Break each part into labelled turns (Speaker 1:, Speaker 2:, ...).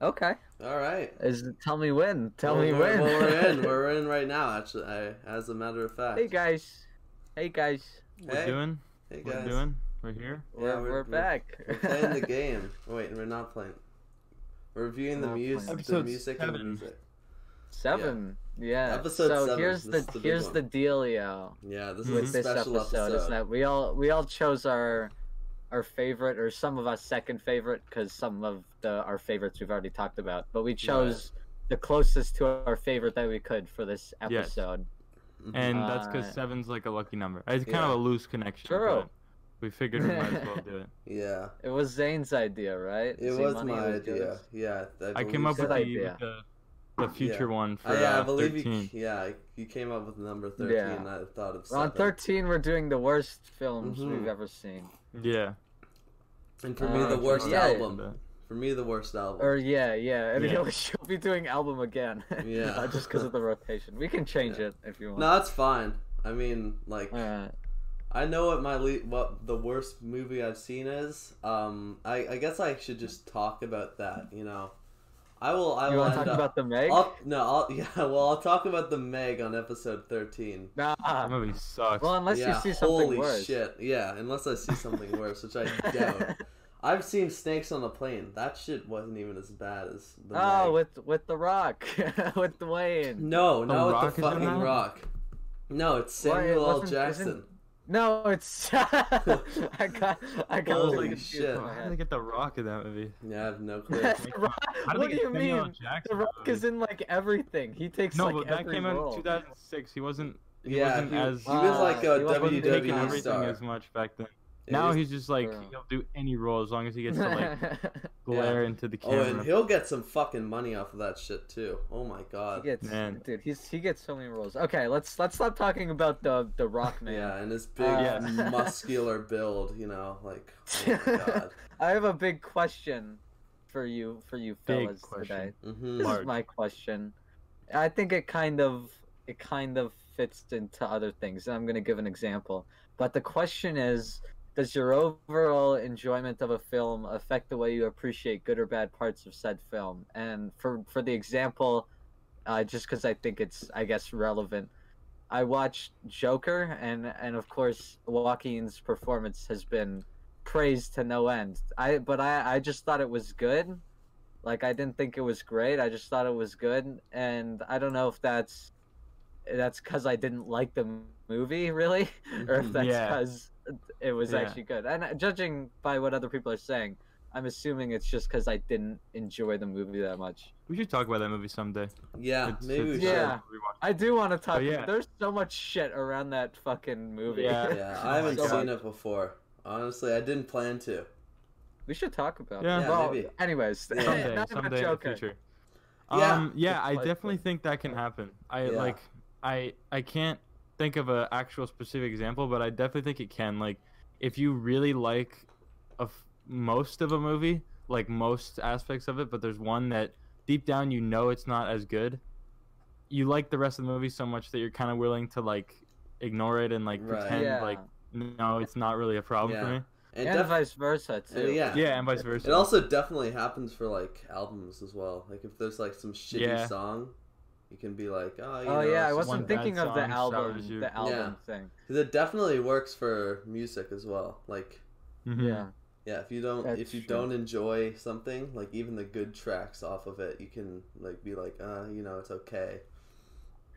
Speaker 1: Okay.
Speaker 2: All right.
Speaker 1: Is tell me when. Tell
Speaker 2: Well,
Speaker 1: me
Speaker 2: we're,
Speaker 1: when.
Speaker 2: well, we're in. We're in right now. Actually, I, as a matter of fact.
Speaker 1: hey guys. Hey guys.
Speaker 2: Hey,
Speaker 3: We're doing.
Speaker 2: Hey
Speaker 3: We're
Speaker 2: guys.
Speaker 3: doing. We're here.
Speaker 2: Yeah,
Speaker 1: We're, we're, back.
Speaker 2: We're playing the game. Oh, wait, we're not playing. We're reviewing the
Speaker 1: Not
Speaker 2: music.
Speaker 1: playing.
Speaker 2: The
Speaker 3: Episode
Speaker 2: music and the
Speaker 3: seven.
Speaker 2: music.
Speaker 1: Seven. Yeah.
Speaker 2: Episode
Speaker 1: so
Speaker 2: seven.
Speaker 1: here's
Speaker 2: This is
Speaker 1: the,
Speaker 2: the big
Speaker 1: here's
Speaker 2: one.
Speaker 1: the dealio
Speaker 2: Yeah, this
Speaker 3: Mhm.
Speaker 1: with
Speaker 2: is a
Speaker 1: this
Speaker 2: special
Speaker 1: episode,
Speaker 2: episode.
Speaker 1: is that we all we all chose our our favorite or some of us second favorite because some of the our favorites we've already talked about, but we chose the closest to our favorite that we could for this
Speaker 3: Yes.
Speaker 1: episode.
Speaker 2: Mhm.
Speaker 3: And that's
Speaker 1: Uh,
Speaker 3: because seven's like a lucky number. It's kind
Speaker 2: yeah.
Speaker 3: of a loose connection.
Speaker 1: True.
Speaker 3: but We figured we might as well do it.
Speaker 2: yeah,
Speaker 1: It was Zane's idea, right?
Speaker 2: it
Speaker 1: Z
Speaker 2: was
Speaker 1: Money
Speaker 2: my
Speaker 1: giving
Speaker 2: idea.
Speaker 1: us-
Speaker 2: Yeah,
Speaker 3: I
Speaker 2: believe
Speaker 3: came up
Speaker 2: so.
Speaker 3: with
Speaker 1: Good
Speaker 3: the,
Speaker 1: idea.
Speaker 3: with the the future one for
Speaker 2: I, yeah,
Speaker 3: uh,
Speaker 2: I believe you.
Speaker 3: 13.
Speaker 2: Yeah, you came up with the number thirteen.
Speaker 1: Yeah.
Speaker 2: and I thought of
Speaker 1: We're on
Speaker 2: seven.
Speaker 1: thirteen. We're doing the worst films
Speaker 2: Mhm.
Speaker 1: we've ever seen,
Speaker 3: Yeah.
Speaker 2: And for me,
Speaker 1: Uh,
Speaker 2: the worst
Speaker 1: yeah.
Speaker 2: album. For me, the worst album.
Speaker 1: or yeah, yeah, and
Speaker 3: Yeah.
Speaker 1: we should be doing album again.
Speaker 2: Yeah.
Speaker 1: Uh, just because of the rotation. We can change
Speaker 2: Yeah.
Speaker 1: it if you want.
Speaker 2: No, that's fine. I mean, like,
Speaker 1: Alright.
Speaker 2: I know what my le- what the worst movie I've seen is. Um, I, I guess I should just talk about that. You know, I will. I
Speaker 1: you
Speaker 2: will
Speaker 1: want
Speaker 2: end
Speaker 1: to talk
Speaker 2: up.
Speaker 1: about the Meg?
Speaker 2: I'll, no, I'll, yeah. Well, I'll talk about the Meg on episode thirteen.
Speaker 3: That
Speaker 1: Nah.
Speaker 3: movie sucks.
Speaker 1: Well, unless
Speaker 2: yeah,
Speaker 1: you see something
Speaker 2: holy
Speaker 1: worse.
Speaker 2: shit! Yeah, unless I see something worse, which I doubt. I've seen snakes on a plane. That shit wasn't even as bad as the
Speaker 1: Oh,
Speaker 2: Meg.
Speaker 1: with with the Rock, with Dwayne.
Speaker 2: No,
Speaker 3: The
Speaker 2: not
Speaker 3: Rock
Speaker 2: with
Speaker 3: is
Speaker 2: the
Speaker 3: in
Speaker 2: fucking
Speaker 3: that?
Speaker 2: rock. No, it's
Speaker 1: Why, it
Speaker 2: Samuel L.
Speaker 1: wasn't- isn't-
Speaker 2: Jackson.
Speaker 1: No, it's I got I got
Speaker 2: Holy
Speaker 1: really confused in
Speaker 2: shit.
Speaker 1: my
Speaker 3: How did
Speaker 1: head.
Speaker 3: they get the Rock in that movie?
Speaker 2: Yeah, I have no clue.
Speaker 1: The Rock-
Speaker 3: How did
Speaker 1: What
Speaker 3: they
Speaker 1: do
Speaker 3: get
Speaker 1: you
Speaker 3: Samuel L.
Speaker 1: mean?
Speaker 3: Jackson
Speaker 1: The
Speaker 3: in that
Speaker 1: Rock is
Speaker 3: movie?
Speaker 1: in like everything. He takes
Speaker 3: No,
Speaker 1: like
Speaker 3: but that
Speaker 1: every
Speaker 3: came out
Speaker 1: role.
Speaker 3: in 2006. He wasn't. He
Speaker 2: yeah,
Speaker 3: wasn't
Speaker 2: he,
Speaker 3: as.
Speaker 2: he was
Speaker 1: uh,
Speaker 2: like a
Speaker 1: he wasn't
Speaker 3: Ah, wasn't taking
Speaker 1: WWE
Speaker 2: WWE
Speaker 3: everything
Speaker 2: E star.
Speaker 3: as much back then.
Speaker 2: It
Speaker 3: Now
Speaker 2: was-
Speaker 3: he's just like
Speaker 1: True.
Speaker 3: he'll do any role as long as he gets to like glare into the
Speaker 2: oh,
Speaker 3: camera.
Speaker 2: and he'll get some fucking money off of that shit too. Oh my
Speaker 1: he
Speaker 2: god.
Speaker 1: gets,
Speaker 3: Man.
Speaker 1: dude, he's he gets so many roles. Okay, let's let's stop talking about the the Rock man.
Speaker 2: Yeah, and his big
Speaker 1: Uh, Yes.
Speaker 2: muscular build, you know, like oh my god.
Speaker 1: I have a big question for you for you
Speaker 3: Big
Speaker 1: fellas today.
Speaker 3: question.
Speaker 2: hmm
Speaker 1: This
Speaker 3: Mark.
Speaker 1: is my question. I think it kind of it kind of fits into other things, and I'm going to give an example. But the question is, does your overall enjoyment of a film affect the way you appreciate good or bad parts of said film? And for for the example, uh, just because I think it's I guess relevant. I watched Joker, and and of course Joaquin's performance has been praised to no end. I but I I just thought it was good. Like I didn't think it was great. I just thought it was good, and I don't know if that's that's because I didn't like the m- movie really, or if that's
Speaker 3: Mm-hmm. Yeah.
Speaker 1: because it was
Speaker 3: Yeah.
Speaker 1: actually good. And uh, judging by what other people are saying, I'm assuming it's just because I didn't enjoy the movie that much.
Speaker 3: We should talk about that movie someday.
Speaker 2: Yeah,
Speaker 3: It's-
Speaker 2: maybe we
Speaker 3: it's,
Speaker 2: should.
Speaker 1: Yeah.
Speaker 3: uh, rewatch.
Speaker 1: I do want to talk.
Speaker 3: Oh, yeah.
Speaker 1: There's so much shit around that fucking movie.
Speaker 3: Yeah.
Speaker 2: Yeah, I haven't
Speaker 1: So
Speaker 2: seen it before. Honestly, I didn't plan to.
Speaker 1: we should talk about
Speaker 3: Yeah.
Speaker 1: it.
Speaker 2: Yeah,
Speaker 1: well,
Speaker 2: maybe.
Speaker 1: anyways,
Speaker 2: Yeah.
Speaker 3: Someday,
Speaker 1: not about
Speaker 3: someday in the
Speaker 1: Joker.
Speaker 3: future.
Speaker 2: Yeah.
Speaker 3: Um, yeah,
Speaker 1: It's
Speaker 3: I
Speaker 1: like-
Speaker 3: definitely think that can happen. I
Speaker 2: Yeah.
Speaker 3: like, I I can't think of an actual specific example, but I definitely think it can. Like, if you really like a f- most of a movie, like most aspects of it, but there's one that deep down you know it's not as good. You like the rest of the movie so much that you're kind of willing to like ignore it and like
Speaker 2: Right.
Speaker 3: pretend
Speaker 1: Yeah.
Speaker 3: like no, it's not really a problem for
Speaker 2: Yeah.
Speaker 3: me.
Speaker 2: And,
Speaker 1: and,
Speaker 2: def-
Speaker 1: vice versa too.
Speaker 2: and yeah.
Speaker 3: Yeah, and vice versa.
Speaker 2: It also definitely happens for like albums as well. Like if there's like some shitty
Speaker 3: Yeah.
Speaker 2: song, you can be like, oh, you
Speaker 1: Oh
Speaker 2: know,
Speaker 1: yeah, I
Speaker 2: it's just
Speaker 3: one
Speaker 1: wasn't
Speaker 2: bad
Speaker 3: bad
Speaker 1: thinking of the
Speaker 3: song
Speaker 1: album,
Speaker 3: sours you.
Speaker 1: the album thing.
Speaker 2: Cause it definitely works for music as well. Like,
Speaker 3: Mhm.
Speaker 1: Yeah,
Speaker 2: yeah, if you don't
Speaker 1: That's
Speaker 2: if you
Speaker 1: true.
Speaker 2: don't enjoy something, like even the good tracks off of it, you can like be like, uh, you know, it's okay.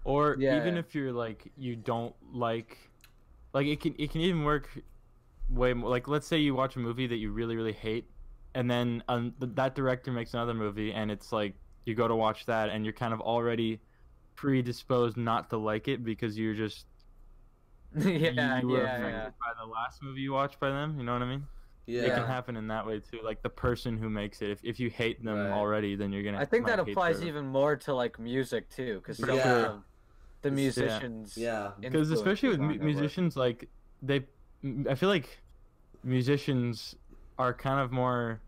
Speaker 3: or even
Speaker 1: Yeah.
Speaker 3: if you're like you don't like like it can it can even work way more like let's say you watch a movie that you really really hate and then um, that director makes another movie and it's like you go to watch that and you're kind of already predisposed not to like it because you're just
Speaker 1: yeah,
Speaker 3: you were
Speaker 1: yeah,
Speaker 3: affected
Speaker 1: yeah.
Speaker 3: by the last movie you watched by them you know what i mean it
Speaker 2: Yeah,
Speaker 3: can happen in that way too like the person who makes it if, if you hate them
Speaker 2: Right.
Speaker 3: already then you're gonna
Speaker 1: I think
Speaker 3: might
Speaker 1: that
Speaker 3: hate
Speaker 1: applies
Speaker 3: their-
Speaker 1: even more to like music too, because
Speaker 2: For sure.
Speaker 1: yeah. the musicians.
Speaker 2: yeah,
Speaker 3: because
Speaker 1: influences
Speaker 3: especially with
Speaker 1: on
Speaker 3: mu-
Speaker 1: their work.
Speaker 3: musicians like they m- i feel like musicians are kind of more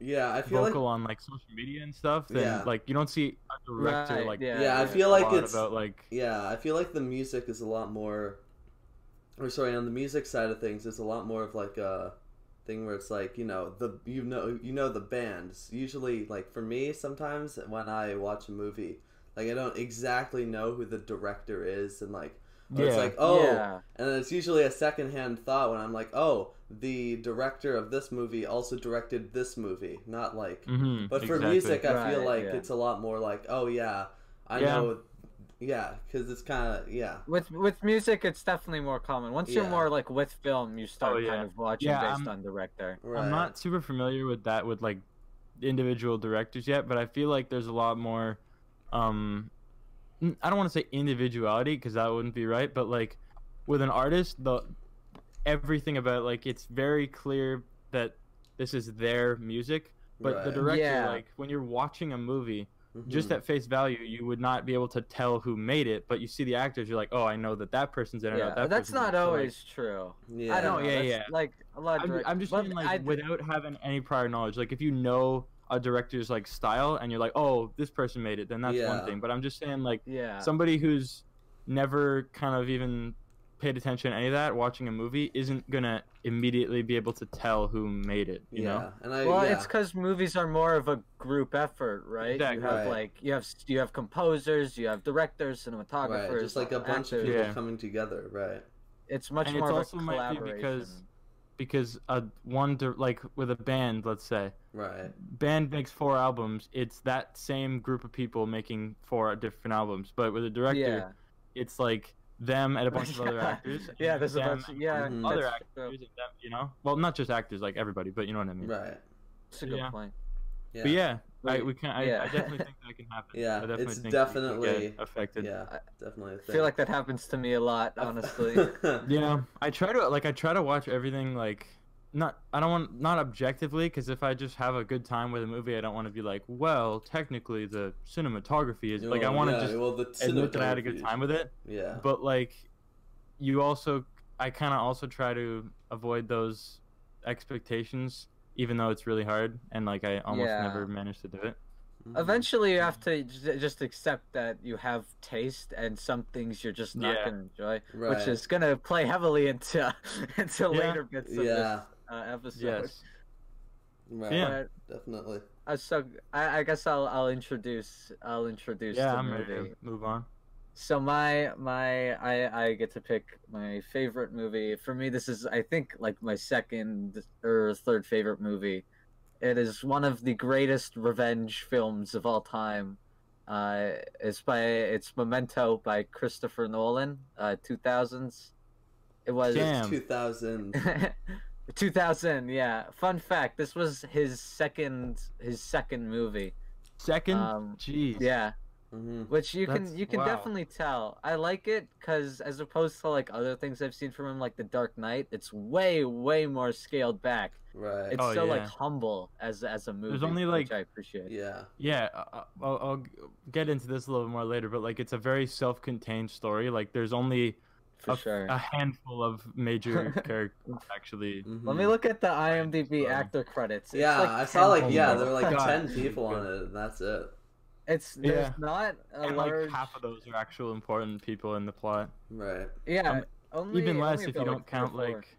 Speaker 2: yeah. I feel
Speaker 3: vocal
Speaker 2: like
Speaker 3: on like social media and stuff than
Speaker 2: Yeah.
Speaker 3: like you don't see a director
Speaker 1: Right,
Speaker 3: like
Speaker 1: yeah,
Speaker 2: yeah, I
Speaker 1: yeah.
Speaker 2: feel
Speaker 3: a
Speaker 2: like
Speaker 3: lot
Speaker 2: it's
Speaker 3: about like
Speaker 2: yeah, I feel like the music is a lot more, or sorry, on the music side of things, it's a lot more of like a thing where it's like you know the you know you know the bands usually like for me sometimes when i watch a movie like i don't exactly know who the director is and like or it's
Speaker 3: Yeah.
Speaker 2: like oh
Speaker 1: yeah.
Speaker 2: and it's usually a secondhand thought when i'm like oh the director of this movie also directed this movie not like
Speaker 3: Mm-hmm,
Speaker 2: but for music i feel
Speaker 1: Right,
Speaker 2: like
Speaker 1: yeah.
Speaker 2: it's a lot more like oh yeah i
Speaker 3: Yeah.
Speaker 2: know yeah because it's kind of yeah
Speaker 1: With with music, it's definitely more common. Once you're
Speaker 2: Yeah.
Speaker 1: more like with film, you start
Speaker 3: Oh, yeah.
Speaker 1: kind of watching
Speaker 3: Yeah,
Speaker 1: based
Speaker 3: I'm-
Speaker 1: on director.
Speaker 2: right
Speaker 3: I'm not super familiar with that with like individual directors yet, but I feel like there's a lot more. Um, n- I don't want to say individuality because that wouldn't be right, but like with an artist, the everything about like it's very clear that this is their music. But the
Speaker 2: Right.
Speaker 3: director,
Speaker 1: Yeah.
Speaker 3: like when you're watching a movie, just
Speaker 1: Hmm.
Speaker 2: Mhm.
Speaker 3: at face value, you would not be able to tell who made it. But you see the actors, you're like, oh, I know that that person's in it.
Speaker 1: Yeah,
Speaker 3: that
Speaker 1: that's
Speaker 3: person's in it."
Speaker 1: not
Speaker 3: So, like,
Speaker 1: always true.
Speaker 2: yeah
Speaker 1: I don't know.
Speaker 3: No, Oh, yeah,
Speaker 1: that's,
Speaker 3: yeah.
Speaker 1: Like a lot of
Speaker 3: I'm,
Speaker 1: direct-
Speaker 3: I'm just
Speaker 1: but
Speaker 3: saying, like,
Speaker 1: I-
Speaker 3: without having any prior knowledge, like, if you know a director's like style and you're like, oh, this person made it, then that's
Speaker 2: Yeah.
Speaker 3: one thing. But I'm just saying, like,
Speaker 1: yeah.
Speaker 3: somebody who's never kind of even paid attention to any of that watching a movie isn't gonna immediately be able to tell who made it. You
Speaker 2: yeah
Speaker 3: know?
Speaker 2: and i
Speaker 1: Well,
Speaker 2: Uh, yeah.
Speaker 1: it's because movies are more of a group effort, right? You
Speaker 3: Exactly.
Speaker 1: have
Speaker 2: Right.
Speaker 1: like you have you have composers, you have directors, cinematographers,
Speaker 2: right just like a bunch of
Speaker 1: actors.
Speaker 2: people
Speaker 3: Yeah.
Speaker 2: coming together right
Speaker 1: It's much
Speaker 3: And
Speaker 1: more
Speaker 3: it's
Speaker 1: of
Speaker 3: also
Speaker 1: a
Speaker 3: might be
Speaker 1: collaboration.
Speaker 3: because- Because a one dir- like with a band, let's say,
Speaker 2: right
Speaker 3: band makes four albums. It's that same group of people making four different albums. But with a director,
Speaker 1: yeah,
Speaker 3: it's like them and a bunch of other
Speaker 1: Yeah.
Speaker 3: actors. and
Speaker 1: yeah, there's a
Speaker 3: them
Speaker 1: bunch. Of, yeah,
Speaker 2: Mhm.
Speaker 3: other
Speaker 1: that's true.
Speaker 3: actors, and them, you know. Well, not just actors, like everybody, but you know what I mean.
Speaker 2: right
Speaker 1: That's a good
Speaker 3: Yeah.
Speaker 1: point.
Speaker 2: yeah
Speaker 3: But yeah, I,
Speaker 1: Wait,
Speaker 3: we can. I,
Speaker 1: yeah.
Speaker 3: I definitely think that can happen.
Speaker 2: Yeah,
Speaker 3: I definitely
Speaker 2: it's
Speaker 3: think that we can get
Speaker 2: definitely-
Speaker 3: affected.
Speaker 2: yeah
Speaker 1: I-
Speaker 2: definitely a
Speaker 1: I
Speaker 2: thing.
Speaker 1: feel like that happens to me a lot, honestly.
Speaker 3: Yeah, I try to like I try to watch everything like not I don't want not objectively because if I just have a good time with a movie, I don't want to be like, well, technically the cinematography is like I
Speaker 2: Well,
Speaker 3: want to
Speaker 2: yeah,
Speaker 3: just
Speaker 2: well, the
Speaker 3: admit that I had a
Speaker 2: cinematography
Speaker 3: good
Speaker 2: is-
Speaker 3: time with it.
Speaker 2: Yeah.
Speaker 3: but like you also i kind of also try to avoid those expectations even though it's really hard and like i almost
Speaker 1: Yeah.
Speaker 3: never manage to do it
Speaker 2: Mhm.
Speaker 1: Eventually, you have to j- just accept that you have taste, and some things you're just not
Speaker 3: Yeah.
Speaker 1: gonna enjoy,
Speaker 2: right.
Speaker 1: which is gonna play heavily into into later bits of
Speaker 2: yeah,
Speaker 1: this uh, episode.
Speaker 3: yes
Speaker 2: right.
Speaker 3: Yeah.
Speaker 1: But
Speaker 2: definitely.
Speaker 1: Uh, so I, I guess I'll I'll introduce I'll introduce
Speaker 3: yeah
Speaker 1: the
Speaker 3: i'm ready
Speaker 1: movie.
Speaker 3: to move on
Speaker 1: So my my I I get to pick my favorite movie. For me, this is I think like my second or third favorite movie. It is one of the greatest revenge films of all time. Uh, it's by it's Memento by Christopher Nolan, uh, two thousands. It was
Speaker 3: Damn.
Speaker 2: Two thousand.
Speaker 1: 2000 yeah fun fact this was his second his second movie
Speaker 3: second
Speaker 1: Um,
Speaker 3: jeez
Speaker 1: yeah
Speaker 2: mm-hmm.
Speaker 1: which you
Speaker 3: That's-
Speaker 1: can you can
Speaker 3: wow.
Speaker 1: definitely tell i like it because as opposed to like other things i've seen from him like the dark knight it's way way more scaled back
Speaker 2: Right.
Speaker 1: it's
Speaker 3: Oh,
Speaker 1: so like
Speaker 3: yeah.
Speaker 1: humble as as a movie
Speaker 3: only,
Speaker 1: which
Speaker 3: like-
Speaker 1: i appreciate
Speaker 2: yeah.
Speaker 3: yeah I- I'll, I'll g- get into this a little more later but like it's a very self-contained story like there's only
Speaker 1: for
Speaker 3: a,
Speaker 1: sure
Speaker 3: a handful of major characters actually
Speaker 2: Mhm.
Speaker 1: let me look at the imdb
Speaker 3: Sorry.
Speaker 1: actor credits It's,
Speaker 2: Yeah,
Speaker 1: like,
Speaker 2: I saw
Speaker 1: 10
Speaker 2: like yeah,
Speaker 1: people.
Speaker 2: there were like
Speaker 3: Oh, God.
Speaker 2: ten people on it, and that's it.
Speaker 1: it's there's
Speaker 3: Yeah.
Speaker 1: not a
Speaker 3: and
Speaker 1: large
Speaker 3: like half of those are actual important people in the plot
Speaker 2: Right.
Speaker 1: yeah
Speaker 3: um,
Speaker 1: only,
Speaker 3: even less
Speaker 1: only
Speaker 3: if you
Speaker 1: about,
Speaker 3: don't
Speaker 1: three or
Speaker 3: count
Speaker 1: four.
Speaker 3: like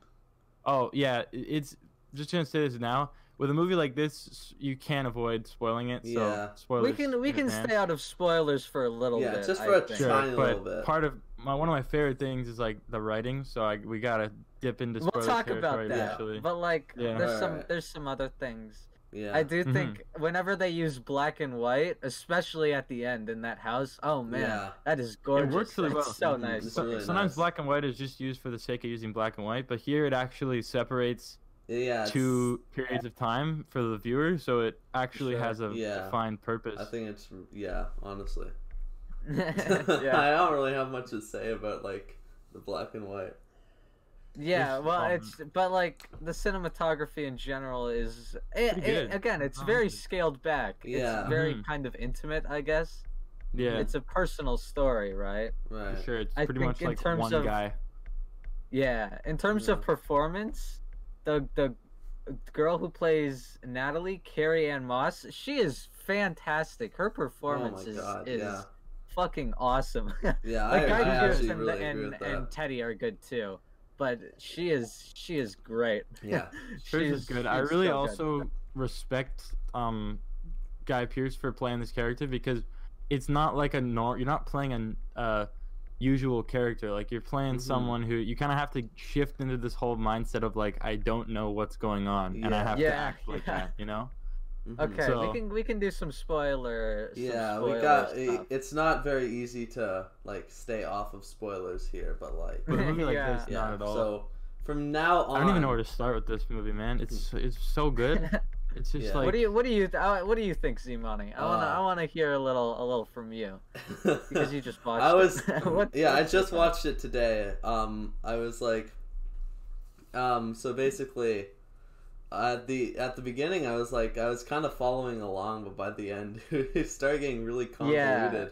Speaker 3: oh yeah i- it's just gonna say this now with a movie like this s- you can't avoid spoiling it so
Speaker 2: Yeah.
Speaker 3: spoilers
Speaker 1: we can we
Speaker 3: in
Speaker 1: can
Speaker 3: advance.
Speaker 1: stay out of spoilers for a little
Speaker 2: Yeah,
Speaker 1: bit
Speaker 2: just
Speaker 1: I
Speaker 2: for a
Speaker 1: think.
Speaker 2: Sure. tiny little
Speaker 3: but
Speaker 2: bit.
Speaker 3: part of my one of my favorite things is like the writing so I, we gotta dip into
Speaker 1: we'll
Speaker 3: spoiler
Speaker 1: talk about
Speaker 3: territory
Speaker 1: that
Speaker 3: eventually.
Speaker 1: but like
Speaker 3: Yeah.
Speaker 1: there's some
Speaker 2: Alright.
Speaker 1: there's some other things
Speaker 2: Yeah.
Speaker 1: I do
Speaker 3: Mhm.
Speaker 1: think whenever they use black and white, especially at the end in that house, oh man,
Speaker 2: Yeah.
Speaker 1: that is gorgeous.
Speaker 3: works really
Speaker 1: That's so
Speaker 3: well.
Speaker 2: Mhm.
Speaker 1: nice.
Speaker 2: It's
Speaker 3: So-
Speaker 2: really
Speaker 3: sometimes
Speaker 2: nice.
Speaker 3: black and white is just used for the sake of using black and white but here it actually separates
Speaker 2: Yeah. it's-
Speaker 3: two periods of time for the viewer so it actually
Speaker 1: Sure.
Speaker 3: has a
Speaker 2: Yeah.
Speaker 3: defined purpose
Speaker 2: I think it's yeah. Honestly,
Speaker 1: yeah,
Speaker 2: I don't really have much to say about like the black and white.
Speaker 1: yeah.
Speaker 3: There's,
Speaker 1: Well,
Speaker 3: um,
Speaker 1: it's but like the cinematography in general is it,
Speaker 3: Pretty
Speaker 1: it-
Speaker 3: good.
Speaker 1: again, it's
Speaker 3: Oh,
Speaker 1: very
Speaker 3: good.
Speaker 1: scaled back.
Speaker 2: Yeah.
Speaker 1: It's very
Speaker 3: Mhm.
Speaker 1: kind of intimate, I guess.
Speaker 3: yeah
Speaker 1: It's a personal story, right?
Speaker 2: Right.
Speaker 3: for sure it's
Speaker 1: I
Speaker 3: pretty
Speaker 1: think
Speaker 3: much
Speaker 1: in
Speaker 3: like
Speaker 1: terms
Speaker 3: one
Speaker 1: of-
Speaker 3: guy
Speaker 1: Yeah. In terms of
Speaker 2: Yeah.
Speaker 1: performance, the the girl who plays Natalie, Carrie Ann Moss, she is fantastic. Her
Speaker 2: Oh
Speaker 1: performance
Speaker 2: my
Speaker 1: is
Speaker 2: god.
Speaker 1: is
Speaker 2: yeah.
Speaker 1: fucking awesome.
Speaker 2: Yeah.
Speaker 1: like
Speaker 2: I, I
Speaker 1: Guy
Speaker 2: actually
Speaker 1: Pearce and,
Speaker 2: really agree
Speaker 1: and,
Speaker 2: with that.
Speaker 1: and Teddy are good too. but she is she is great.
Speaker 2: Yeah.
Speaker 3: Pierce
Speaker 1: She's-
Speaker 3: is good. I
Speaker 1: she's
Speaker 3: really
Speaker 1: so good.
Speaker 3: also respect um, Guy Pierce for playing this character because it's not like a nor. You're not playing an uh, usual character. Like you're playing
Speaker 2: Mhm.
Speaker 3: someone who you kind of have to shift into this whole mindset of like I don't know what's going on and I
Speaker 2: Yeah.
Speaker 3: have
Speaker 1: Yeah,
Speaker 3: to act like
Speaker 1: yeah.
Speaker 3: that. You know.
Speaker 2: Mhm.
Speaker 1: Okay,
Speaker 3: So-
Speaker 1: we can we can do some spoiler. some
Speaker 2: Yeah, we
Speaker 1: spoiler
Speaker 2: got.
Speaker 1: stuff.
Speaker 2: It, it's not very easy to like stay off of spoilers here, but like,
Speaker 3: But a movie like
Speaker 1: Yeah.
Speaker 3: this,
Speaker 2: yeah.
Speaker 3: not at all.
Speaker 2: So um, from now on,
Speaker 3: I don't even know where to start with this movie, man. It's it's so good. It's just
Speaker 2: Yeah.
Speaker 3: like
Speaker 1: what do you what do you th- uh, what do you think, Z Money? I wanna
Speaker 2: Uh,
Speaker 1: I wanna hear a little a little from you because you just watched.
Speaker 2: I was
Speaker 1: it. What-
Speaker 2: yeah, I
Speaker 1: what's your
Speaker 2: just
Speaker 1: thought?
Speaker 2: watched it today. Um I was like um so basically at the at the beginning I was like I was kind of following along but by the end it started getting really convoluted.
Speaker 1: Yeah.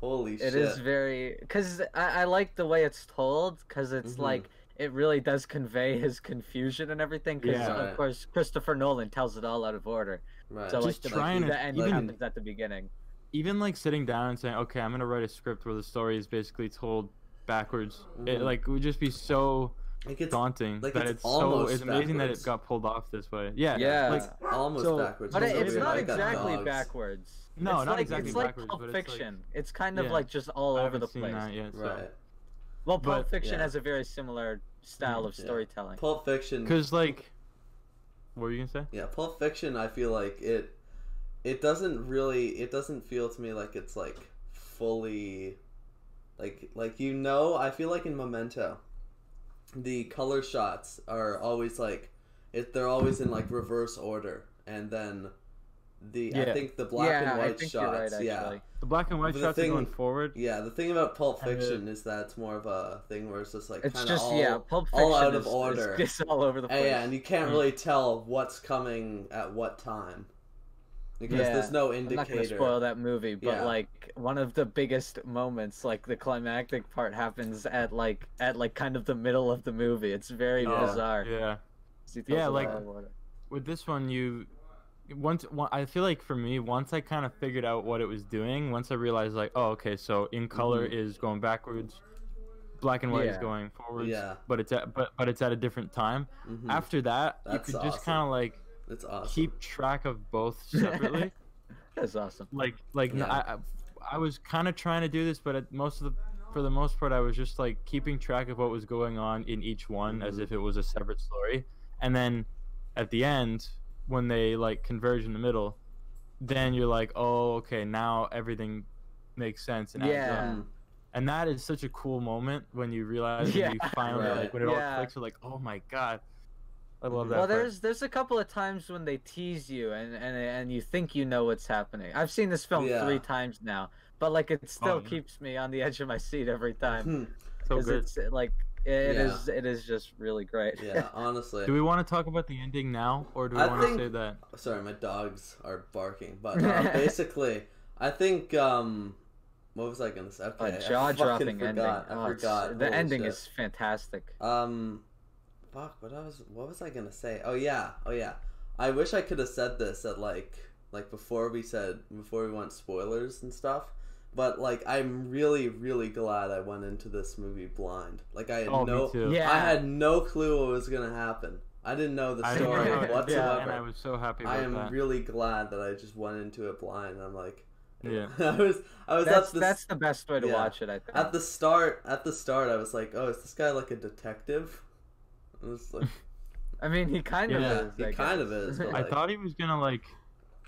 Speaker 2: Holy shit.
Speaker 1: It is very because I, I like the way it's told because it's
Speaker 2: Mhm.
Speaker 1: like it really does convey his confusion and everything because
Speaker 3: Yeah.
Speaker 1: of
Speaker 2: Right.
Speaker 1: course christopher nolan tells it all out of order
Speaker 2: right.
Speaker 1: so like,
Speaker 3: Just
Speaker 1: the,
Speaker 3: trying
Speaker 1: the
Speaker 3: to-
Speaker 1: end
Speaker 2: even-
Speaker 1: happens at the beginning
Speaker 3: even like sitting down and saying, okay, I'm gonna write a script where the story is basically told backwards.
Speaker 2: Mhm.
Speaker 3: It like would just be so
Speaker 2: like it's
Speaker 3: daunting
Speaker 2: like,
Speaker 3: that
Speaker 2: it's
Speaker 3: it's, so
Speaker 2: almost
Speaker 3: it's amazing that
Speaker 2: backwards.
Speaker 3: it got pulled off this way. Yeah,
Speaker 1: yeah
Speaker 3: like
Speaker 2: almost
Speaker 3: so-
Speaker 2: backwards.
Speaker 1: but it,
Speaker 3: Totally
Speaker 1: it's
Speaker 3: weird.
Speaker 1: not
Speaker 2: Like, that
Speaker 1: exactly
Speaker 2: dog's-
Speaker 1: backwards
Speaker 3: No,
Speaker 1: it's
Speaker 3: not
Speaker 1: like,
Speaker 3: exactly
Speaker 1: it's like
Speaker 3: backwards,
Speaker 1: pulp
Speaker 3: but it's, like-
Speaker 1: fiction it's, kind of
Speaker 3: yeah.
Speaker 1: like just all
Speaker 3: I
Speaker 1: over
Speaker 3: haven't
Speaker 1: the
Speaker 3: seen
Speaker 1: place
Speaker 3: that yet. so-
Speaker 2: Right.
Speaker 1: well pulp
Speaker 3: But-
Speaker 1: fiction
Speaker 2: yeah.
Speaker 1: has a very similar style of
Speaker 2: Yeah.
Speaker 1: storytelling
Speaker 2: Pulp Fiction
Speaker 3: Cause like, what were you gonna say?
Speaker 2: Yeah, Pulp Fiction. I feel like it. It doesn't really. It doesn't feel to me like it's like fully, like like you know. I feel like in Memento, the color shots are always like, it. They're always in like reverse order, and then the I
Speaker 3: Yeah.
Speaker 2: think the black
Speaker 1: yeah
Speaker 2: and
Speaker 1: i
Speaker 2: white
Speaker 1: think you're right
Speaker 2: shots.
Speaker 1: actually
Speaker 2: yeah,
Speaker 3: The black and white
Speaker 2: But the
Speaker 3: shots
Speaker 2: thing-
Speaker 3: are going forward.
Speaker 2: yeah. The thing about Pulp
Speaker 3: And the-
Speaker 2: Fiction is that it's more of a thing where it's just like
Speaker 1: it's
Speaker 2: kinda
Speaker 1: just
Speaker 2: all,
Speaker 1: yeah pulp fiction
Speaker 2: all out of
Speaker 1: is- is
Speaker 2: order.
Speaker 1: just all over the place
Speaker 2: Yeah, and you can't
Speaker 3: Mm.
Speaker 2: really tell what's coming at what time because
Speaker 1: Yeah,
Speaker 2: there's no
Speaker 1: I'm not gonna
Speaker 2: indicator.
Speaker 1: spoil that movie, but
Speaker 2: Yeah.
Speaker 1: like one of the biggest moments, like the climactic part, happens at like at like kind of the middle of the movie. It's very
Speaker 2: Yeah.
Speaker 1: bizarre.
Speaker 3: Yeah.
Speaker 1: He tells
Speaker 3: Yeah,
Speaker 1: it
Speaker 3: like-
Speaker 1: all in order.
Speaker 3: With this one, you once one, I feel like for me, once I kind of figured out what it was doing, once I realized like, oh, okay, so in color is going backwards, black and white is
Speaker 1: Yeah.
Speaker 3: going forwards.
Speaker 2: Mm-hmm. Yeah.
Speaker 3: But it's at but but it's at a different time.
Speaker 2: Mhm.
Speaker 3: After that,
Speaker 2: That's
Speaker 3: you could
Speaker 2: awesome.
Speaker 3: just kind of like
Speaker 2: It's awesome.
Speaker 3: keep track of both separately.
Speaker 1: That's awesome.
Speaker 3: like like no,
Speaker 2: Yeah.
Speaker 3: I, I I was kind of trying to do this, but at most of the for the most part, I was just like keeping track of what was going on in each one as
Speaker 1: Mm-hmm.
Speaker 2: Mhm.
Speaker 3: if it was a separate story, and then at the end when they like converge in the middle, then you're like, oh okay, now everything makes sense and adds
Speaker 1: Yeah.
Speaker 3: up.
Speaker 2: Mm.
Speaker 3: and that is such a cool moment when you realize when
Speaker 1: Yeah.
Speaker 3: you finally
Speaker 2: Right.
Speaker 3: like when it
Speaker 1: Yeah. Mm-hmm.
Speaker 3: all clicks, you're like, oh my god, I love that.
Speaker 1: Well,
Speaker 3: part.
Speaker 1: there's there's a couple of times when they tease you and and and you think you know what's happening. I've seen this film
Speaker 2: Yeah.
Speaker 1: three times now, but like it still
Speaker 3: yeah.
Speaker 1: keeps me on the edge of my seat every time
Speaker 2: Hmm.
Speaker 3: so
Speaker 1: because
Speaker 3: good.
Speaker 1: it's like it
Speaker 2: Yeah.
Speaker 1: is it is just really great.
Speaker 2: yeah, honestly.
Speaker 3: Do we want to talk about the ending now, or do we
Speaker 2: I
Speaker 3: want
Speaker 2: think-
Speaker 3: to say that?
Speaker 2: Sorry, my dogs are barking, but uh, basically, I think um, what was I gonna say? Okay,
Speaker 1: a
Speaker 2: I
Speaker 1: jaw dropping
Speaker 2: fucking
Speaker 1: ending.
Speaker 2: forgot. I
Speaker 1: Oh, it's-
Speaker 2: forgot.
Speaker 1: The
Speaker 2: Holy
Speaker 1: ending
Speaker 2: shit.
Speaker 1: is fantastic.
Speaker 2: Um, fuck. What I was. What was I gonna say? Oh yeah. Oh yeah. I wish I could have said this at like like before we said before we went spoilers and stuff. But like, I'm really really glad I went into this movie blind. Like I had
Speaker 3: Oh,
Speaker 2: no.
Speaker 3: me too.
Speaker 1: Yeah.
Speaker 2: I had no clue what was gonna happen. I didn't know the
Speaker 3: I didn't
Speaker 2: story
Speaker 3: know
Speaker 1: it.
Speaker 3: it. Yeah, and I
Speaker 2: whatsoever.
Speaker 3: was so happy
Speaker 2: I
Speaker 3: about
Speaker 2: am
Speaker 3: that.
Speaker 2: really glad that I just went into it blind. I'm like,
Speaker 3: yeah.
Speaker 2: I was, I was
Speaker 1: that's
Speaker 2: at the
Speaker 1: that's the best way to
Speaker 2: yeah.
Speaker 1: watch it. I think.
Speaker 2: at the start. At the start, I was like, oh, is this guy like a detective? I was like,
Speaker 1: I mean, he kind of
Speaker 2: Yeah,
Speaker 1: is.
Speaker 2: he
Speaker 1: I
Speaker 2: kind
Speaker 1: guess.
Speaker 2: of is, but-
Speaker 3: I
Speaker 2: like-
Speaker 3: thought he was gonna like.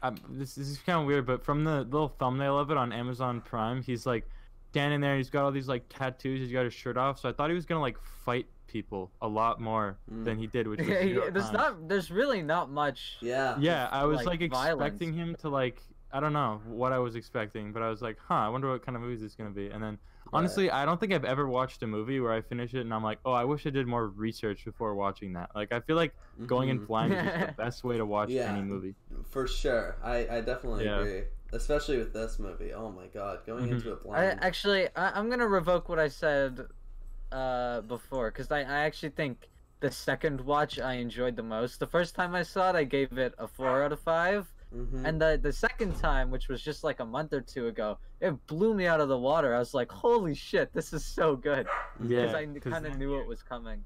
Speaker 3: Um, this, this is kind of weird, but from the little thumbnail of it on Amazon Prime, he's like standing there. He's got all these like tattoos. He's got his shirt off. So I thought he was gonna like fight people a lot more
Speaker 2: Mm.
Speaker 3: than he did, which was zero
Speaker 1: there's
Speaker 3: times.
Speaker 1: not. There's really not much.
Speaker 2: yeah,
Speaker 3: Yeah, I was
Speaker 1: like,
Speaker 3: like,
Speaker 1: violence.
Speaker 3: expecting him to like. I don't know what I was expecting, but I was like, huh, I wonder what kind of movie this is gonna be. And then honestly, I don't think I've ever watched a movie where I finish it and I'm like, oh, I wish I did more research before watching that. Like I feel like going in
Speaker 2: Mhm.
Speaker 3: blind is just the best way to watch
Speaker 2: Yeah.
Speaker 3: any movie.
Speaker 2: for sure. I, I definitely
Speaker 3: Yeah.
Speaker 2: agree, especially with this movie. Oh my god, going
Speaker 3: Mhm.
Speaker 2: into it
Speaker 1: I,
Speaker 2: blind.
Speaker 1: actually, I, I'm gonna revoke what I said uh, before because I, I actually think the second watch I enjoyed the most. The first time I saw it, I gave it a four out of five,
Speaker 2: Mhm.
Speaker 1: and the the second time, which was just like a month or two ago, it blew me out of the water. I was like, "Holy shit, this is so good!"
Speaker 2: Mhm.
Speaker 3: Yeah.
Speaker 1: Because I
Speaker 3: because
Speaker 1: kind of
Speaker 3: then
Speaker 1: knew
Speaker 3: you-
Speaker 1: it was coming.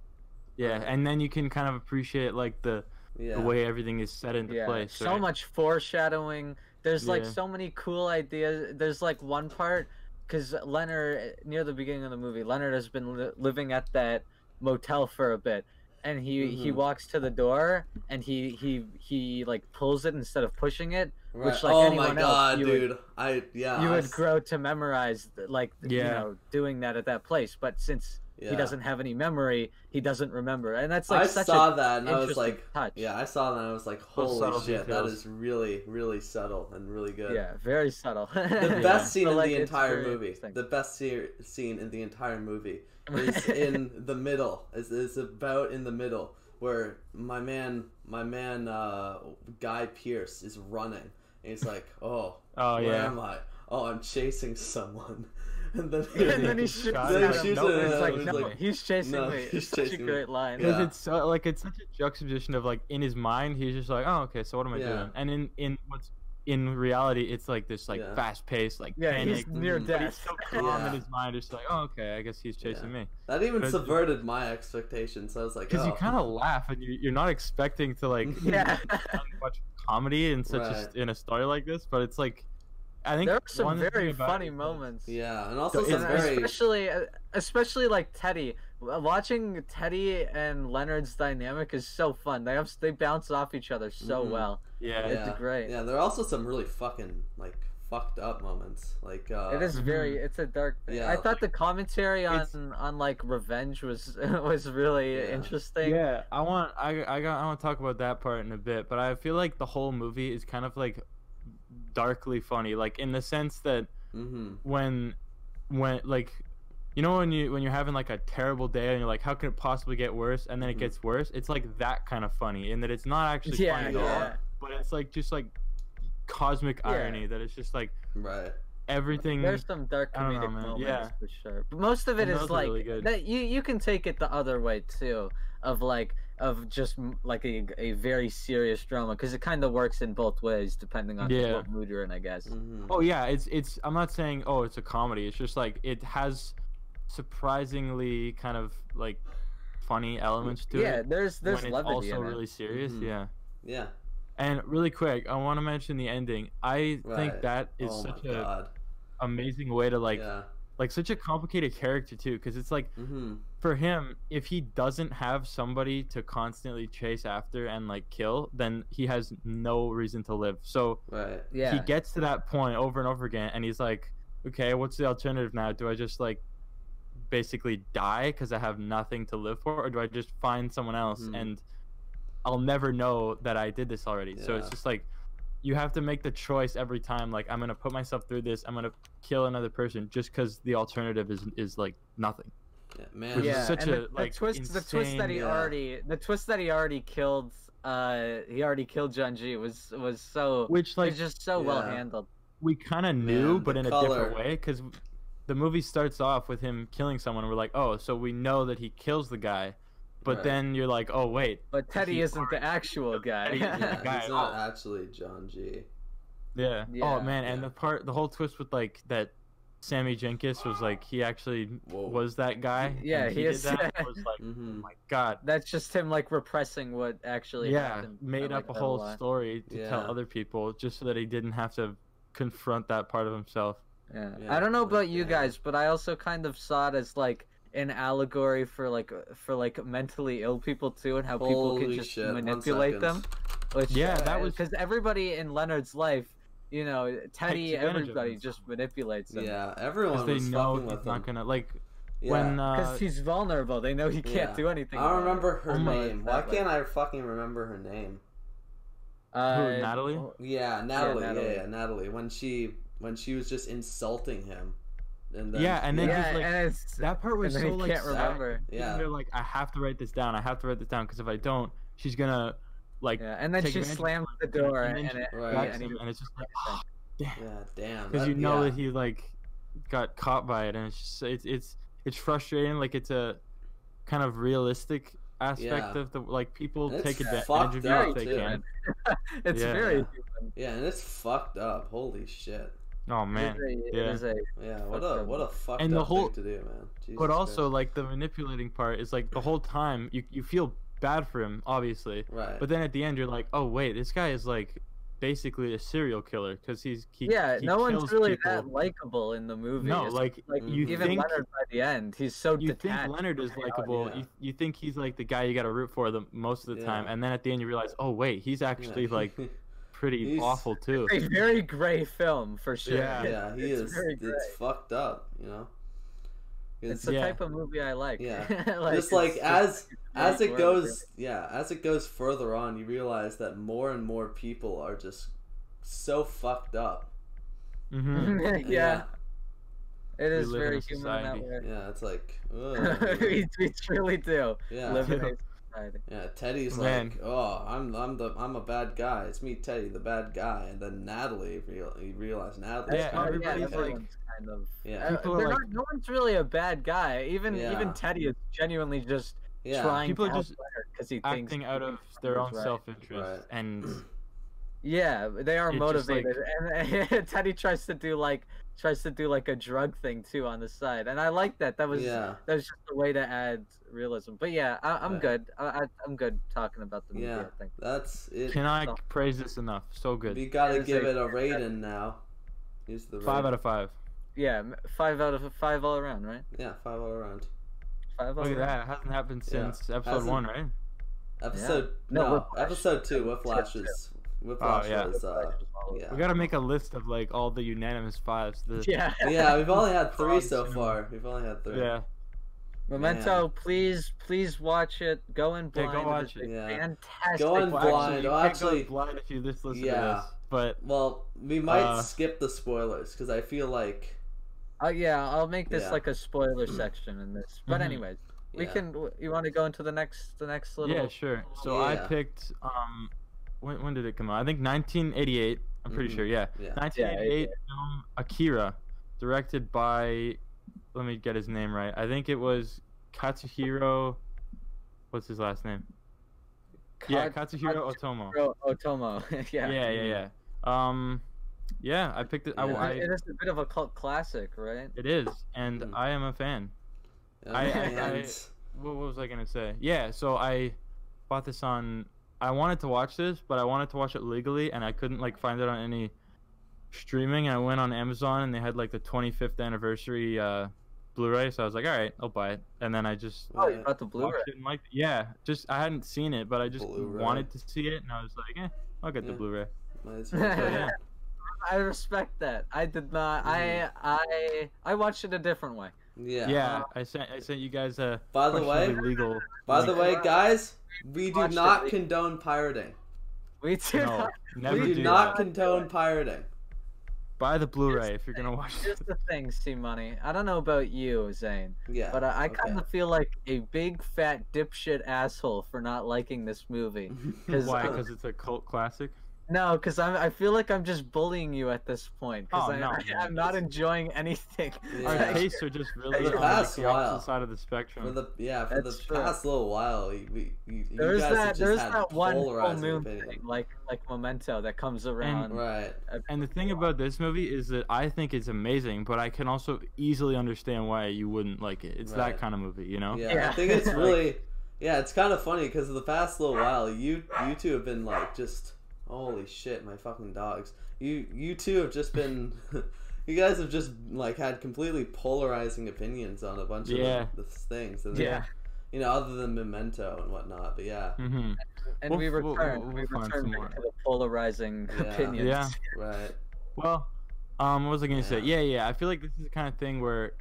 Speaker 3: yeah, and then you can kind of appreciate like the,
Speaker 2: Yeah.
Speaker 3: the way everything is set into
Speaker 1: yeah.
Speaker 3: place.
Speaker 1: so
Speaker 3: right?
Speaker 1: much foreshadowing. There's like
Speaker 3: Yeah.
Speaker 1: so many cool ideas. There's like one part because Leonard near the beginning of the movie, Leonard has been li- living at that motel for a bit, and he he
Speaker 2: Mhm.
Speaker 3: Mm-hmm.
Speaker 1: walks to the door and he he he like pulls it instead of pushing it.
Speaker 2: Right.
Speaker 1: which, like
Speaker 2: oh
Speaker 1: anyone
Speaker 2: my
Speaker 1: else,
Speaker 2: god,
Speaker 1: you would-
Speaker 2: dude! I yeah.
Speaker 1: you
Speaker 2: I
Speaker 1: would
Speaker 2: s-
Speaker 1: grow to memorize th- like you
Speaker 3: Yeah.
Speaker 1: know doing that at that place but since
Speaker 2: yeah.
Speaker 1: he doesn't have any memory he doesn't remember and that's like
Speaker 2: I
Speaker 1: such
Speaker 2: saw
Speaker 1: a
Speaker 2: that and I was
Speaker 1: interesting
Speaker 2: like,
Speaker 1: touch
Speaker 2: yeah, I saw that and I was like, holy
Speaker 3: subtle
Speaker 2: shit, that
Speaker 3: details.
Speaker 2: is really, really subtle and really good.
Speaker 1: yeah very subtle
Speaker 2: The
Speaker 3: Yeah.
Speaker 2: best scene
Speaker 1: But,
Speaker 2: in
Speaker 1: like,
Speaker 2: the
Speaker 1: it's
Speaker 2: entire
Speaker 1: very
Speaker 2: movie.
Speaker 1: interesting.
Speaker 2: The best se- scene in the entire movie is in the middle. Is is about in the middle where my man, my man, uh, Guy Pierce is running. And he's like, oh,
Speaker 3: Oh
Speaker 2: where
Speaker 3: yeah.
Speaker 2: am I? Oh, I'm chasing someone. And then,
Speaker 1: and then he
Speaker 3: He
Speaker 1: shoots
Speaker 3: shot
Speaker 1: at
Speaker 2: him.
Speaker 1: him.
Speaker 2: Shoots
Speaker 1: Nope,
Speaker 2: at
Speaker 1: it's
Speaker 2: him,
Speaker 1: like,
Speaker 2: he's
Speaker 1: no,
Speaker 2: like,
Speaker 1: he's chasing
Speaker 2: no,
Speaker 1: me.
Speaker 2: he's
Speaker 1: It's such a
Speaker 2: chasing me.
Speaker 1: great line.
Speaker 2: Yeah.
Speaker 3: Because it's so, like it's such a juxtaposition of like in his mind he's just like oh okay so what am I
Speaker 2: Yeah.
Speaker 3: doing and in in what's in reality it's like this like
Speaker 2: Yeah.
Speaker 3: fast paced like
Speaker 1: Yeah,
Speaker 3: panic Mm-hmm.
Speaker 1: he's near
Speaker 2: Mhm.
Speaker 3: but he's
Speaker 1: death.
Speaker 3: so calm
Speaker 2: Yeah.
Speaker 3: in his mind it's like oh okay I guess he's chasing me
Speaker 2: that even
Speaker 3: But-
Speaker 2: subverted my expectations. I was like,
Speaker 3: because
Speaker 2: oh.
Speaker 3: you kind of laugh and you, you're not expecting to like
Speaker 1: yeah.
Speaker 3: much comedy in such
Speaker 2: Right.
Speaker 3: a, in a story like this but it's like I think
Speaker 1: there are some
Speaker 3: one thing
Speaker 1: very
Speaker 3: about
Speaker 1: funny
Speaker 3: it is-
Speaker 1: moments.
Speaker 2: Yeah, and also
Speaker 3: So
Speaker 2: some
Speaker 3: it's-
Speaker 1: And
Speaker 2: very
Speaker 1: especially uh, especially like Teddy. Watching Teddy and Leonard's dynamic is so fun. They have, they bounce off each other so
Speaker 2: Mhm.
Speaker 1: well.
Speaker 3: yeah,
Speaker 1: it's great.
Speaker 2: Yeah, there are also some really fucking like fucked up moments. Like uh,
Speaker 1: It is
Speaker 3: Mhm.
Speaker 1: very. It's a dark. Thing.
Speaker 2: Yeah,
Speaker 1: I thought the commentary on
Speaker 3: It's-
Speaker 1: on like revenge was was really
Speaker 2: Yeah.
Speaker 1: interesting.
Speaker 3: Yeah, I want I I got I want to talk about that part in a bit, but I feel like the whole movie is kind of like darkly funny, like in the sense that
Speaker 2: Mm-hmm.
Speaker 3: when when like you know when you when you're having like a terrible day and you're like how could it possibly get worse and then it
Speaker 2: Mhm.
Speaker 3: gets worse, it's like that kind of funny in that it's not actually
Speaker 1: yeah,
Speaker 3: funny at all,
Speaker 1: yeah.
Speaker 3: but it's like just like cosmic
Speaker 1: Yeah.
Speaker 3: irony that it's just like
Speaker 2: Right.
Speaker 3: everything
Speaker 1: There's some dark
Speaker 3: I don't know,
Speaker 1: comedic
Speaker 3: man.
Speaker 1: moments
Speaker 3: Yeah.
Speaker 1: for sure. But most of it
Speaker 3: And
Speaker 1: is
Speaker 3: those are
Speaker 1: like
Speaker 3: really good.
Speaker 1: that. You you can take it the other way too, of like of just m- like a, a very serious drama because it kind of works in both ways depending on
Speaker 3: Yeah.
Speaker 1: what mood you're in, I guess.
Speaker 2: Mm-hmm.
Speaker 3: Oh yeah, it's it's. I'm not saying oh it's a comedy. It's just like it has surprisingly kind of like funny elements to
Speaker 1: yeah,
Speaker 3: it.
Speaker 1: there's there's
Speaker 3: when it's
Speaker 1: levity
Speaker 3: also
Speaker 1: in it.
Speaker 3: really serious.
Speaker 2: Mhm.
Speaker 3: Yeah.
Speaker 2: Yeah.
Speaker 3: And really quick, I want to mention the ending. I
Speaker 2: Right.
Speaker 3: think that is
Speaker 2: oh
Speaker 3: such
Speaker 2: my
Speaker 3: a
Speaker 2: god.
Speaker 3: amazing way to like
Speaker 2: yeah.
Speaker 3: like such a complicated character too, because it's like
Speaker 2: Mm-hmm.
Speaker 3: for him, if he doesn't have somebody to constantly chase after and like kill, then he has no reason to live. So
Speaker 2: Right.
Speaker 1: yeah,
Speaker 3: he gets to that point over and over again and he's like okay what's the alternative now do i just like basically die because i have nothing to live for or do i just find someone else
Speaker 2: Mhm.
Speaker 3: and i'll never know that i did this already so
Speaker 2: Yeah.
Speaker 3: it's just like you have to make the choice every time like i'm gonna put myself through this i'm gonna kill another person just because the alternative is is like nothing
Speaker 2: Yeah,
Speaker 3: Which
Speaker 2: man.
Speaker 3: is
Speaker 1: yeah.
Speaker 3: such
Speaker 1: and
Speaker 3: a,
Speaker 1: the, the
Speaker 3: like,
Speaker 1: twist the twist that he
Speaker 2: insane-
Speaker 1: already the twist that he already killed uh he already killed John G was was so
Speaker 3: which like
Speaker 1: it's just so well
Speaker 2: Yeah.
Speaker 1: handled.
Speaker 3: we kind of knew,
Speaker 2: Man,
Speaker 3: but
Speaker 2: the
Speaker 3: in a
Speaker 2: color.
Speaker 3: different way, because the movie starts off with him killing someone. And we're like, oh, so we know that he kills the guy, but
Speaker 2: Right.
Speaker 3: then you're like, oh wait,
Speaker 1: But Teddy
Speaker 3: he
Speaker 1: isn't the
Speaker 3: already
Speaker 1: actual
Speaker 3: killed
Speaker 1: guy.
Speaker 3: Teddy,
Speaker 2: Yeah,
Speaker 3: yeah. guy oh.
Speaker 2: he's
Speaker 3: at
Speaker 2: not
Speaker 3: all.
Speaker 2: actually John G.
Speaker 3: yeah,
Speaker 1: Yeah,
Speaker 3: oh man, and
Speaker 2: yeah.
Speaker 3: the part, the whole twist with like that. Sammy Jenkins was like he actually
Speaker 2: Whoa.
Speaker 3: was that guy.
Speaker 1: Yeah,
Speaker 3: and
Speaker 1: he
Speaker 3: did
Speaker 1: is-
Speaker 3: That, I was like, oh
Speaker 2: Mm-hmm.
Speaker 3: my god.
Speaker 1: That's just him like repressing what actually
Speaker 3: Yeah,
Speaker 1: happened. I
Speaker 3: made
Speaker 1: like
Speaker 3: up a
Speaker 1: that
Speaker 3: whole
Speaker 1: lot.
Speaker 3: story to
Speaker 2: Yeah.
Speaker 3: tell other people just so that he didn't have to confront that part of himself.
Speaker 1: Yeah.
Speaker 2: Yeah,
Speaker 1: I don't know
Speaker 2: like,
Speaker 1: about you
Speaker 2: yeah.
Speaker 1: guys, but I also kind of saw it as like an allegory for like for like mentally ill people too, and how people can
Speaker 2: Holy
Speaker 1: just
Speaker 2: shit, one
Speaker 1: manipulate them.
Speaker 2: second.
Speaker 1: Which,
Speaker 3: Yeah, that was-
Speaker 1: because everybody in Leonard's life, you know, Teddy,
Speaker 3: advantage of
Speaker 1: everybody
Speaker 3: himself.
Speaker 1: just manipulates him.
Speaker 2: Yeah,
Speaker 3: Because
Speaker 2: everyone
Speaker 3: they
Speaker 2: was
Speaker 3: know
Speaker 2: fucking
Speaker 3: he's
Speaker 2: with
Speaker 3: not
Speaker 2: them.
Speaker 3: gonna like
Speaker 2: yeah.
Speaker 3: when uh,
Speaker 1: Because he's vulnerable, they know he can't
Speaker 2: Yeah.
Speaker 1: do anything.
Speaker 2: I don't
Speaker 1: about it.
Speaker 2: remember her
Speaker 3: Oh my-
Speaker 2: name. Why
Speaker 1: Exactly.
Speaker 2: can't I fucking remember her name?
Speaker 1: Uh,
Speaker 3: Natalie?
Speaker 2: Yeah, Natalie. Yeah,
Speaker 1: Natalie.
Speaker 2: yeah, Natalie. When she when she was just insulting him, and then
Speaker 3: yeah, and then
Speaker 1: yeah,
Speaker 3: he's like,
Speaker 1: and it's
Speaker 3: That part was
Speaker 1: and
Speaker 3: so
Speaker 1: then he
Speaker 3: like
Speaker 1: can't
Speaker 3: sad.
Speaker 1: remember.
Speaker 2: yeah,
Speaker 3: And they're like, I have to write this down. I have to write this down because if I don't, she's gonna like
Speaker 1: Yeah, and then
Speaker 3: take
Speaker 1: she
Speaker 3: advantage of
Speaker 1: slams the
Speaker 3: him,
Speaker 1: door,
Speaker 3: and
Speaker 1: and,
Speaker 3: then she
Speaker 1: it,
Speaker 2: Right.
Speaker 1: yeah,
Speaker 3: whacks
Speaker 1: and he
Speaker 3: him, and it's just like
Speaker 2: Yeah, damn.
Speaker 3: because
Speaker 2: that-
Speaker 3: you know
Speaker 2: yeah.
Speaker 3: that he like got caught by it, and it's just it's it's it's frustrating. Like it's a kind of realistic aspect
Speaker 2: Yeah.
Speaker 3: of the like people
Speaker 2: It's
Speaker 3: take
Speaker 2: fucked
Speaker 3: advantage of you
Speaker 2: up,
Speaker 3: if they Oh,
Speaker 2: too.
Speaker 3: can.
Speaker 1: it's
Speaker 3: Yeah.
Speaker 1: very
Speaker 2: Yeah, and it's fucked up. Holy shit.
Speaker 3: Oh man.
Speaker 1: It is a- it
Speaker 3: yeah.
Speaker 1: is a-
Speaker 2: Yeah, what
Speaker 1: Fucked
Speaker 2: a
Speaker 1: up.
Speaker 2: what a fucked
Speaker 3: And the
Speaker 2: up
Speaker 3: whole-
Speaker 2: thing to do, man. Jesus
Speaker 3: But also
Speaker 2: Christ.
Speaker 3: like the manipulating part is like the whole time you you feel bad for him obviously,
Speaker 2: right,
Speaker 3: but then at the end you're like, oh wait, this guy is like basically a serial killer because he's he,
Speaker 1: yeah,
Speaker 3: he
Speaker 1: no one's
Speaker 3: kills
Speaker 1: really
Speaker 3: people.
Speaker 1: that likable in the movie.
Speaker 3: No,
Speaker 1: It's
Speaker 3: like,
Speaker 1: like
Speaker 2: Mm.
Speaker 3: you
Speaker 1: even
Speaker 3: think
Speaker 1: Leonard by the end, he's so
Speaker 3: you
Speaker 1: detached.
Speaker 3: think Leonard is
Speaker 1: from reality.
Speaker 3: likable.
Speaker 2: yeah.
Speaker 3: You, you think he's like the guy you got to root for the most of the time,
Speaker 2: Yeah.
Speaker 3: and then at the end you realize, oh wait, he's
Speaker 2: Yeah.
Speaker 3: actually like pretty
Speaker 2: He's-
Speaker 3: awful too.
Speaker 1: a very gray film for sure.
Speaker 3: Yeah.
Speaker 2: yeah, he
Speaker 1: it's
Speaker 2: is.
Speaker 1: very
Speaker 2: It's
Speaker 1: gray.
Speaker 2: fucked up, you know.
Speaker 1: It's
Speaker 2: It's
Speaker 1: the
Speaker 3: Yeah.
Speaker 1: type of movie I like.
Speaker 2: Yeah.
Speaker 1: like
Speaker 2: just like
Speaker 1: it's
Speaker 2: as
Speaker 1: very
Speaker 2: as it
Speaker 1: gray.
Speaker 2: goes, yeah, as it goes further on, you realize that more and more people are just so fucked up.
Speaker 3: hmm
Speaker 1: yeah, it is
Speaker 3: live in
Speaker 1: very
Speaker 3: a
Speaker 1: human in
Speaker 2: yeah, yeah, it's like,
Speaker 1: that way.
Speaker 2: ugh.
Speaker 1: we, we truly do
Speaker 2: yeah,
Speaker 1: live in
Speaker 3: Yeah.
Speaker 1: a society.
Speaker 2: Yeah, Teddy's
Speaker 3: Man.
Speaker 2: like, oh, I'm I'm the I'm a bad guy. It's me, Teddy, the bad guy. And then Natalie real you realize Natalie.
Speaker 3: Yeah, everybody's like-
Speaker 1: everyone's kind of.
Speaker 2: yeah,
Speaker 1: Uh,
Speaker 3: People are
Speaker 1: they're
Speaker 3: like-
Speaker 1: not, no one's really a bad guy. Even
Speaker 2: Yeah.
Speaker 1: even Teddy is genuinely just
Speaker 2: yeah,
Speaker 1: trying
Speaker 3: People
Speaker 1: to
Speaker 3: are
Speaker 1: help
Speaker 3: just
Speaker 1: because he thinks
Speaker 3: Acting out of their own
Speaker 1: Right.
Speaker 3: self-interest,
Speaker 2: Right.
Speaker 3: and
Speaker 1: Yeah, they are
Speaker 3: It's just like-
Speaker 1: motivated, and, and Teddy tries to do like tries to do like a drug thing too on the side, and I like that. That was
Speaker 2: yeah,
Speaker 1: that was just a way to add realism. But yeah, I, I'm
Speaker 2: Right.
Speaker 1: good. I, I, I'm good talking about the movie.
Speaker 2: Yeah.
Speaker 1: I think.
Speaker 2: that's it.
Speaker 3: can I praise this enough? So good.
Speaker 2: We gotta
Speaker 1: There's
Speaker 2: give
Speaker 1: a-
Speaker 2: it a rating now. Here's the
Speaker 3: Five
Speaker 2: rating.
Speaker 3: out of five.
Speaker 1: Yeah, m- five out of five all around, right?
Speaker 2: yeah, five all around.
Speaker 1: Five all
Speaker 3: Look at
Speaker 1: around.
Speaker 3: that. It hasn't happened
Speaker 2: Yeah.
Speaker 3: since episode
Speaker 2: Hasn't-
Speaker 3: one, right?
Speaker 2: Episode
Speaker 1: No,
Speaker 2: no,
Speaker 1: Whiplash.
Speaker 2: episode two. Whiplash
Speaker 1: Episode two.
Speaker 2: is Whiplash
Speaker 3: Oh, yeah.
Speaker 2: was uh, yeah.
Speaker 3: We gotta make a list of like all the unanimous fives. The,
Speaker 1: Yeah.
Speaker 2: yeah, we've only had three
Speaker 3: Wrong
Speaker 2: so
Speaker 3: cinema.
Speaker 2: far. We've only had three.
Speaker 3: yeah.
Speaker 1: Memento, please, please watch it. Go in
Speaker 3: Yeah,
Speaker 1: blind.
Speaker 3: go
Speaker 1: is
Speaker 3: watch
Speaker 1: a
Speaker 3: it.
Speaker 2: Yeah.
Speaker 1: Fantastic.
Speaker 2: Go in
Speaker 3: Well,
Speaker 1: watch.
Speaker 2: blind.
Speaker 3: Actually, you
Speaker 2: Oh,
Speaker 3: can't go
Speaker 2: actually-
Speaker 3: blind if you just listen
Speaker 2: Yeah.
Speaker 3: to this, but
Speaker 2: Well, we might
Speaker 3: Uh,
Speaker 2: skip the spoilers because I feel like
Speaker 1: Oh yeah, I'll make this
Speaker 2: Yeah. Mm-hmm.
Speaker 1: like a spoiler section in this. But
Speaker 3: Mhm.
Speaker 1: anyways, we
Speaker 2: yeah.
Speaker 1: can. w- You want to go into the next, the next little?
Speaker 3: yeah, sure. So I
Speaker 2: Yeah.
Speaker 3: picked um, when when did it come out? I think 1988. I'm pretty
Speaker 2: Mhm.
Speaker 3: sure. Yeah,
Speaker 2: Yeah.
Speaker 3: 1988 film Akira, directed by, let me get his name right. I think it was Katsuhiro. What's his last name? yeah,
Speaker 1: Katsuhiro
Speaker 3: Katsuhiro Otomo.
Speaker 1: Otomo. oh, yeah.
Speaker 3: yeah, yeah, yeah. Um, yeah, I picked it. I,
Speaker 2: Mm-hmm. Yeah.
Speaker 1: It-
Speaker 3: I,
Speaker 1: it is a bit of a cult classic, right?
Speaker 3: it is, and
Speaker 2: Mm.
Speaker 3: I am a fan. I- I-
Speaker 2: and-
Speaker 3: what, what was I gonna say? Yeah, so I bought this on. I wanted to watch this, but I wanted to watch it legally, and I couldn't like find it on any streaming. I went on Amazon, and they had like the 25th anniversary uh, Blu-ray, so I was like, all right, I'll buy it. And then I just
Speaker 1: Oh, you
Speaker 2: Yeah.
Speaker 1: bought the Blu-ray.
Speaker 3: watched it and liked it. Yeah, just I hadn't seen it, but I just
Speaker 2: Blu-ray.
Speaker 3: wanted to see it, and I was like, eh, I'll get the
Speaker 2: Yeah.
Speaker 3: Blu-ray.
Speaker 2: might as well
Speaker 3: So,
Speaker 2: do it.
Speaker 3: yeah.
Speaker 1: I respect that. I did not. I I I watched it a different way.
Speaker 2: yeah.
Speaker 3: yeah, I sent I sent you guys a
Speaker 2: By the way,
Speaker 3: questionably legal.
Speaker 2: by the
Speaker 3: link.
Speaker 2: way, guys, we do
Speaker 1: Watched it.
Speaker 2: not condone pirating.
Speaker 1: We do
Speaker 3: no,
Speaker 1: not.
Speaker 3: never
Speaker 2: we do
Speaker 3: do
Speaker 2: not
Speaker 3: that.
Speaker 2: condone pirating.
Speaker 3: Buy the Blu-ray if you're gonna watch
Speaker 1: Here's the thing, C Money. I don't know about you, Zane,
Speaker 2: Yeah.
Speaker 1: but uh, I, I kind
Speaker 2: okay.
Speaker 1: of feel like a big fat dipshit asshole for not liking this movie. Because
Speaker 3: Why?
Speaker 2: uh,
Speaker 3: Because it's a cult classic.
Speaker 1: No, because I'm. I feel like I'm just bullying you at this point. Because
Speaker 3: Oh,
Speaker 1: I,
Speaker 3: no,
Speaker 1: I,
Speaker 3: no,
Speaker 1: I'm not enjoying anything.
Speaker 2: Yeah.
Speaker 3: Our
Speaker 1: Like,
Speaker 3: tastes are just really
Speaker 1: For
Speaker 3: on
Speaker 1: the
Speaker 3: like,
Speaker 2: past
Speaker 3: the
Speaker 2: while.
Speaker 3: opposite side of the
Speaker 2: for
Speaker 3: spectrum.
Speaker 2: the yeah for the
Speaker 1: That's true.
Speaker 2: past little while, we, we, you, you
Speaker 1: there's
Speaker 2: guys have
Speaker 1: that.
Speaker 2: just
Speaker 1: There's
Speaker 2: had
Speaker 1: that one full
Speaker 2: polarizing
Speaker 1: moon
Speaker 2: opinion.
Speaker 1: thing, like like Memento, that comes around.
Speaker 2: Right.
Speaker 3: and the thing about this movie is that I think it's amazing, but I can also easily understand why you wouldn't like it. It's
Speaker 2: Right.
Speaker 3: that kind of movie, you know?
Speaker 2: Yeah, I
Speaker 1: Yeah.
Speaker 2: think it's
Speaker 1: Like-
Speaker 2: really, yeah, it's kind of funny because the past little while, you you two have been like just holy shit, my fucking dogs. You you two have just been, you guys have just like had completely polarizing opinions on a bunch of
Speaker 3: Yeah.
Speaker 2: the, the things, and then,
Speaker 3: Yeah.
Speaker 2: you know, other than Memento and whatnot. But yeah,
Speaker 3: hmm
Speaker 1: and
Speaker 3: We'll-
Speaker 1: we
Speaker 3: we'll-
Speaker 1: return.
Speaker 3: we'll-
Speaker 1: we
Speaker 3: we'll find
Speaker 1: return
Speaker 3: some
Speaker 1: back
Speaker 3: more.
Speaker 1: to the polarizing
Speaker 2: Yeah.
Speaker 1: opinions.
Speaker 3: Yeah.
Speaker 2: right,
Speaker 3: Well, um, what was I gonna say?
Speaker 2: Yeah.
Speaker 3: Yeah, yeah. I feel like this is the kind of thing where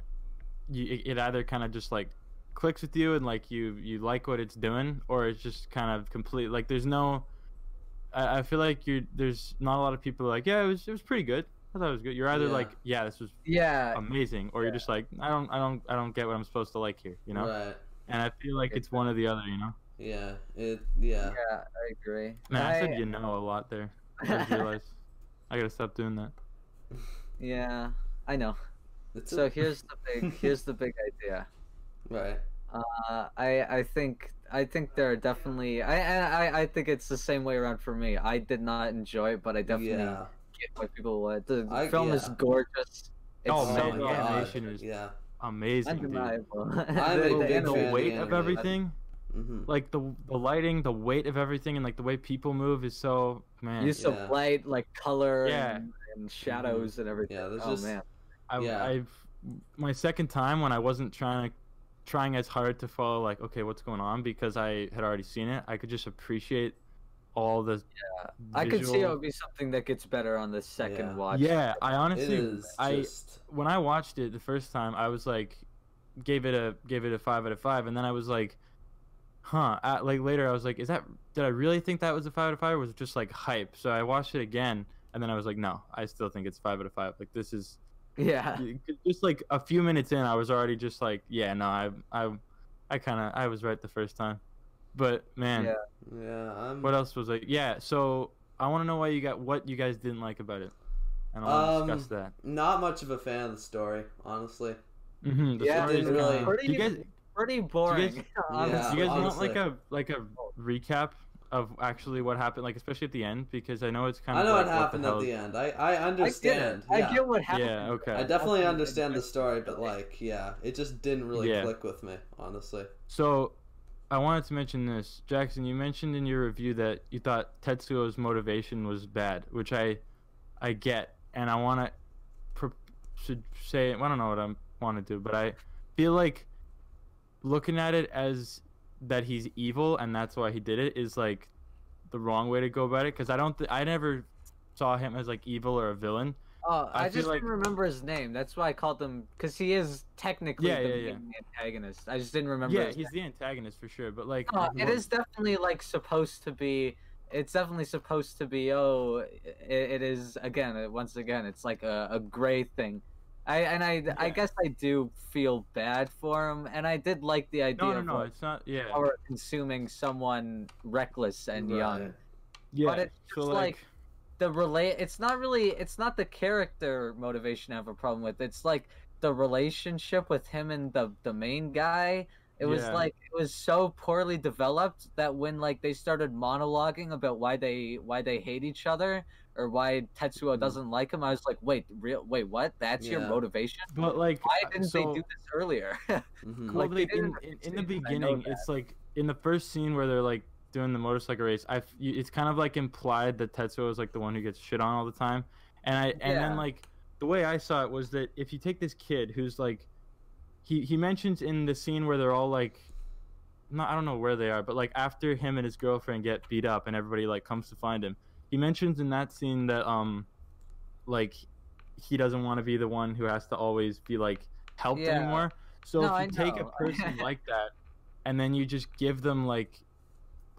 Speaker 3: you, it- it either kind of just like clicks with you and like you you like what it's doing, or it's just kind of complete. Like there's no. I, I feel like you're there's not a lot of people like yeah it was it was pretty good. I thought it was good. You're either
Speaker 2: Yeah.
Speaker 3: like yeah this was Um,
Speaker 1: Yeah.
Speaker 3: amazing or you're just like i don't i don't i don't get what i'm supposed to like here you know
Speaker 2: right,
Speaker 3: and i feel like it's one or the other you know
Speaker 2: yeah, it,
Speaker 1: Yeah,
Speaker 2: yeah,
Speaker 1: I agree.
Speaker 3: man i,
Speaker 1: I-
Speaker 3: said you know a lot there i just realized i gotta stop doing that
Speaker 1: yeah, I know.
Speaker 2: it's
Speaker 1: So
Speaker 2: a-
Speaker 1: here's the big here's the big idea.
Speaker 2: right,
Speaker 1: Uh, I I think I think there are definitely I I I- I think it's the same way around for me. I did not enjoy it, but I definitely
Speaker 2: yeah,
Speaker 1: get what people want. The
Speaker 2: I-
Speaker 1: film
Speaker 2: yeah.
Speaker 1: is gorgeous. It's
Speaker 3: Oh,
Speaker 1: so
Speaker 3: man,
Speaker 1: good.
Speaker 3: the
Speaker 2: God.
Speaker 3: animation is
Speaker 2: yeah.
Speaker 3: amazing, dude.
Speaker 1: undeniable.
Speaker 2: I'm
Speaker 1: The-
Speaker 2: a
Speaker 1: the
Speaker 2: big
Speaker 3: And
Speaker 1: animal-
Speaker 2: fan
Speaker 3: the
Speaker 2: of
Speaker 3: weight
Speaker 2: the
Speaker 3: of
Speaker 2: anime.
Speaker 3: everything,
Speaker 2: hmm
Speaker 3: like the the lighting, the weight of everything, and like the way people move is so man.
Speaker 1: Use
Speaker 2: Yeah. Mm-hmm.
Speaker 1: of light, like color
Speaker 3: Yeah.
Speaker 1: and, and shadows and everything.
Speaker 2: Yeah, there's
Speaker 1: oh
Speaker 2: just-
Speaker 1: man,
Speaker 3: I,
Speaker 2: yeah.
Speaker 3: I've my second time when I wasn't trying to trying as hard to follow like okay what's going on because I had already seen it. I could just appreciate all the.
Speaker 1: I could see it
Speaker 3: visual-
Speaker 1: would be something that gets better on the second
Speaker 2: Yeah.
Speaker 1: watch.
Speaker 3: Yeah, I
Speaker 2: It
Speaker 3: honestly
Speaker 2: is
Speaker 3: I-
Speaker 2: just.
Speaker 3: when I watched it the first time, I was like, gave it a gave it a five out of five, and then I was like, huh. At, like later, I was like, is that did I really think that was a five out of five, or was it just like hype? So I watched it again, and then I was like, no, I still think it's five out of five. Like this is
Speaker 2: Ah.
Speaker 1: yeah.
Speaker 3: just like a few minutes in, I was already just like, yeah, no, I I I kind of I was right the first time, but man,
Speaker 1: Yeah.
Speaker 2: Yeah, I'm.
Speaker 3: what else was like? Yeah, so I want to know why you got what you guys didn't like about it, and I want
Speaker 2: Um,
Speaker 3: to discuss that.
Speaker 2: not much of a fan of the story, honestly.
Speaker 3: Mm-hmm,
Speaker 1: Yeah,
Speaker 2: didn't really-
Speaker 1: Pretty,
Speaker 3: you guys,
Speaker 1: pretty boring.
Speaker 3: guys-
Speaker 2: Yeah,
Speaker 3: Do you
Speaker 2: honestly.
Speaker 3: guys want like a like a recap of actually what happened, like especially at the end, because I know it's kind
Speaker 2: I
Speaker 3: of
Speaker 2: know
Speaker 3: like,
Speaker 2: what happened
Speaker 3: the
Speaker 2: at the
Speaker 3: hell-
Speaker 2: end. I, I
Speaker 1: I get
Speaker 2: understand.
Speaker 1: it. I
Speaker 2: yeah.
Speaker 1: get what happened.
Speaker 3: Yeah, okay.
Speaker 2: I definitely
Speaker 1: Nothing
Speaker 2: understand the
Speaker 1: interesting.
Speaker 2: story, but like, yeah, it just didn't really
Speaker 3: Yeah.
Speaker 2: click with me, honestly.
Speaker 3: So I wanted to mention this, Jackson. You mentioned in your review that you thought Tetsuo's motivation was bad, which I I get, and I want to pro- should say I don't know what I want to do, but I feel like looking at it as that he's evil and that's why he did it is like the wrong way to go about it because I don't th- I never saw him as like evil or a villain.
Speaker 1: Oh, I,
Speaker 3: I feel
Speaker 1: just
Speaker 3: like-
Speaker 1: didn't remember his name. That's why I called him because he is technically
Speaker 3: Yeah,
Speaker 1: the
Speaker 3: yeah, yeah.
Speaker 1: main antagonist. I just didn't remember.
Speaker 3: Yeah,
Speaker 1: his
Speaker 3: he's the antagonist for sure, but like
Speaker 1: No, Oh, it
Speaker 3: what-
Speaker 1: is definitely like supposed to be. It's definitely supposed to be. Oh, it, it is again. uh, Once again, it's like a, a gray thing. I and I I
Speaker 3: Yeah.
Speaker 1: guess I do feel bad for him, and I did like the idea
Speaker 3: no, no,
Speaker 1: of
Speaker 3: no.
Speaker 1: like,
Speaker 3: It's not. Yeah,
Speaker 1: power consuming someone reckless and young.
Speaker 2: Right.
Speaker 3: yeah.
Speaker 1: it's
Speaker 3: so
Speaker 1: just
Speaker 3: like,
Speaker 1: like- The relate. It's not really. It's not the character motivation I have a problem with. It's like the relationship with him and the the main guy. It was
Speaker 3: Yeah.
Speaker 1: like it was so poorly developed that when like they started monologuing about why they why they hate each other or why Tetsuo
Speaker 3: Mhm.
Speaker 1: doesn't like him, I was like, wait, real, wait, what? That's your
Speaker 2: Yeah.
Speaker 1: motivation?
Speaker 3: but like,
Speaker 1: Why
Speaker 3: uh,
Speaker 1: didn't they
Speaker 3: so-
Speaker 1: do this earlier?
Speaker 2: Mhm.
Speaker 3: Well,
Speaker 1: Like, they
Speaker 3: they- in,
Speaker 1: didn't
Speaker 3: in,
Speaker 1: have
Speaker 3: in the
Speaker 1: to, I know
Speaker 3: beginning,
Speaker 1: that.
Speaker 3: it's like in the first scene where they're like doing the motorcycle race. I, f- you- it's kind of like implied that Tetsuo is like the one who gets shit on all the time, and I and
Speaker 1: Yeah.
Speaker 3: then like the way I saw it was that if you take this kid who's like, he he mentions in the scene where they're all like, no, I don't know where they are, but like after him and his girlfriend get beat up and everybody like comes to find him, he mentions in that scene that um, like, he doesn't want to be the one who has to always be like helped
Speaker 1: Yeah.
Speaker 3: anymore. So
Speaker 1: No,
Speaker 3: if you
Speaker 1: I
Speaker 3: take a
Speaker 1: know.
Speaker 3: person like that and then you just give them like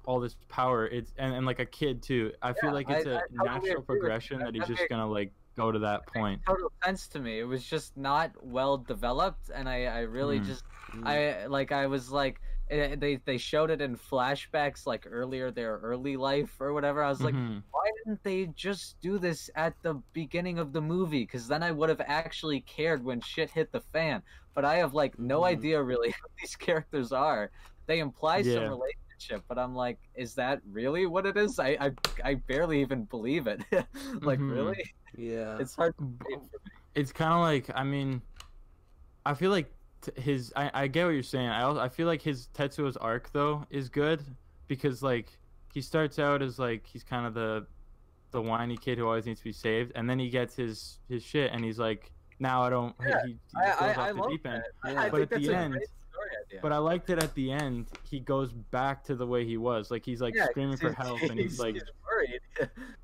Speaker 3: all this power, it's and, and like a kid too. I feel
Speaker 1: Yeah,
Speaker 3: like it's
Speaker 1: I- I
Speaker 3: a
Speaker 1: totally agree
Speaker 3: natural
Speaker 1: with you.
Speaker 3: progression that he's
Speaker 1: That
Speaker 3: just
Speaker 1: makes-
Speaker 3: gonna like go to that point.
Speaker 1: Total sense to me. It was just not well developed, and I I really
Speaker 3: Hmm.
Speaker 1: just
Speaker 2: Mhm.
Speaker 1: I like I was like eh, they they showed it in flashbacks like earlier their early life or whatever. I was like.
Speaker 3: Mhm.
Speaker 1: why didn't they just do this at the beginning of the movie? Because then I would have actually cared when shit hit the fan. But I have like no
Speaker 2: Mhm.
Speaker 1: idea really who these characters are. They imply some
Speaker 3: Yeah.
Speaker 1: relationship, but I'm like, is that really what it is? I I, I barely even believe it. like
Speaker 3: Mhm.
Speaker 1: really,
Speaker 2: Mm-hmm. yeah.
Speaker 1: it's hard.
Speaker 3: B- it's kind of like I mean, I feel like t- his I, I get what you're saying. I also, I feel like his Tetsuo's arc though is good because like he starts out as like he's kind of the the whiny kid who always needs to be saved, and then he gets his his shit, and he's like now I don't. he-
Speaker 1: Yeah,
Speaker 3: he, he
Speaker 1: I-
Speaker 3: goes
Speaker 1: I-
Speaker 3: off
Speaker 1: I
Speaker 3: the
Speaker 1: love
Speaker 3: deep end.
Speaker 2: Yeah.
Speaker 1: I
Speaker 3: But
Speaker 1: think
Speaker 3: at
Speaker 1: that's
Speaker 3: the
Speaker 1: a
Speaker 3: end-
Speaker 1: great story idea.
Speaker 3: But I liked it at the end. He goes back to the way he was. Like he's like
Speaker 1: Yeah,
Speaker 3: screaming for help, and he's like,
Speaker 1: worried.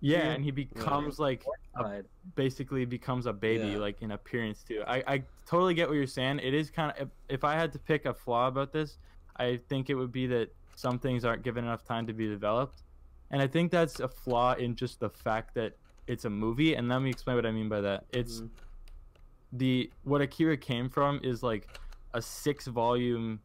Speaker 3: yeah, and he becomes like a
Speaker 1: Right.
Speaker 3: basically becomes a baby
Speaker 2: Yeah.
Speaker 3: like in appearance too I, I totally get what you're saying it is kind of if, if i had to pick a flaw about this i think it would be that some things aren't given enough time to be developed and i think that's a flaw in just the fact that it's a movie and let me explain what i mean by that it's
Speaker 2: Mhm.
Speaker 3: the what akira came from is like a six volume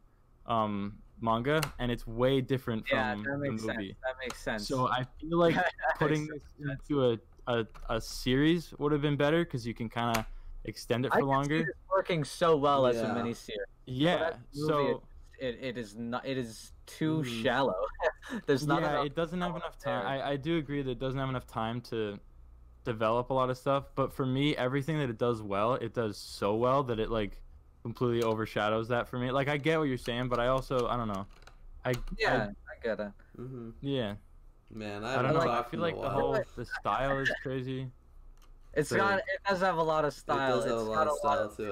Speaker 3: um manga and it's way different from
Speaker 1: Yeah, that makes
Speaker 3: the movie
Speaker 1: sense. That makes sense.
Speaker 3: so I feel like
Speaker 1: That
Speaker 3: putting
Speaker 1: makes
Speaker 3: this into a, a, a series would have been better because you can kind of extend it
Speaker 1: I can
Speaker 3: for
Speaker 1: see
Speaker 3: longer.
Speaker 1: this working so well as a
Speaker 2: Yeah.
Speaker 1: miniseries.
Speaker 3: Yeah.
Speaker 1: that movie
Speaker 3: So
Speaker 1: it, it is not it is too
Speaker 2: Mhm.
Speaker 1: shallow there's not
Speaker 3: Mm-hmm. yeah,
Speaker 1: enough
Speaker 3: it doesn't have
Speaker 1: going
Speaker 3: enough
Speaker 1: on
Speaker 3: time. I, I do agree that it doesn't have enough time to develop a lot of stuff. But for me, everything that it does well, it does so well that it like completely overshadows that for me. Like I get what you're saying, but I also I don't know. I
Speaker 1: Yeah,
Speaker 3: I,
Speaker 1: I get it.
Speaker 2: Mm-hmm.
Speaker 3: yeah.
Speaker 2: Man, I,
Speaker 3: I don't
Speaker 2: haven't
Speaker 3: know. I
Speaker 2: talked in
Speaker 3: feel
Speaker 2: a
Speaker 3: like the
Speaker 2: while.
Speaker 3: whole the style is crazy.
Speaker 1: It's
Speaker 3: So-
Speaker 1: got it does have a lot of style.
Speaker 2: does have
Speaker 1: It's
Speaker 2: a lot
Speaker 1: got
Speaker 2: of style
Speaker 1: of
Speaker 2: to it.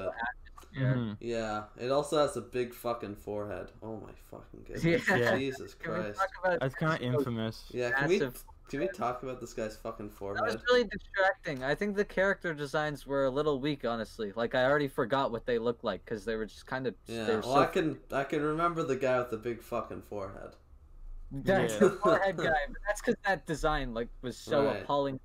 Speaker 1: atmosphere.
Speaker 3: Mhm.
Speaker 2: Yeah, it also has a big fucking forehead. Oh my fucking goodness.
Speaker 1: Yeah.
Speaker 3: Yeah.
Speaker 2: Jesus
Speaker 1: Can we
Speaker 2: Christ.
Speaker 1: talk about
Speaker 3: That's kind of
Speaker 1: Mexico's
Speaker 3: infamous.
Speaker 2: Yeah, can we
Speaker 1: massive-
Speaker 2: can we talk about this guy's fucking
Speaker 1: That was
Speaker 2: forehead?
Speaker 1: really distracting. I think the character designs were a little weak, honestly. Like I already forgot what they looked like because they were just kind of.
Speaker 2: Yeah,
Speaker 1: They
Speaker 2: well
Speaker 1: were
Speaker 2: I
Speaker 1: so...
Speaker 2: can I can remember the guy with the big fucking forehead.
Speaker 1: That's
Speaker 3: Yeah.
Speaker 1: the forehead guy. But that's because that design like was so
Speaker 2: Right.
Speaker 1: appalling,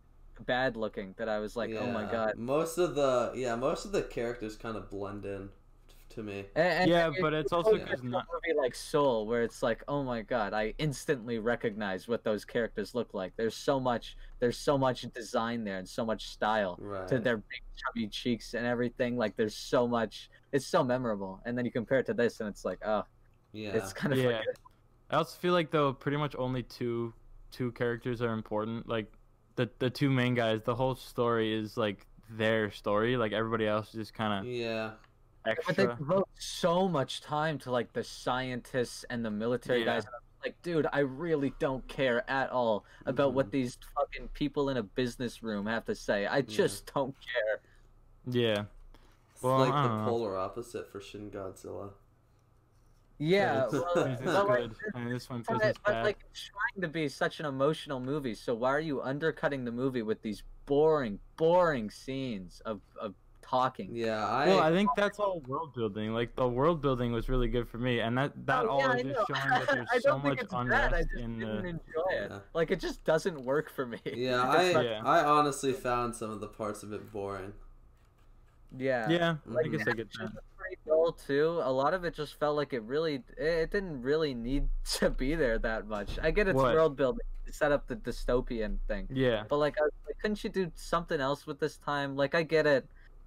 Speaker 1: bad looking that I was like, oh my
Speaker 2: Yeah,
Speaker 1: god.
Speaker 2: Most of the yeah, most of the characters kind of blend in t- to me.
Speaker 1: And, and
Speaker 3: Yeah,
Speaker 1: it-
Speaker 3: but it's also
Speaker 1: like
Speaker 3: 'cause
Speaker 1: a
Speaker 3: not-
Speaker 1: movie like Soul, where it's like, oh my god, I instantly recognize what those characters look like. There's so much, there's so much design there and so much style
Speaker 2: Right.
Speaker 1: to their big chubby cheeks and everything. Like, there's so much. It's so memorable. And then you compare it to this, and it's like, oh,
Speaker 2: yeah.
Speaker 1: it's kind of
Speaker 3: Yeah.
Speaker 1: forgettable.
Speaker 3: I also feel like though pretty much only two two characters are important. Like the the two main guys, the whole story is like their story. Like everybody else is just kind
Speaker 2: yeah.
Speaker 3: of
Speaker 1: But they
Speaker 3: extra.
Speaker 1: devote so much time to like the scientists and the military
Speaker 3: Yeah.
Speaker 1: guys. And I'm like, dude, I really don't care at all about
Speaker 2: Mhm.
Speaker 1: what
Speaker 3: Mm-hmm.
Speaker 1: these fucking people in a business room have to say. I just
Speaker 3: Mm-hmm.
Speaker 1: don't care.
Speaker 3: Yeah.
Speaker 2: It's
Speaker 3: Well,
Speaker 2: like
Speaker 3: I
Speaker 2: the
Speaker 3: don't know.
Speaker 2: polar opposite for Shin Godzilla.
Speaker 1: Yeah,
Speaker 3: But
Speaker 1: well,
Speaker 2: it's-
Speaker 3: this is
Speaker 1: but, like,
Speaker 3: good. I mean, this one
Speaker 1: but,
Speaker 3: this is
Speaker 1: but,
Speaker 3: bad.
Speaker 1: like it's trying to be such an emotional movie, so why are you undercutting the movie with these boring, boring scenes of, of talking?
Speaker 2: Yeah, I,
Speaker 3: well, I think that's all world building. Like the world building was really good for me, and that that
Speaker 1: Oh,
Speaker 3: all
Speaker 1: yeah,
Speaker 3: is
Speaker 1: I
Speaker 3: just
Speaker 1: know.
Speaker 3: showing that there's
Speaker 1: I
Speaker 3: so
Speaker 1: don't think
Speaker 3: much
Speaker 1: it's
Speaker 3: unrest
Speaker 1: bad. I just
Speaker 3: in
Speaker 1: didn't
Speaker 3: the.
Speaker 1: enjoy it.
Speaker 2: Yeah.
Speaker 1: Like it just doesn't work for me.
Speaker 2: yeah, I,
Speaker 1: It's not-
Speaker 3: Yeah.
Speaker 2: I honestly found some of the parts of it boring.
Speaker 1: yeah.
Speaker 3: Yeah,
Speaker 1: Like
Speaker 3: I guess I
Speaker 1: action
Speaker 3: get that.
Speaker 1: was pretty dull too. A lot of it just felt like it really, it- it didn't really need to be there that much. I get it's
Speaker 3: What?
Speaker 1: world building to set up the dystopian thing,
Speaker 3: Yeah,
Speaker 1: But like, I was like, couldn't you do something else with this time? Like, I get it.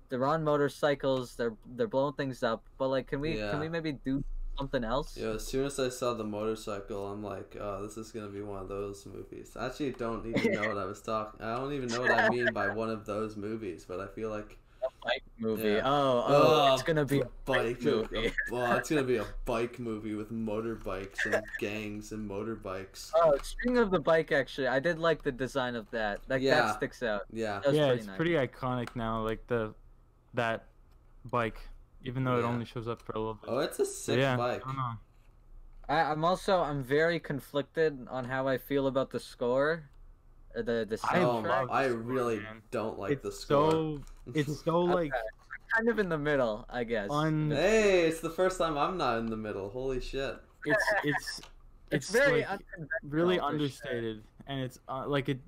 Speaker 1: They're on motorcycles. They're they're blowing things up. But like, can we
Speaker 2: Yeah.
Speaker 1: can we maybe do something else?
Speaker 2: Yo, as soon as I saw the motorcycle, I'm like, oh, this is gonna be one of those movies. I actually don't even know what I was talking. I don't even know what I mean by one of those movies, but I feel like
Speaker 1: Bike movie.
Speaker 2: Yeah.
Speaker 1: Oh, oh, it's
Speaker 2: Ugh,
Speaker 1: gonna be.
Speaker 2: a bike.
Speaker 1: movie.
Speaker 2: a- oh, it's gonna be a bike movie with motorbikes and gangs and motorbikes.
Speaker 1: Oh, speaking of the bike, actually, I did like the design of that. Like
Speaker 2: Yeah.
Speaker 1: that sticks out.
Speaker 2: Yeah,
Speaker 1: That was
Speaker 3: yeah,
Speaker 1: pretty
Speaker 3: it's
Speaker 1: nice.
Speaker 3: pretty iconic now. Like the that bike, even though it
Speaker 2: Yeah.
Speaker 3: only shows up for a little bit.
Speaker 2: Oh, it's a sick
Speaker 3: yeah,
Speaker 2: bike.
Speaker 3: I don't know.
Speaker 1: I, I'm also I'm very conflicted on how I feel about the score, uh, the the
Speaker 3: I
Speaker 2: Oh,
Speaker 1: soundtrack.
Speaker 3: love
Speaker 2: I
Speaker 3: the score,
Speaker 2: really
Speaker 3: man.
Speaker 2: don't like
Speaker 3: it's
Speaker 2: the score.
Speaker 3: so it's so like
Speaker 1: kind of in the middle, I guess.
Speaker 3: un.
Speaker 2: hey, it's the first time I'm not in the middle. Holy shit!
Speaker 3: It's it's
Speaker 1: it's,
Speaker 3: it's,
Speaker 1: very
Speaker 3: like,
Speaker 1: unconventional,
Speaker 3: really
Speaker 1: for sure.
Speaker 3: understated, and it's uh, like it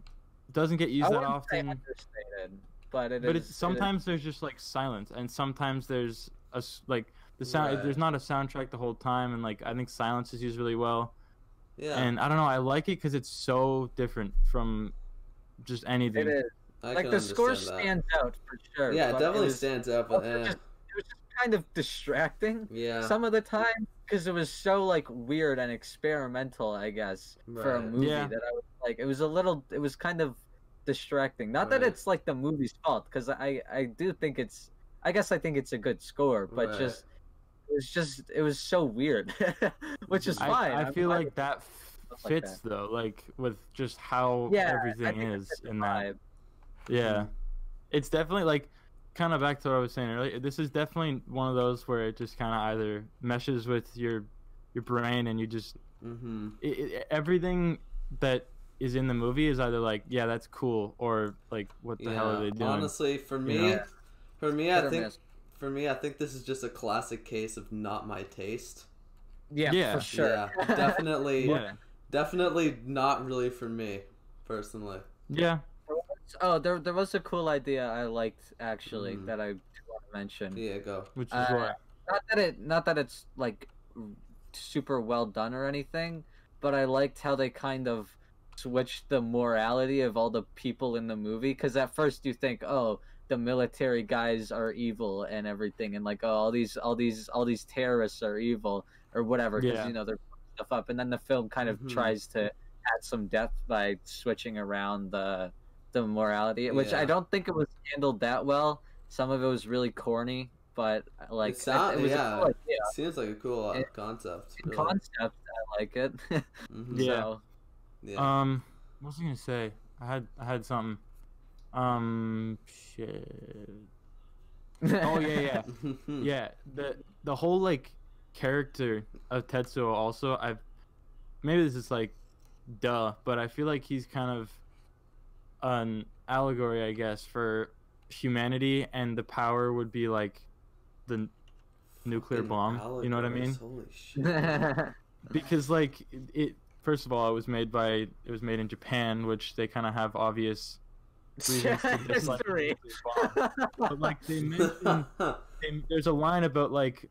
Speaker 3: doesn't get used
Speaker 1: I
Speaker 3: that
Speaker 1: wouldn't say
Speaker 3: often.
Speaker 1: understated, but it
Speaker 3: but
Speaker 1: is- it
Speaker 3: it's
Speaker 1: is-
Speaker 3: sometimes there's just like silence and sometimes there's a s- like the sound
Speaker 2: Right.
Speaker 3: there's not a soundtrack the whole time and like i think silence is used really well
Speaker 2: Yeah,
Speaker 3: and i don't know i like it because it's so different from just anything
Speaker 1: it is.
Speaker 2: I
Speaker 1: like
Speaker 2: can
Speaker 1: the score
Speaker 2: understand that.
Speaker 1: stands out for sure.
Speaker 2: Yeah, it
Speaker 1: but
Speaker 2: definitely
Speaker 1: it was,
Speaker 2: stands out, but
Speaker 1: also
Speaker 2: eh,
Speaker 1: just- it was just kind of distracting
Speaker 2: yeah,
Speaker 1: some of the time because it was so like weird and experimental, I guess, for a
Speaker 2: Right.
Speaker 1: movie
Speaker 3: Yeah.
Speaker 1: that I was like, it was a little, it was kind of distracting. Not that
Speaker 2: Right.
Speaker 1: it's like the movie's fault, because I I do think it's, I guess I think it's a good score, but
Speaker 2: Right.
Speaker 1: just. It was just, it was so weird, which is
Speaker 3: I,
Speaker 1: fine.
Speaker 3: I
Speaker 1: I'm
Speaker 3: feel
Speaker 1: fine
Speaker 3: like
Speaker 1: with
Speaker 3: that
Speaker 1: stuff like
Speaker 3: fits though like with just how
Speaker 1: Yeah, I
Speaker 3: everything
Speaker 1: think it
Speaker 3: is
Speaker 1: fits the
Speaker 3: in that
Speaker 1: vibe.
Speaker 3: yeah it's definitely like kind of back to what i was saying earlier this is definitely one of those where it just kind of either meshes with your your brain and you just
Speaker 2: mm-hmm.
Speaker 3: i i everything that is in the movie is either like, yeah, that's cool, or like, what the
Speaker 2: yeah.
Speaker 3: hell are they doing?
Speaker 2: Honestly, for me,
Speaker 3: know?
Speaker 2: for me,
Speaker 1: Hit
Speaker 2: I
Speaker 1: or
Speaker 2: think
Speaker 1: miss.
Speaker 2: for me, I think this is just a classic case of not my taste.
Speaker 1: yeah,
Speaker 3: Yeah.
Speaker 1: for sure.
Speaker 2: Yeah, definitely,
Speaker 3: yeah,
Speaker 2: definitely not really for me personally.
Speaker 3: yeah,
Speaker 1: Oh, there there was a cool idea I liked actually
Speaker 2: Mhm.
Speaker 1: that I want to mention.
Speaker 2: Yeah, go.
Speaker 3: which is
Speaker 1: Uh,
Speaker 3: what.
Speaker 1: Not that it not that it's like r- super well done or anything, but I liked how they kind of switched the morality of all the people in the movie cuz at first you think, "Oh, the military guys are evil and everything and like oh, all these all these all these terrorists are evil or whatever cuz
Speaker 3: Yeah.
Speaker 1: you know they're putting stuff up." And then the film kind of
Speaker 2: Mhm.
Speaker 1: tries to add some depth by switching around the the morality, which I
Speaker 2: Yeah.
Speaker 1: don't think it was handled that well. Some of it was really corny, but like I- it,
Speaker 2: It sound-
Speaker 1: was
Speaker 2: yeah.
Speaker 1: a cool idea.
Speaker 2: Seems like a cool uh,
Speaker 1: It-
Speaker 2: concept.
Speaker 1: In
Speaker 2: really.
Speaker 1: concept, I like it.
Speaker 2: Mhm.
Speaker 3: Yeah.
Speaker 1: So,
Speaker 2: Mm-hmm. Yeah.
Speaker 3: Um, what was I gonna say? I had I had something. Um, shit. Oh yeah, yeah,
Speaker 2: Hmm. Mm-hmm.
Speaker 3: yeah. The the whole like character of Tetsuo also. I have maybe this is like, duh, but I feel like he's kind of an allegory, I guess, for humanity, and the power would be like the n- nuclear
Speaker 2: Fucking
Speaker 3: bomb. You know what I
Speaker 2: allegories,
Speaker 3: mean?
Speaker 2: Holy shit.
Speaker 3: because like it first of all it was made by it was made in japan which they kind of have obvious reasons to dislike the
Speaker 1: History.
Speaker 3: nuclear bomb. but like they mention
Speaker 2: Mm-hmm.
Speaker 3: they, there's a line about like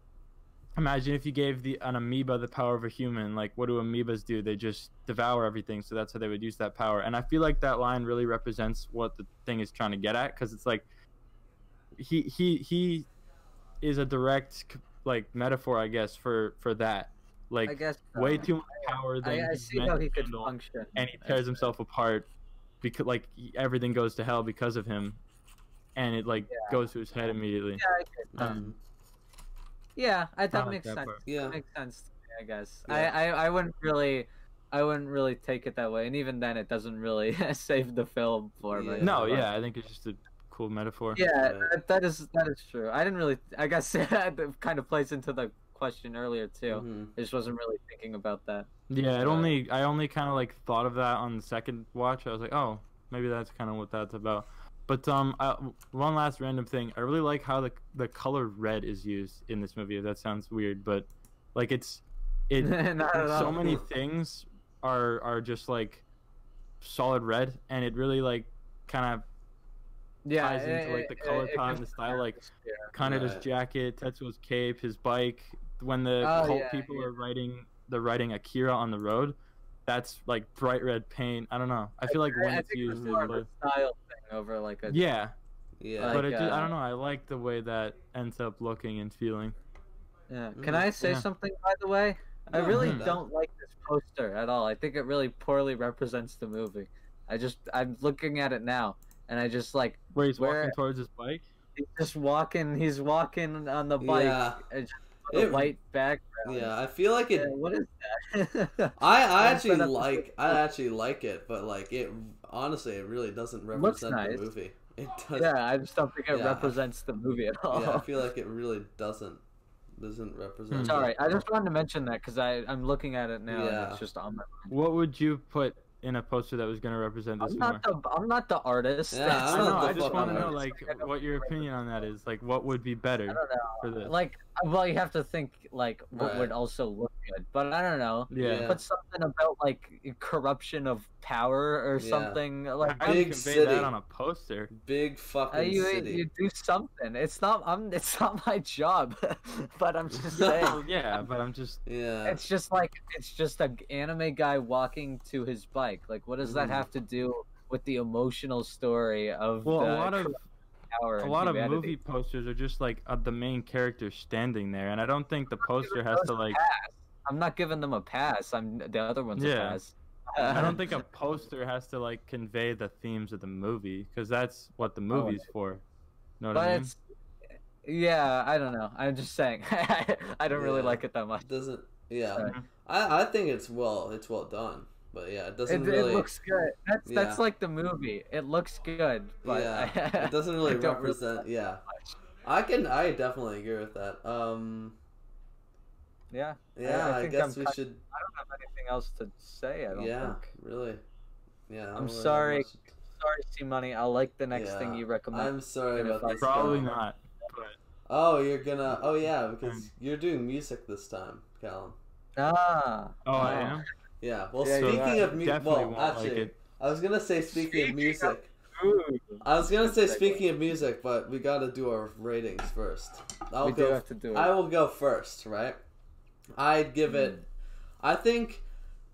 Speaker 3: imagine if you gave the an amoeba the power of a human like what do amoebas do they just devour everything so that's how they would use that power and i feel like that line really represents what the thing is trying to get at because it's like he he he is a direct like metaphor i guess for for that like
Speaker 1: I guess so.
Speaker 3: way too much power than
Speaker 1: I, I
Speaker 3: he's
Speaker 1: see
Speaker 3: meant
Speaker 1: how
Speaker 3: to
Speaker 1: he could
Speaker 3: handle,
Speaker 1: function.
Speaker 3: and he tears himself apart because like he- everything goes to hell because of him and it like
Speaker 1: Yeah.
Speaker 3: goes to his head
Speaker 1: Yeah,
Speaker 3: immediately
Speaker 1: I could-
Speaker 3: um,
Speaker 1: yeah, I,
Speaker 3: I
Speaker 1: that
Speaker 3: like
Speaker 1: makes
Speaker 3: that
Speaker 1: sense.
Speaker 3: part.
Speaker 2: yeah.
Speaker 1: Makes sense. To me, I guess.
Speaker 2: Yeah.
Speaker 1: I, I I wouldn't really. I wouldn't really take it that way, and even then, it doesn't really save the film for me.
Speaker 2: Yeah.
Speaker 3: no
Speaker 1: But-
Speaker 3: yeah i think it's just a cool metaphor
Speaker 1: Yeah,
Speaker 2: Yeah.
Speaker 1: that, that is that is true. I didn't really. I guess that kind of plays into the question earlier too.
Speaker 3: Mm-hmm.
Speaker 2: Mhm.
Speaker 1: I just wasn't really thinking about that.
Speaker 3: yeah it
Speaker 1: Uh,
Speaker 3: only i only kind of like thought of that on the second watch i was like oh maybe that's kind of what that's about but um I, one last random thing i really like how the the color red is used in this movie that sounds weird but like it's it
Speaker 1: Not at all.
Speaker 3: so many things are are just like solid red and it really like kind of
Speaker 1: yeah,
Speaker 3: ties into, like, the color palette and the
Speaker 1: gives
Speaker 3: style, like-
Speaker 1: atmosphere.
Speaker 3: Kanada's
Speaker 2: Right.
Speaker 3: jacket tetsuo's cape his bike when the
Speaker 1: Oh,
Speaker 3: cult
Speaker 1: yeah,
Speaker 3: people
Speaker 1: yeah.
Speaker 3: are writing they're writing akira on the road that's like bright red paint i don't know i feel like
Speaker 1: I-
Speaker 3: when
Speaker 1: I
Speaker 3: it's
Speaker 1: think it's
Speaker 3: used it
Speaker 1: more of a
Speaker 3: really-
Speaker 1: style thing over like a
Speaker 3: yeah
Speaker 2: Yeah.
Speaker 1: Like,
Speaker 3: but it ju- i
Speaker 1: uh,
Speaker 3: don't know i like the way that ends up looking and feeling
Speaker 1: Yeah.
Speaker 2: Mm,
Speaker 1: Can I say
Speaker 3: yeah.
Speaker 1: something by the way? I
Speaker 2: Yeah,
Speaker 1: really
Speaker 2: yeah.
Speaker 1: don't like this poster at all. I think it really poorly represents the movie. I just I'm looking at it now and I just like
Speaker 3: where he's
Speaker 1: Where-
Speaker 3: walking towards his bike
Speaker 1: he's just walking he's walking on the bike
Speaker 2: Yeah.
Speaker 1: with a
Speaker 2: It-
Speaker 1: white background.
Speaker 2: Yeah, I feel like it.
Speaker 1: Yeah, what is that?
Speaker 2: I, I
Speaker 1: Yeah, it's
Speaker 2: actually
Speaker 1: set up as
Speaker 2: like I actually like it, but like it honestly, it really doesn't represent
Speaker 1: nice.
Speaker 2: the movie. It does.
Speaker 1: yeah, I just don't think it
Speaker 2: Yeah.
Speaker 1: represents the movie at all.
Speaker 2: yeah, I feel like it really doesn't doesn't represent. it.
Speaker 1: Sorry, I just wanted to mention that because I I'm looking at it now and
Speaker 2: Yeah.
Speaker 1: it's just on my.
Speaker 3: what would you put in a poster that was going to represent this
Speaker 1: I'm
Speaker 3: more
Speaker 1: not the I'm not the artist.
Speaker 2: Yeah,
Speaker 1: That's
Speaker 3: I don't
Speaker 2: not
Speaker 3: know.
Speaker 2: the
Speaker 3: I just
Speaker 2: fucking
Speaker 3: want to know,
Speaker 2: artist.
Speaker 3: like,
Speaker 1: Like, I don't
Speaker 3: what your
Speaker 1: like
Speaker 3: opinion on that is. Like, what would be
Speaker 1: I
Speaker 3: better
Speaker 1: don't know.
Speaker 3: for this?
Speaker 1: Like, well, you have to think like what
Speaker 2: Right.
Speaker 1: would also look good, but I don't know.
Speaker 3: yeah.
Speaker 2: Yeah.
Speaker 1: Put something about like corruption of power or
Speaker 2: Yeah.
Speaker 1: something. Like
Speaker 3: How do you
Speaker 2: Big
Speaker 3: convey
Speaker 2: city.
Speaker 3: that on a poster?
Speaker 2: Big
Speaker 1: uh,
Speaker 2: fucking
Speaker 1: you,
Speaker 2: city.
Speaker 1: you do something. It's not I'm it's not my job, but I'm just saying.
Speaker 3: Well, yeah, but I'm just.
Speaker 2: yeah.
Speaker 1: It's just like it's just an anime guy walking to his bike. Like, what does that
Speaker 3: Mm.
Speaker 2: Mhm.
Speaker 1: have to do with the emotional story of
Speaker 3: Well,
Speaker 1: the
Speaker 3: a lot of
Speaker 1: power?
Speaker 3: a
Speaker 1: and
Speaker 3: lot of
Speaker 1: humanity?
Speaker 3: movie posters are just like uh, the main character standing there, and I don't think the poster has to like.
Speaker 1: I'm not giving them a pass. I'm the other one's a
Speaker 3: Yeah.
Speaker 1: pass.
Speaker 3: I don't think a poster has to like convey the themes of the movie because that's what the movie's for. Know what
Speaker 1: Oh, but
Speaker 3: I mean?
Speaker 1: it's yeah i don't know i'm just saying i don't really
Speaker 2: Yeah.
Speaker 1: like it that much
Speaker 2: doesn't. Yeah.
Speaker 1: Sorry.
Speaker 2: I I think it's well it's well done, but yeah, it doesn't
Speaker 1: it,
Speaker 2: really
Speaker 1: it looks good that's that's
Speaker 2: Yeah.
Speaker 1: like the movie it looks good but
Speaker 2: yeah
Speaker 1: I,
Speaker 2: it doesn't really
Speaker 1: don't really
Speaker 2: represent.
Speaker 1: like it
Speaker 2: yeah.
Speaker 1: much.
Speaker 2: I can I definitely agree with that. Um.
Speaker 1: yeah
Speaker 2: Yeah, I,
Speaker 1: think I'm
Speaker 2: guess we
Speaker 1: cut-
Speaker 2: should.
Speaker 1: i don't have anything else to say i don't
Speaker 2: Yeah,
Speaker 1: think
Speaker 2: really. Yeah. I don't really have
Speaker 1: sorry,
Speaker 2: much-
Speaker 1: sorry see money i like the next thing
Speaker 2: Yeah,
Speaker 1: you recommend
Speaker 2: I'm sorry
Speaker 1: gonna
Speaker 2: about
Speaker 1: find-
Speaker 2: this.
Speaker 3: Probably
Speaker 2: Cal.
Speaker 3: not. But
Speaker 2: Oh, you're gonna.
Speaker 1: Mm.
Speaker 2: Oh yeah, because you're doing music this time, Callum.
Speaker 1: ah
Speaker 3: oh, I
Speaker 1: Oh.
Speaker 3: am.
Speaker 2: Yeah. Well,
Speaker 1: Yeah, you
Speaker 2: speaking
Speaker 3: guys
Speaker 2: of music,
Speaker 3: definitely
Speaker 2: well,
Speaker 3: won't like
Speaker 2: actually,
Speaker 3: it.
Speaker 2: I was gonna say
Speaker 1: Speaking
Speaker 2: speaking, of
Speaker 1: of-
Speaker 2: music.
Speaker 1: Ooh.
Speaker 2: I was gonna say
Speaker 1: Good segue.
Speaker 2: speaking of music, but we gotta do our ratings first. I'll
Speaker 1: we do
Speaker 2: go
Speaker 1: have to do it
Speaker 2: I will go first, right? I'd give
Speaker 1: Mm.
Speaker 2: it. I think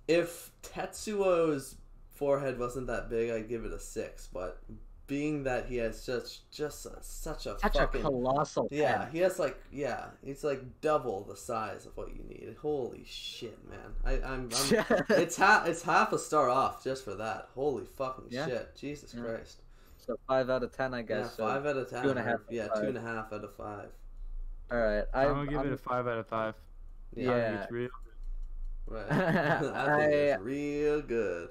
Speaker 2: if Tetsuo's forehead wasn't that big, I'd give it a six. But being that he has just just a, such a
Speaker 1: Such
Speaker 2: fucking
Speaker 1: a colossal
Speaker 2: yeah,
Speaker 1: pen.
Speaker 2: he has like yeah, he's like double the size of what you need. Holy shit, man! I, I'm, I'm it's half it's half a star off just for that. Holy fucking
Speaker 1: Yeah.
Speaker 2: shit, Jesus
Speaker 1: Yeah.
Speaker 2: Christ!
Speaker 1: so five out of ten, I
Speaker 2: Yeah,
Speaker 1: guess. so-
Speaker 2: five out of ten.
Speaker 1: two and a half
Speaker 2: Yeah,
Speaker 1: out of
Speaker 2: two
Speaker 1: five.
Speaker 2: and a half out of five.
Speaker 1: All right. I,
Speaker 3: I'm gonna give
Speaker 1: I'm-
Speaker 3: it a five out of five.
Speaker 2: Yeah,
Speaker 3: I
Speaker 1: Yeah.
Speaker 3: think it's real.
Speaker 2: right. I think
Speaker 1: I-
Speaker 2: it's real good.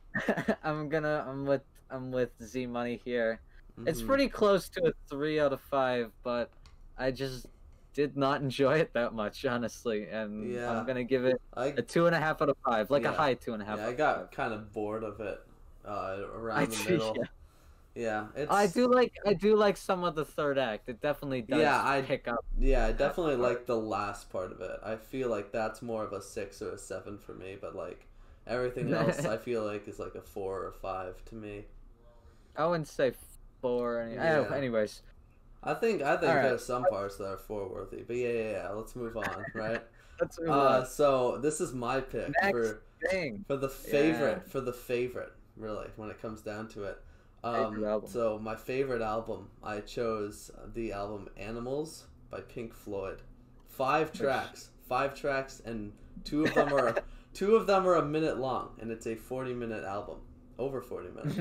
Speaker 1: I'm gonna. I'm with. I'm with Z Money here. It's
Speaker 2: Mhm.
Speaker 1: pretty close to a three out of five, but I just did not enjoy it that much, honestly. And
Speaker 2: Yeah.
Speaker 1: I'm gonna give it
Speaker 2: I
Speaker 1: a two and a half out of five, like
Speaker 2: Yeah.
Speaker 1: a high two and a half.
Speaker 2: yeah, I
Speaker 1: out of
Speaker 2: got kind of bored of it uh, around
Speaker 1: I
Speaker 2: the
Speaker 1: do,
Speaker 2: middle. Yeah, it's,
Speaker 1: five. I do like. I do like some of the third act. It definitely does.
Speaker 2: Yeah, I-
Speaker 1: pick up.
Speaker 2: Yeah, I definitely like the last part of it. I feel like that's more of a six or a seven for me, but like everything else, I feel like is like a four or five to me.
Speaker 1: I wouldn't say four. Any,
Speaker 2: Yeah.
Speaker 1: oh, anyways.
Speaker 2: I think I think
Speaker 1: All right.
Speaker 2: there's some parts that are four worthy, but yeah, yeah, yeah. Let's move on, right?
Speaker 1: That's a
Speaker 2: uh, so this is my pick
Speaker 1: Next.
Speaker 2: for
Speaker 1: thing.
Speaker 2: for the favorite for the favorite, really, when it comes down to it. Um,
Speaker 1: Favorite album.
Speaker 2: so my favorite album, I chose the album "Animals" by Pink Floyd. Five tracks, five tracks, and two of them are two of them are a minute long, and it's a forty-minute album, over forty minutes.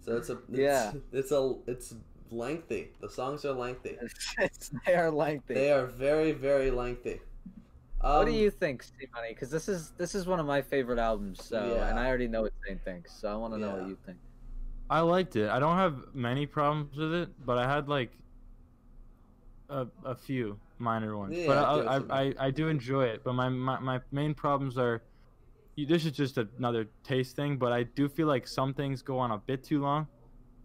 Speaker 2: So it's a it's,
Speaker 1: Yeah.
Speaker 2: it's a it's lengthy. The songs are lengthy.
Speaker 1: they are lengthy.
Speaker 2: They are very very lengthy. Um,
Speaker 1: what do you think, C Money? Because this is this is one of my favorite albums, so
Speaker 2: Yeah.
Speaker 1: and I already know what Zane thinks, so I want to know
Speaker 2: Yeah.
Speaker 1: what you think.
Speaker 3: I liked it. I don't have many problems with it, but I had like a, a few minor ones.
Speaker 2: Yeah,
Speaker 3: but
Speaker 2: I
Speaker 3: I,
Speaker 2: get what
Speaker 3: I,
Speaker 2: you
Speaker 3: I, I do enjoy it. But my, my, my main problems are you, this is just another taste thing, but I do feel like some things go on a bit too long.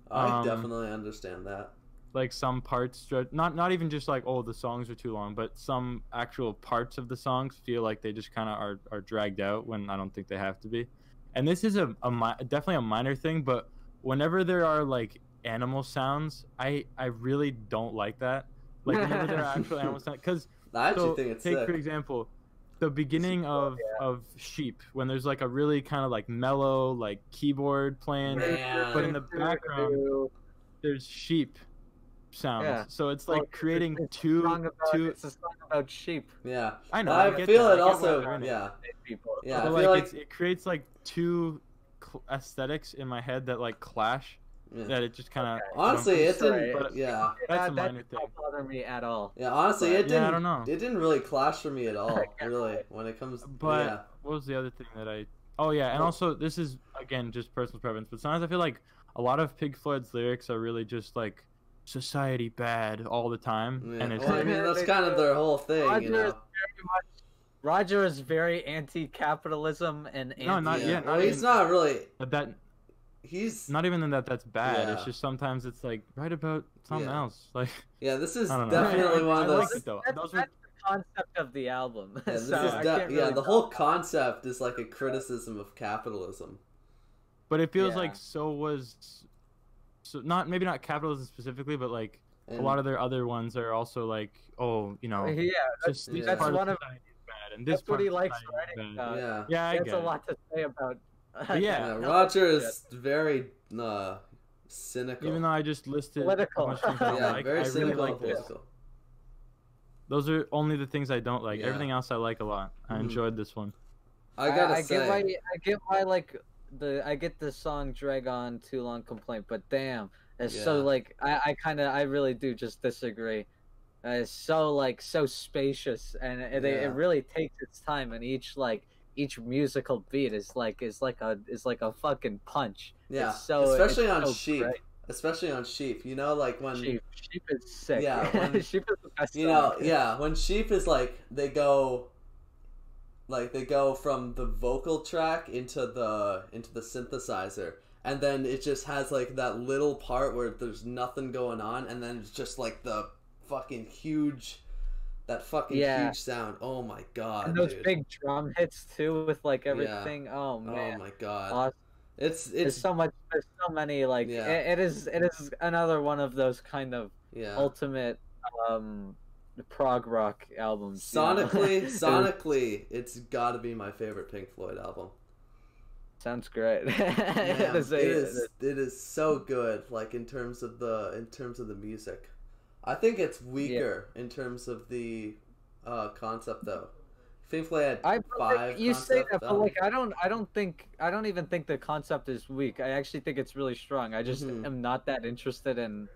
Speaker 2: I
Speaker 3: um,
Speaker 2: definitely understand that.
Speaker 3: Like some parts, stre- not not even just like oh the songs are too long, but some actual parts of the songs feel like they just kind of are, are dragged out when I don't think they have to be. And this is a, a mi- definitely a minor thing, but whenever there are like animal sounds, I I really don't like that. Like whenever there are actual animal sounds, because
Speaker 2: I actually
Speaker 3: so
Speaker 2: think it's
Speaker 3: take
Speaker 2: sick.
Speaker 3: for example, the beginning of of sheep when there's like a really kind of like mellow like keyboard playing,
Speaker 2: Man.
Speaker 3: uh, but in the background there's sheep sounds.
Speaker 1: Yeah.
Speaker 3: So it's
Speaker 1: Well,
Speaker 3: like
Speaker 1: it's-
Speaker 3: creating
Speaker 1: it's
Speaker 3: two
Speaker 1: song about,
Speaker 3: two.
Speaker 1: it's a song about sheep,
Speaker 2: Yeah,
Speaker 3: I know.
Speaker 2: I,
Speaker 3: get
Speaker 2: feel
Speaker 3: that, I
Speaker 2: it
Speaker 3: get
Speaker 2: also.
Speaker 3: why they're in it.
Speaker 2: Yeah,
Speaker 1: people.
Speaker 2: Yeah. I
Speaker 3: But
Speaker 2: feel like-
Speaker 3: like, it's, it creates like two cl- aesthetics in my head that like clash.
Speaker 2: Yeah.
Speaker 3: That it just kind of
Speaker 2: honestly, it
Speaker 1: Sorry,
Speaker 2: didn't.
Speaker 3: but-
Speaker 2: yeah,
Speaker 3: That's
Speaker 1: that,
Speaker 3: a minor
Speaker 1: that did not bother me at all.
Speaker 2: yeah. Honestly, it
Speaker 1: Yeah, I
Speaker 2: didn't.
Speaker 3: don't know.
Speaker 2: It didn't really clash for me at all. Really, when it comes.
Speaker 3: But-
Speaker 2: yeah.
Speaker 3: what was the other thing that I? Oh yeah, and
Speaker 2: Oh.
Speaker 3: also this is again just personal preference, but sometimes I feel like a lot of Pig Floyd's lyrics are really just like society bad all the time,
Speaker 2: yeah.
Speaker 3: and it's
Speaker 2: well, I
Speaker 3: like,
Speaker 2: mean, that's kind of their whole thing, you know.
Speaker 1: Roger is very anti-capitalism and anti.
Speaker 3: No, not
Speaker 2: yeah.
Speaker 3: yet,
Speaker 2: Well,
Speaker 3: not
Speaker 2: he's
Speaker 3: even-
Speaker 2: not really.
Speaker 3: but that
Speaker 2: He's
Speaker 3: not even that that's bad. It's
Speaker 2: Yeah.
Speaker 3: just sometimes it's like write about something
Speaker 2: Yeah.
Speaker 3: else. Like
Speaker 2: Yeah, this is
Speaker 3: I don't know.
Speaker 2: definitely one of
Speaker 3: I
Speaker 2: those.
Speaker 3: liked it though.
Speaker 1: That's,
Speaker 3: Those were
Speaker 1: that's the concept of the album.
Speaker 2: Yeah, this
Speaker 1: so
Speaker 2: is
Speaker 1: I
Speaker 2: de-
Speaker 1: can't
Speaker 2: yeah,
Speaker 1: really
Speaker 2: the whole concept is like a criticism of capitalism.
Speaker 3: But it feels
Speaker 1: Yeah.
Speaker 3: like so was so not maybe not capitalism specifically, but like
Speaker 2: And,
Speaker 3: a lot of their other ones are also like, oh, you know,
Speaker 1: Yeah,
Speaker 3: just this
Speaker 2: that's
Speaker 3: part
Speaker 1: one
Speaker 3: of
Speaker 1: of-
Speaker 3: society is bad, and this
Speaker 1: that's what
Speaker 3: part
Speaker 1: he
Speaker 3: of
Speaker 1: likes
Speaker 3: society is
Speaker 1: writing
Speaker 3: bad.
Speaker 1: about.
Speaker 2: yeah.
Speaker 3: Yeah, I
Speaker 1: that's
Speaker 3: get
Speaker 1: uh, a
Speaker 3: it.
Speaker 1: lot to say about.
Speaker 3: Yeah.
Speaker 2: yeah,
Speaker 3: Yeah,
Speaker 2: Roger is very uh, cynical.
Speaker 3: Even though I just listed
Speaker 1: Political.
Speaker 3: how much things I don't
Speaker 2: yeah,
Speaker 3: like,
Speaker 2: very
Speaker 3: I really
Speaker 2: cynical.
Speaker 3: like
Speaker 2: and
Speaker 3: this.
Speaker 2: political.
Speaker 3: Those are only the things I don't like.
Speaker 2: Yeah.
Speaker 3: Everything else I like a lot. I
Speaker 2: Mhm.
Speaker 3: enjoyed this one.
Speaker 2: I gotta
Speaker 1: I,
Speaker 2: say,
Speaker 1: get why I get why like the I get the song drag on too long complaint, but damn, it's so
Speaker 2: Yeah.
Speaker 1: like I I kind of I really do just disagree. Uh, it's so like so spacious, and it, it,
Speaker 2: Yeah.
Speaker 1: it really takes its time, and each like each musical beat is like is like a is like a fucking punch.
Speaker 2: yeah,
Speaker 1: it's so
Speaker 2: especially
Speaker 1: it's
Speaker 2: on
Speaker 1: so
Speaker 2: sheep,
Speaker 1: great.
Speaker 2: especially on sheep. You know, like when
Speaker 1: Sheep, sheep is sick.
Speaker 2: Yeah, when-
Speaker 1: sheep is the best.
Speaker 2: you know,
Speaker 1: song.
Speaker 2: yeah, when sheep is like they go, like they go from the vocal track into the into the synthesizer, and then it just has like that little part where there's nothing going on, and then it's just like the fucking huge, that fucking
Speaker 1: Yeah.
Speaker 2: huge sound. Oh my god,
Speaker 1: And those
Speaker 2: dude.
Speaker 1: big drum hits too, with like everything. Oh
Speaker 2: oh
Speaker 1: man,
Speaker 2: my god,
Speaker 1: awesome.
Speaker 2: it's
Speaker 1: there's
Speaker 2: it's
Speaker 1: so much there's so many like
Speaker 2: Yeah.
Speaker 1: it, it is it is another one of those kind of
Speaker 2: yeah.
Speaker 1: ultimate um prog rock albums you know?
Speaker 2: Sonically,
Speaker 1: It-
Speaker 2: sonically, it's got to be my favorite Pink Floyd album.
Speaker 1: Sounds great.
Speaker 2: Man,
Speaker 1: There's a-
Speaker 2: it is it is so good like in terms of the in terms of the music i think it's weaker in terms of the uh concept though Pink Floyd had
Speaker 1: I but like,
Speaker 2: five
Speaker 1: you say that,
Speaker 2: concept
Speaker 1: but
Speaker 2: albums.
Speaker 1: like I don't, I don't think, I don't even think the concept is weak. I actually think it's really strong. I just
Speaker 2: Mhm.
Speaker 1: am not that interested in,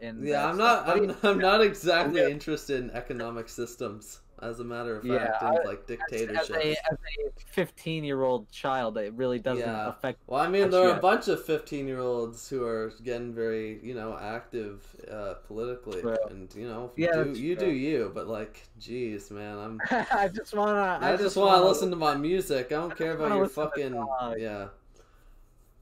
Speaker 1: in.
Speaker 2: yeah
Speaker 1: that
Speaker 2: i'm
Speaker 1: stuff.
Speaker 2: not
Speaker 1: What do you-
Speaker 2: I'm, I'm not exactly
Speaker 1: Yeah.
Speaker 2: interested in economic systems as a matter of fact
Speaker 1: Yeah,
Speaker 2: and
Speaker 1: I-
Speaker 2: like
Speaker 1: as, as a
Speaker 2: dictatorships
Speaker 1: as a fifteen year old child, it really doesn't
Speaker 2: Yeah.
Speaker 1: affect.
Speaker 2: well i mean there are a
Speaker 1: Yeah.
Speaker 2: bunch of 15 year olds who are getting very you know active uh politically
Speaker 1: True.
Speaker 2: and you know
Speaker 1: Yeah,
Speaker 2: do,
Speaker 1: that's
Speaker 2: you
Speaker 1: true.
Speaker 2: do you but like geez man i'm
Speaker 1: I just wanna.
Speaker 2: I, just, want to listen to my music. I don't care
Speaker 1: just
Speaker 2: about
Speaker 1: wanna
Speaker 2: your
Speaker 1: listen to
Speaker 2: fucking
Speaker 1: songs.
Speaker 2: yeah,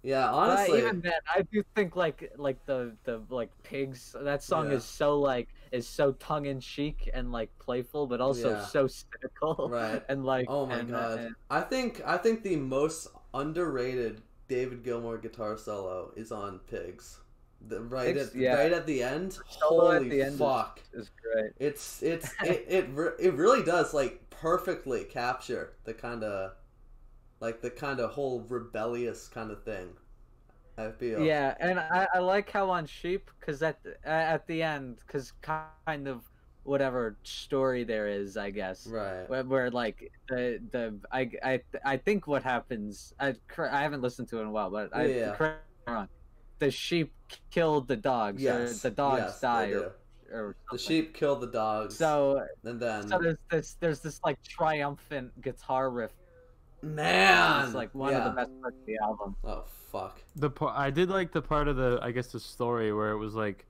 Speaker 2: yeah.
Speaker 1: But
Speaker 2: Honestly,
Speaker 1: even then, I do think like like the the like pigs. That song
Speaker 2: Yeah.
Speaker 1: is so like is so tongue in cheek and like playful, but also
Speaker 2: Yeah.
Speaker 1: so cynical.
Speaker 2: Right.
Speaker 1: And like.
Speaker 2: oh my
Speaker 1: and, uh,
Speaker 2: god,
Speaker 1: and-
Speaker 2: I think I think the most underrated David Gilmour guitar solo is on Pigs. The, right
Speaker 1: Pigs?
Speaker 2: at
Speaker 1: Yeah.
Speaker 2: right at the end.
Speaker 1: Solo at
Speaker 2: Holy
Speaker 1: the end is-
Speaker 2: fuck!
Speaker 1: is great.
Speaker 2: It's it's it it, re- it really does like perfectly capture the kind of like the kind of whole rebellious kind of thing. I feel
Speaker 1: Yeah, and I, I like how on sheep because at a- at the end because kind of whatever story there is, I guess.
Speaker 2: right.
Speaker 1: Where, where like the the I, I I think what happens I cor- I haven't listened to it in a while but I
Speaker 2: Yeah.
Speaker 1: correct me if I'm wrong the sheep killed the dogs
Speaker 2: Yes,
Speaker 1: or the dogs
Speaker 2: yes, they
Speaker 1: die
Speaker 2: do.
Speaker 1: or, or
Speaker 2: The
Speaker 1: something.
Speaker 2: sheep kill the dogs.
Speaker 1: so
Speaker 2: and then
Speaker 1: so there's this there's this like triumphant guitar riff
Speaker 2: man,
Speaker 1: it's like one
Speaker 2: yeah.
Speaker 1: of the best parts of the album
Speaker 2: Oh fuck!
Speaker 3: The part I did like the part of the I guess the story where it was like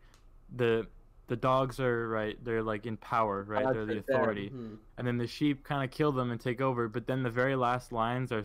Speaker 3: the the dogs are right they're like in power right
Speaker 1: Dogs
Speaker 3: they're the
Speaker 1: are there.
Speaker 3: authority
Speaker 2: Mhm.
Speaker 3: and then the sheep kind of kill them and take over but then the very last lines are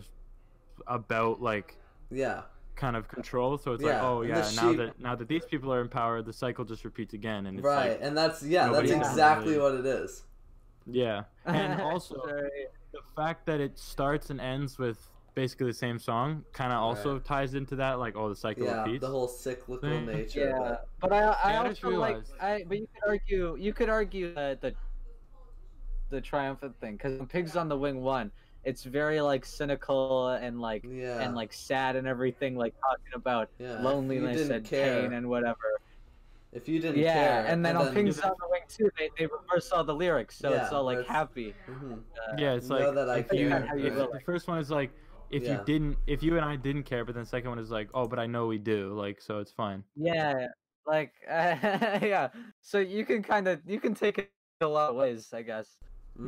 Speaker 3: about like
Speaker 2: Yeah,
Speaker 3: kind of control so it's like
Speaker 2: Yeah,
Speaker 3: oh
Speaker 2: and the
Speaker 3: yeah now
Speaker 2: sheep-
Speaker 3: that now that these people are in power the cycle just repeats again and it's
Speaker 2: right.
Speaker 3: like
Speaker 2: and that's yeah, that's
Speaker 3: nobody
Speaker 1: can
Speaker 2: exactly
Speaker 3: really-
Speaker 2: what it is.
Speaker 3: yeah and also
Speaker 1: Sorry.
Speaker 3: the fact that it starts and ends with basically the same song kind of also ties into that like oh the cycle
Speaker 2: Yeah,
Speaker 3: repeats
Speaker 2: the whole cyclical
Speaker 3: Yeah.
Speaker 2: nature.
Speaker 1: yeah
Speaker 2: of it.
Speaker 1: but i i
Speaker 3: Yeah, I just
Speaker 1: also like
Speaker 3: realized.
Speaker 1: i but you could argue you could argue that the the triumphant thing because pigs on the wing one it's very like cynical and like
Speaker 2: yeah,
Speaker 1: and like sad and everything like talking about
Speaker 2: yeah. if you
Speaker 1: loneliness
Speaker 2: didn't
Speaker 1: and
Speaker 2: care,
Speaker 1: pain and whatever
Speaker 2: if you didn't
Speaker 1: yeah
Speaker 2: care,
Speaker 1: and then on pigs
Speaker 3: Even-
Speaker 1: on the wing too they, they reverse all the lyrics so it's
Speaker 2: Yeah,
Speaker 1: all like
Speaker 2: that's-
Speaker 1: happy
Speaker 2: Mhm.
Speaker 3: yeah it's
Speaker 2: know
Speaker 3: like
Speaker 2: that I
Speaker 3: if you,
Speaker 1: care,
Speaker 3: if-
Speaker 1: right?
Speaker 3: the first one is like if
Speaker 2: Yeah.
Speaker 3: you didn't if you and i didn't care but then the second one is like oh but i know we do like so it's fine
Speaker 1: yeah like yeah so you can kind of you can take it a lot of ways i guess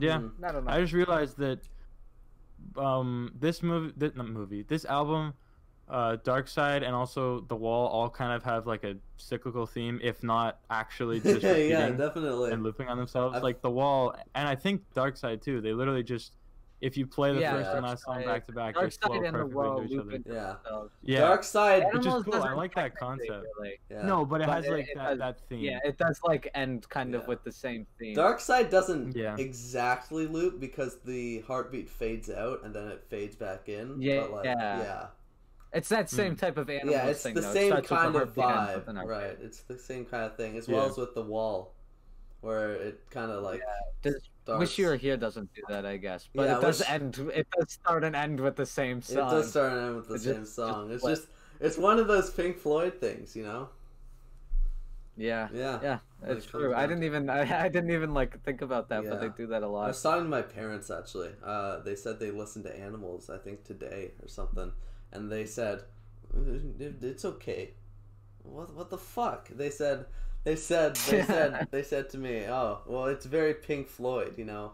Speaker 3: Yeah.
Speaker 2: Mhm.
Speaker 1: i don't know
Speaker 3: i just realized that um this movie that not movie this album uh dark side and also the wall all kind of have like a cyclical theme if not actually just
Speaker 2: yeah,
Speaker 3: repeating
Speaker 2: yeah, definitely.
Speaker 3: and looping on themselves
Speaker 2: I've-
Speaker 3: like the wall and i think dark side too they literally just if you play the
Speaker 1: Yeah,
Speaker 3: first and
Speaker 1: Dark
Speaker 3: last song
Speaker 1: Side-
Speaker 3: back to back they
Speaker 1: Dark
Speaker 3: flow
Speaker 1: Side and the
Speaker 3: perfectly
Speaker 1: Wall
Speaker 3: to each other
Speaker 1: looping.
Speaker 2: yeah,
Speaker 1: So-
Speaker 3: yeah
Speaker 2: Dark Side.
Speaker 3: which is
Speaker 1: Animals
Speaker 3: cool. I
Speaker 1: doesn't
Speaker 3: like that
Speaker 1: technically,
Speaker 3: concept.
Speaker 1: really.
Speaker 2: Yeah.
Speaker 3: no but it
Speaker 1: But
Speaker 3: has
Speaker 1: it-
Speaker 3: like
Speaker 1: it
Speaker 3: that,
Speaker 1: does-
Speaker 3: that theme
Speaker 1: Yeah, it does like end kind
Speaker 2: Yeah.
Speaker 1: of with the same theme.
Speaker 2: Dark Side doesn't
Speaker 3: Yeah.
Speaker 2: exactly loop because the heartbeat fades out and then it fades back in.
Speaker 1: Yeah,
Speaker 2: but like,
Speaker 1: yeah.
Speaker 2: yeah.
Speaker 1: It's that
Speaker 3: Hmm.
Speaker 1: same type of animal
Speaker 2: yeah, it's
Speaker 1: thing.
Speaker 2: the
Speaker 1: though. It
Speaker 2: same
Speaker 1: starts with a
Speaker 2: kind of
Speaker 1: heartbeat and
Speaker 2: vibe,
Speaker 1: something like
Speaker 2: right? It's the same kind of thing, as well
Speaker 3: Yeah.
Speaker 2: as with the wall, where it kind of like
Speaker 1: Does- that.
Speaker 2: starts.
Speaker 1: Wish you were here doesn't do that, I guess, but
Speaker 2: Yeah,
Speaker 1: it does
Speaker 2: Wish-
Speaker 1: end. It does start and end with the same
Speaker 2: It
Speaker 1: song.
Speaker 2: does start and end with the
Speaker 1: It
Speaker 2: same
Speaker 1: just-
Speaker 2: song.
Speaker 1: just
Speaker 2: it's
Speaker 1: like-
Speaker 2: just it's one of those Pink Floyd things, you know?
Speaker 1: Yeah,
Speaker 2: Yeah.
Speaker 1: yeah,
Speaker 2: When
Speaker 1: it's
Speaker 2: it comes
Speaker 1: true. I
Speaker 2: down
Speaker 1: didn't even I, I didn't even like think about that, but they
Speaker 2: Yeah.
Speaker 1: do that a
Speaker 2: I
Speaker 1: lot.
Speaker 2: was talking to my parents actually. Uh, they said they listened to Animals, I think today or something, and they said "It- it's okay. What what the fuck? They said they said they said they said to me, oh well, it's very Pink Floyd, you know.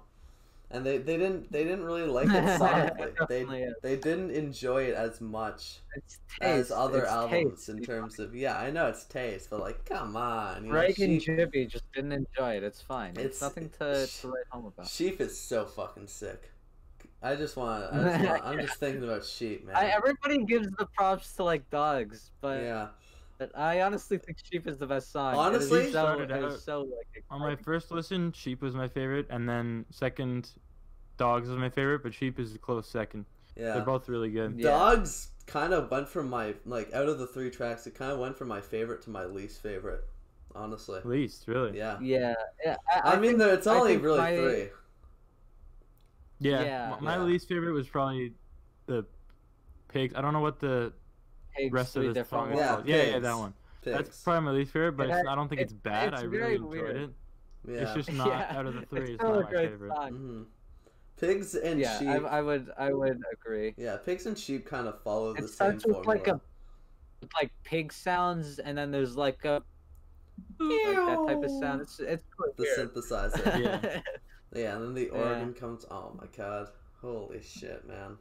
Speaker 2: And they, they didn't they didn't really like it sonically.
Speaker 1: It
Speaker 2: they
Speaker 1: definitely is.
Speaker 2: they didn't enjoy it as much
Speaker 1: uh, It's
Speaker 2: as
Speaker 1: taste,
Speaker 2: other
Speaker 1: it's
Speaker 2: albums
Speaker 1: taste,
Speaker 2: in
Speaker 1: you
Speaker 2: terms of yeah, I know it's taste, but like come on, you know,
Speaker 1: Greg and
Speaker 2: Sheep-
Speaker 1: Jibby just didn't enjoy it. It's fine. It's,
Speaker 2: It's-
Speaker 1: nothing to, to write home about.
Speaker 2: Sheep is so fucking sick. I just want. I just want I'm just thinking about sheep, man.
Speaker 1: I, everybody gives the props to like dogs, but
Speaker 2: yeah,
Speaker 1: But I honestly think Sheep is the best song. It is
Speaker 2: Honestly?
Speaker 1: so,
Speaker 3: Started
Speaker 1: it
Speaker 3: out-
Speaker 1: is so like
Speaker 3: on my
Speaker 1: exciting.
Speaker 3: first listen sheep was my favorite and then second dogs was my favorite but sheep is a close second
Speaker 2: yeah.
Speaker 3: they're both really good
Speaker 1: Yeah.
Speaker 2: Dogs kind of went from my like out of the three tracks, it kind of went from my favorite to my least favorite. Honestly,
Speaker 3: least really
Speaker 2: yeah.
Speaker 1: yeah, yeah.
Speaker 2: I, mean,
Speaker 1: think-
Speaker 2: there, it's
Speaker 1: I
Speaker 2: only
Speaker 1: think
Speaker 2: really
Speaker 1: my-
Speaker 2: three.
Speaker 3: Yeah,
Speaker 1: Yeah.
Speaker 3: m- my
Speaker 2: Yeah.
Speaker 3: least favorite was probably the pigs. I don't know what the
Speaker 1: Pigs,
Speaker 3: rest
Speaker 1: three
Speaker 3: of the
Speaker 1: different
Speaker 3: song is
Speaker 1: ones.
Speaker 2: Yeah,
Speaker 3: called. Yeah, yeah, that
Speaker 2: pigs.
Speaker 3: one. That's
Speaker 2: Pigs.
Speaker 3: probably my least favorite, but
Speaker 1: It
Speaker 3: it's-
Speaker 1: has-
Speaker 3: I don't think it's,
Speaker 1: it's-
Speaker 3: bad. I
Speaker 1: it's
Speaker 3: really
Speaker 1: very
Speaker 3: enjoyed
Speaker 1: weird.
Speaker 3: it.
Speaker 2: yeah.
Speaker 3: It's just not
Speaker 1: Yeah,
Speaker 3: out of the
Speaker 1: it's
Speaker 3: three. It's,
Speaker 1: still
Speaker 3: not
Speaker 1: a
Speaker 3: my
Speaker 1: great
Speaker 3: favorite.
Speaker 1: song.
Speaker 2: Mhm. Pigs and
Speaker 1: Mm-hmm. Yeah,
Speaker 2: sheep.
Speaker 1: I, I would I would agree.
Speaker 2: Yeah, pigs and sheep kind of follow
Speaker 1: It
Speaker 2: the same
Speaker 1: starts with
Speaker 2: formula.
Speaker 1: like a with like pig sounds, and then there's like a like that type of sound. It's it's really
Speaker 2: the
Speaker 1: weird.
Speaker 2: synthesizer.
Speaker 3: Yeah.
Speaker 2: yeah, and then the
Speaker 1: Yeah.
Speaker 2: organ comes. Oh my god! Holy shit, man!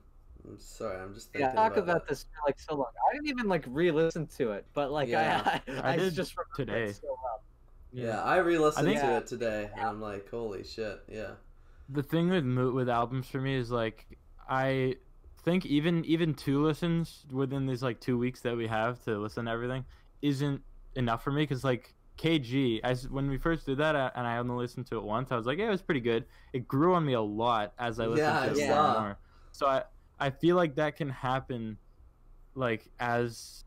Speaker 2: I'm sorry. I'm just thinking
Speaker 1: yeah, talk
Speaker 2: about,
Speaker 1: about
Speaker 2: that.
Speaker 1: this for like so long. I didn't even like re-listen to it, but like
Speaker 2: Yeah.
Speaker 1: I,
Speaker 3: I
Speaker 1: I,
Speaker 3: did
Speaker 1: just remember
Speaker 3: today.
Speaker 1: It so well.
Speaker 2: Yeah, I re-listened
Speaker 3: I think-
Speaker 2: to it today, and I'm like, holy shit! Yeah,
Speaker 3: The thing with mo- with albums for me is like I think even even two listens within these like two weeks that we have to listen to everything isn't enough for me because like KG as when we first did that I, and I only listened to it once I was like yeah it was pretty good it grew on me a lot as I listened
Speaker 2: Yeah,
Speaker 3: to
Speaker 1: I
Speaker 3: it more and
Speaker 2: saw.
Speaker 3: more so I I feel like that can happen like as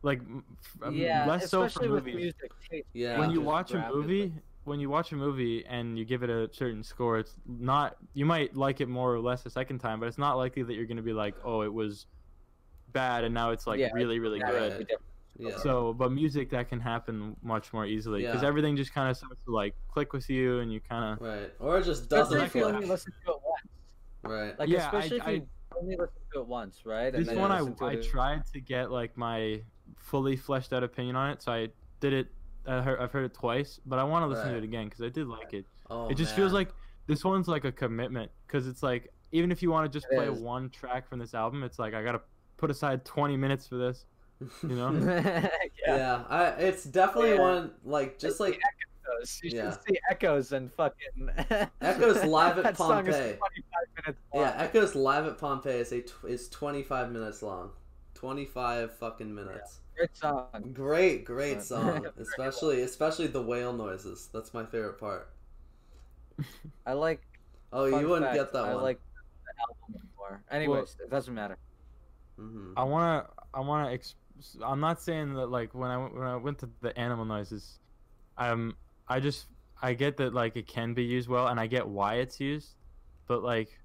Speaker 3: like m- f- um,
Speaker 1: yeah,
Speaker 3: less so for
Speaker 1: especially with
Speaker 3: movies
Speaker 1: music. too.
Speaker 2: yeah.
Speaker 3: when you
Speaker 1: just
Speaker 3: watch a
Speaker 1: rapidly.
Speaker 3: movie when you watch a movie and you give it a certain score it's not you might like it more or less a second time but it's not likely that you're going to be like oh it was bad and now it's like
Speaker 1: Yeah,
Speaker 3: really really
Speaker 1: Yeah,
Speaker 3: good
Speaker 1: it'd be different.
Speaker 2: yeah,
Speaker 3: so but music that can happen much more easily because
Speaker 2: Yeah.
Speaker 3: everything just kind of starts to like click with you and you kind of
Speaker 2: right. Or it just
Speaker 1: Especially
Speaker 2: doesn't
Speaker 1: if you
Speaker 2: click.
Speaker 1: only listen to it once.
Speaker 2: Right.
Speaker 1: Like
Speaker 3: Yeah, I-
Speaker 1: especially
Speaker 3: I-
Speaker 1: if you only listen to it once, right?
Speaker 3: this
Speaker 2: then you
Speaker 3: one I,
Speaker 1: listen to
Speaker 3: I
Speaker 1: it-
Speaker 3: tried to get like my fully fleshed out opinion on it so i did it I heard, i've heard it twice but i want to listen to
Speaker 2: Right.
Speaker 3: it again because i did like it
Speaker 2: Oh,
Speaker 3: it just feels
Speaker 2: man.
Speaker 3: like this one's like a commitment because it's like even if you want to just
Speaker 1: It
Speaker 3: play
Speaker 1: is.
Speaker 3: one track from this album it's like i gotta put aside 20 minutes for this you know?
Speaker 1: yeah.
Speaker 2: yeah. I, it's definitely
Speaker 1: Yeah.
Speaker 2: one like just like
Speaker 1: Echoes. You
Speaker 2: Yeah.
Speaker 1: should see Echoes and fucking
Speaker 2: Echoes live at
Speaker 1: that song is
Speaker 2: Pompeii.
Speaker 1: 25 minutes long.
Speaker 2: yeah. Echoes live at Pompeii is a tw- is 25 minutes long. 25 fucking minutes.
Speaker 1: Great song.
Speaker 2: Great, great
Speaker 1: Right.
Speaker 2: song.
Speaker 1: Very
Speaker 2: especially especially the whale noises. That's my favorite part.
Speaker 1: I like.
Speaker 2: Oh,
Speaker 1: fun
Speaker 2: you wouldn't
Speaker 1: fact,
Speaker 2: get that
Speaker 1: I
Speaker 2: one.
Speaker 1: like the album more. Anyways, it doesn't matter.
Speaker 2: hmm
Speaker 3: i want to i want to exp- i'm not saying that like when i went- when i went to the animal noises um i just i get that like it can be used well and i get why it's used but like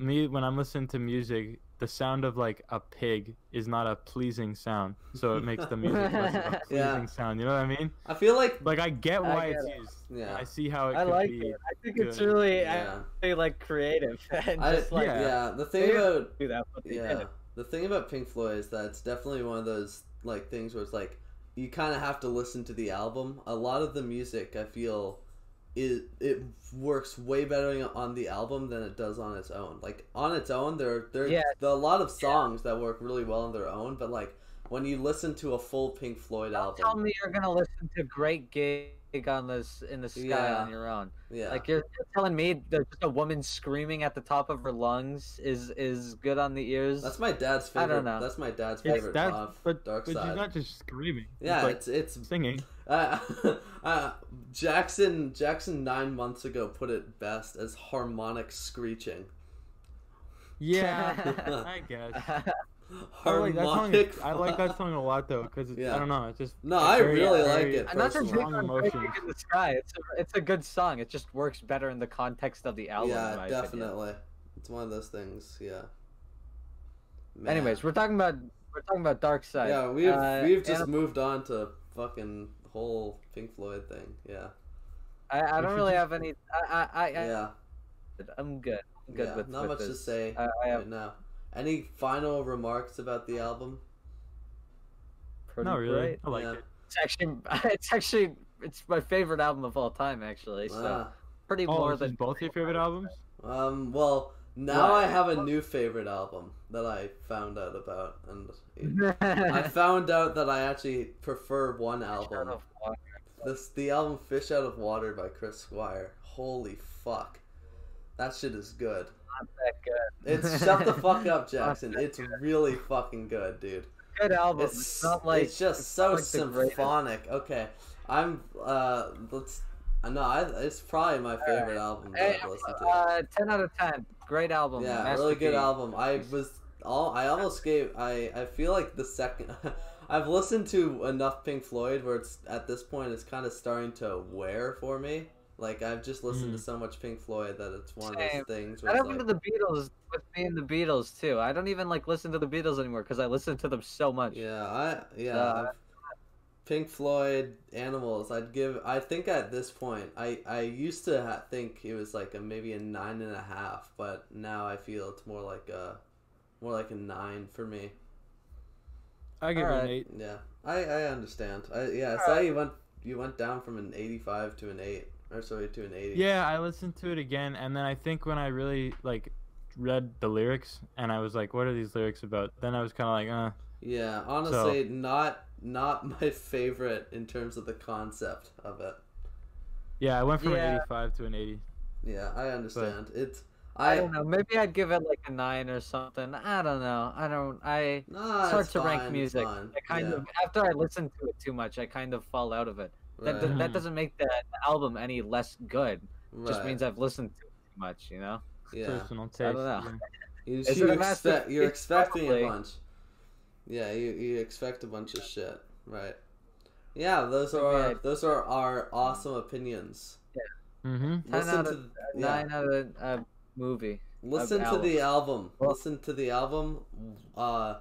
Speaker 3: me when i'm listening to music the sound of like a pig is not a pleasing sound so it makes the music less of a pleasing
Speaker 2: Yeah.
Speaker 3: sound you know what i mean
Speaker 2: I feel like
Speaker 3: like i get
Speaker 1: I
Speaker 3: why
Speaker 1: get
Speaker 3: it's
Speaker 1: it.
Speaker 3: used
Speaker 2: yeah.
Speaker 3: I see how it
Speaker 1: I
Speaker 3: could
Speaker 1: like
Speaker 3: be.
Speaker 1: it. I think it's
Speaker 3: good.
Speaker 1: really
Speaker 2: yeah.
Speaker 1: actually like creative and
Speaker 2: I,
Speaker 1: just like
Speaker 2: yeah. the thing
Speaker 1: They-
Speaker 2: about
Speaker 1: do that. But they did
Speaker 2: yeah,
Speaker 1: it.
Speaker 2: the thing about Pink Floyd is that it's definitely one of those like things where it's like you kind of have to listen to the album. A lot of the music I feel it it works way better on the album than it does on its own. Like on its own, there there,
Speaker 1: Yeah.
Speaker 2: there are a lot of songs that work really well on their own, but like when you listen to a full Pink Floyd
Speaker 1: Don't tell
Speaker 2: album,
Speaker 1: me you're gonna listen to Great Gig on this in the sky
Speaker 2: Yeah.
Speaker 1: on your own.
Speaker 2: yeah,
Speaker 1: Like you're, you're telling me that just a woman screaming at the top of her lungs is is good on the ears.
Speaker 2: that's my dad's
Speaker 1: I
Speaker 2: favorite.
Speaker 1: don't know.
Speaker 2: That's my dad's
Speaker 3: It's
Speaker 2: favorite.
Speaker 3: that-
Speaker 2: off
Speaker 3: but
Speaker 2: Dark
Speaker 3: but
Speaker 2: Side.
Speaker 3: she's not just screaming. She's,
Speaker 2: yeah,
Speaker 3: like
Speaker 2: it's it's
Speaker 3: singing.
Speaker 2: Uh, uh, Jackson Jackson nine months ago put it best as harmonic screeching.
Speaker 3: Yeah, I guess. I like, that song
Speaker 2: Harmonic.
Speaker 3: is, I like that song a lot though, cause it's,
Speaker 2: Yeah.
Speaker 3: I don't know, it's just
Speaker 2: No,
Speaker 3: it's
Speaker 2: I
Speaker 3: very-
Speaker 2: really
Speaker 3: very-
Speaker 2: like it.
Speaker 1: And not to
Speaker 2: Personal.
Speaker 1: take
Speaker 3: Strong
Speaker 1: on Great
Speaker 3: emotions.
Speaker 1: Gig in the sky. It's a, it's a good song. It just works better in the context of the album. in
Speaker 2: yeah,
Speaker 1: my opinion.
Speaker 2: definitely. It's one of those things. Yeah. Man.
Speaker 1: Anyways, we're talking about we're talking about Dark Side.
Speaker 2: yeah, we've
Speaker 1: Uh,
Speaker 2: we've just
Speaker 1: and
Speaker 2: moved on to fucking whole Pink Floyd thing. Yeah,
Speaker 1: I, I don't
Speaker 3: we should
Speaker 1: really
Speaker 3: just-
Speaker 1: have any. I I I,
Speaker 2: yeah,
Speaker 1: I I'm good. I'm good
Speaker 2: yeah.
Speaker 1: with
Speaker 2: Not
Speaker 1: with
Speaker 2: much
Speaker 1: this. Uh,
Speaker 2: to say
Speaker 1: I, I have
Speaker 2: right now. Any final remarks about the album?
Speaker 1: pretty
Speaker 3: no, really,
Speaker 1: great.
Speaker 3: I like
Speaker 2: Yeah.
Speaker 3: it.
Speaker 1: It's actually it's actually it's my favorite album of all time. Actually, so
Speaker 2: Ah.
Speaker 1: pretty
Speaker 3: Oh,
Speaker 1: more
Speaker 3: this
Speaker 1: than
Speaker 3: is both your favorite albums?
Speaker 2: Um, well, now
Speaker 1: Right.
Speaker 2: I have a new favorite album that I found out about, and it- I
Speaker 1: I
Speaker 2: found out that I actually prefer one album. This the album "Fish Out of Water" by Chris Squire. Holy fuck, that shit is good.
Speaker 1: that good.
Speaker 2: It's shut the fuck up, Jackson. It's really fucking good, dude.
Speaker 1: Good album. It's,
Speaker 2: It's
Speaker 1: not like
Speaker 2: it's just so
Speaker 1: like the greatest.
Speaker 2: symphonic. Okay, I'm uh, let's. I know I, it's probably my favorite album
Speaker 1: Hey,
Speaker 2: that I've listened to.
Speaker 1: uh, ten out of ten. Great album.
Speaker 2: Yeah, really good
Speaker 1: masterpiece.
Speaker 2: album. I was all I almost gave I I feel like the second I've listened to enough Pink Floyd where it's at this point it's kind of starting to wear for me. Like I've just listened
Speaker 3: Mm.
Speaker 2: to so much Pink Floyd that it's one of
Speaker 1: Same.
Speaker 2: those things
Speaker 1: That
Speaker 2: where it's
Speaker 1: happened to
Speaker 2: like,
Speaker 1: the Beatles with me and the Beatles too. I don't even like listen to the Beatles anymore because I listen to them so much.
Speaker 2: yeah, I yeah,
Speaker 1: Uh,
Speaker 2: I've- Pink Floyd, Animals. I'd give. I think at this point, I I used to ha- think it was like a maybe a nine and a half, but now I feel it's more like a more like a nine for me.
Speaker 3: I give it
Speaker 1: Alright.
Speaker 3: an eight.
Speaker 2: Yeah, I I understand. I yeah, I saw you went you went down from an eighty five to an eight or sorry to an eighty.
Speaker 3: Yeah, I listened to it again, and then I think when I really like read the lyrics, and I was like, "What are these lyrics about?" Then I was kind of like, "Uh,
Speaker 2: Yeah, honestly, not not my favorite in terms of the concept of it.
Speaker 3: yeah." I went from
Speaker 1: Yeah.
Speaker 3: an eighty-five to an eighty.
Speaker 2: Yeah, I understand. it's
Speaker 1: I,
Speaker 2: I,
Speaker 1: don't know. Maybe I'd give it like a nine or something. I don't know. I don't. I
Speaker 2: Nah,
Speaker 1: It's hard to
Speaker 2: fine,
Speaker 1: rank
Speaker 2: it's
Speaker 1: music.
Speaker 2: fine.
Speaker 1: I kind
Speaker 2: yeah,
Speaker 1: of after I listen to it too much, I kind of fall out of it. That,
Speaker 2: right,
Speaker 1: that, that
Speaker 3: Mhm.
Speaker 1: doesn't make that album any less good. Just
Speaker 2: right,
Speaker 1: means I've listened to it too much. You know.
Speaker 2: yeah.
Speaker 3: Personal taste.
Speaker 1: I don't know.
Speaker 3: yeah.
Speaker 2: You,
Speaker 1: Is
Speaker 2: you
Speaker 1: it a master-
Speaker 2: expect you're
Speaker 1: it's
Speaker 2: expecting
Speaker 1: probably-
Speaker 2: a bunch. Yeah, you you expect a bunch of shit, right? Yeah, those are
Speaker 1: Maybe
Speaker 2: our,
Speaker 1: I-
Speaker 2: those are our awesome opinions.
Speaker 3: Mm-hmm.
Speaker 1: Ten
Speaker 2: Listen
Speaker 1: out
Speaker 2: to
Speaker 1: of
Speaker 2: yeah.
Speaker 1: Nine out of a movie.
Speaker 2: Listen to
Speaker 1: album.
Speaker 2: the album.
Speaker 1: Well-
Speaker 2: Listen to the album. Uh,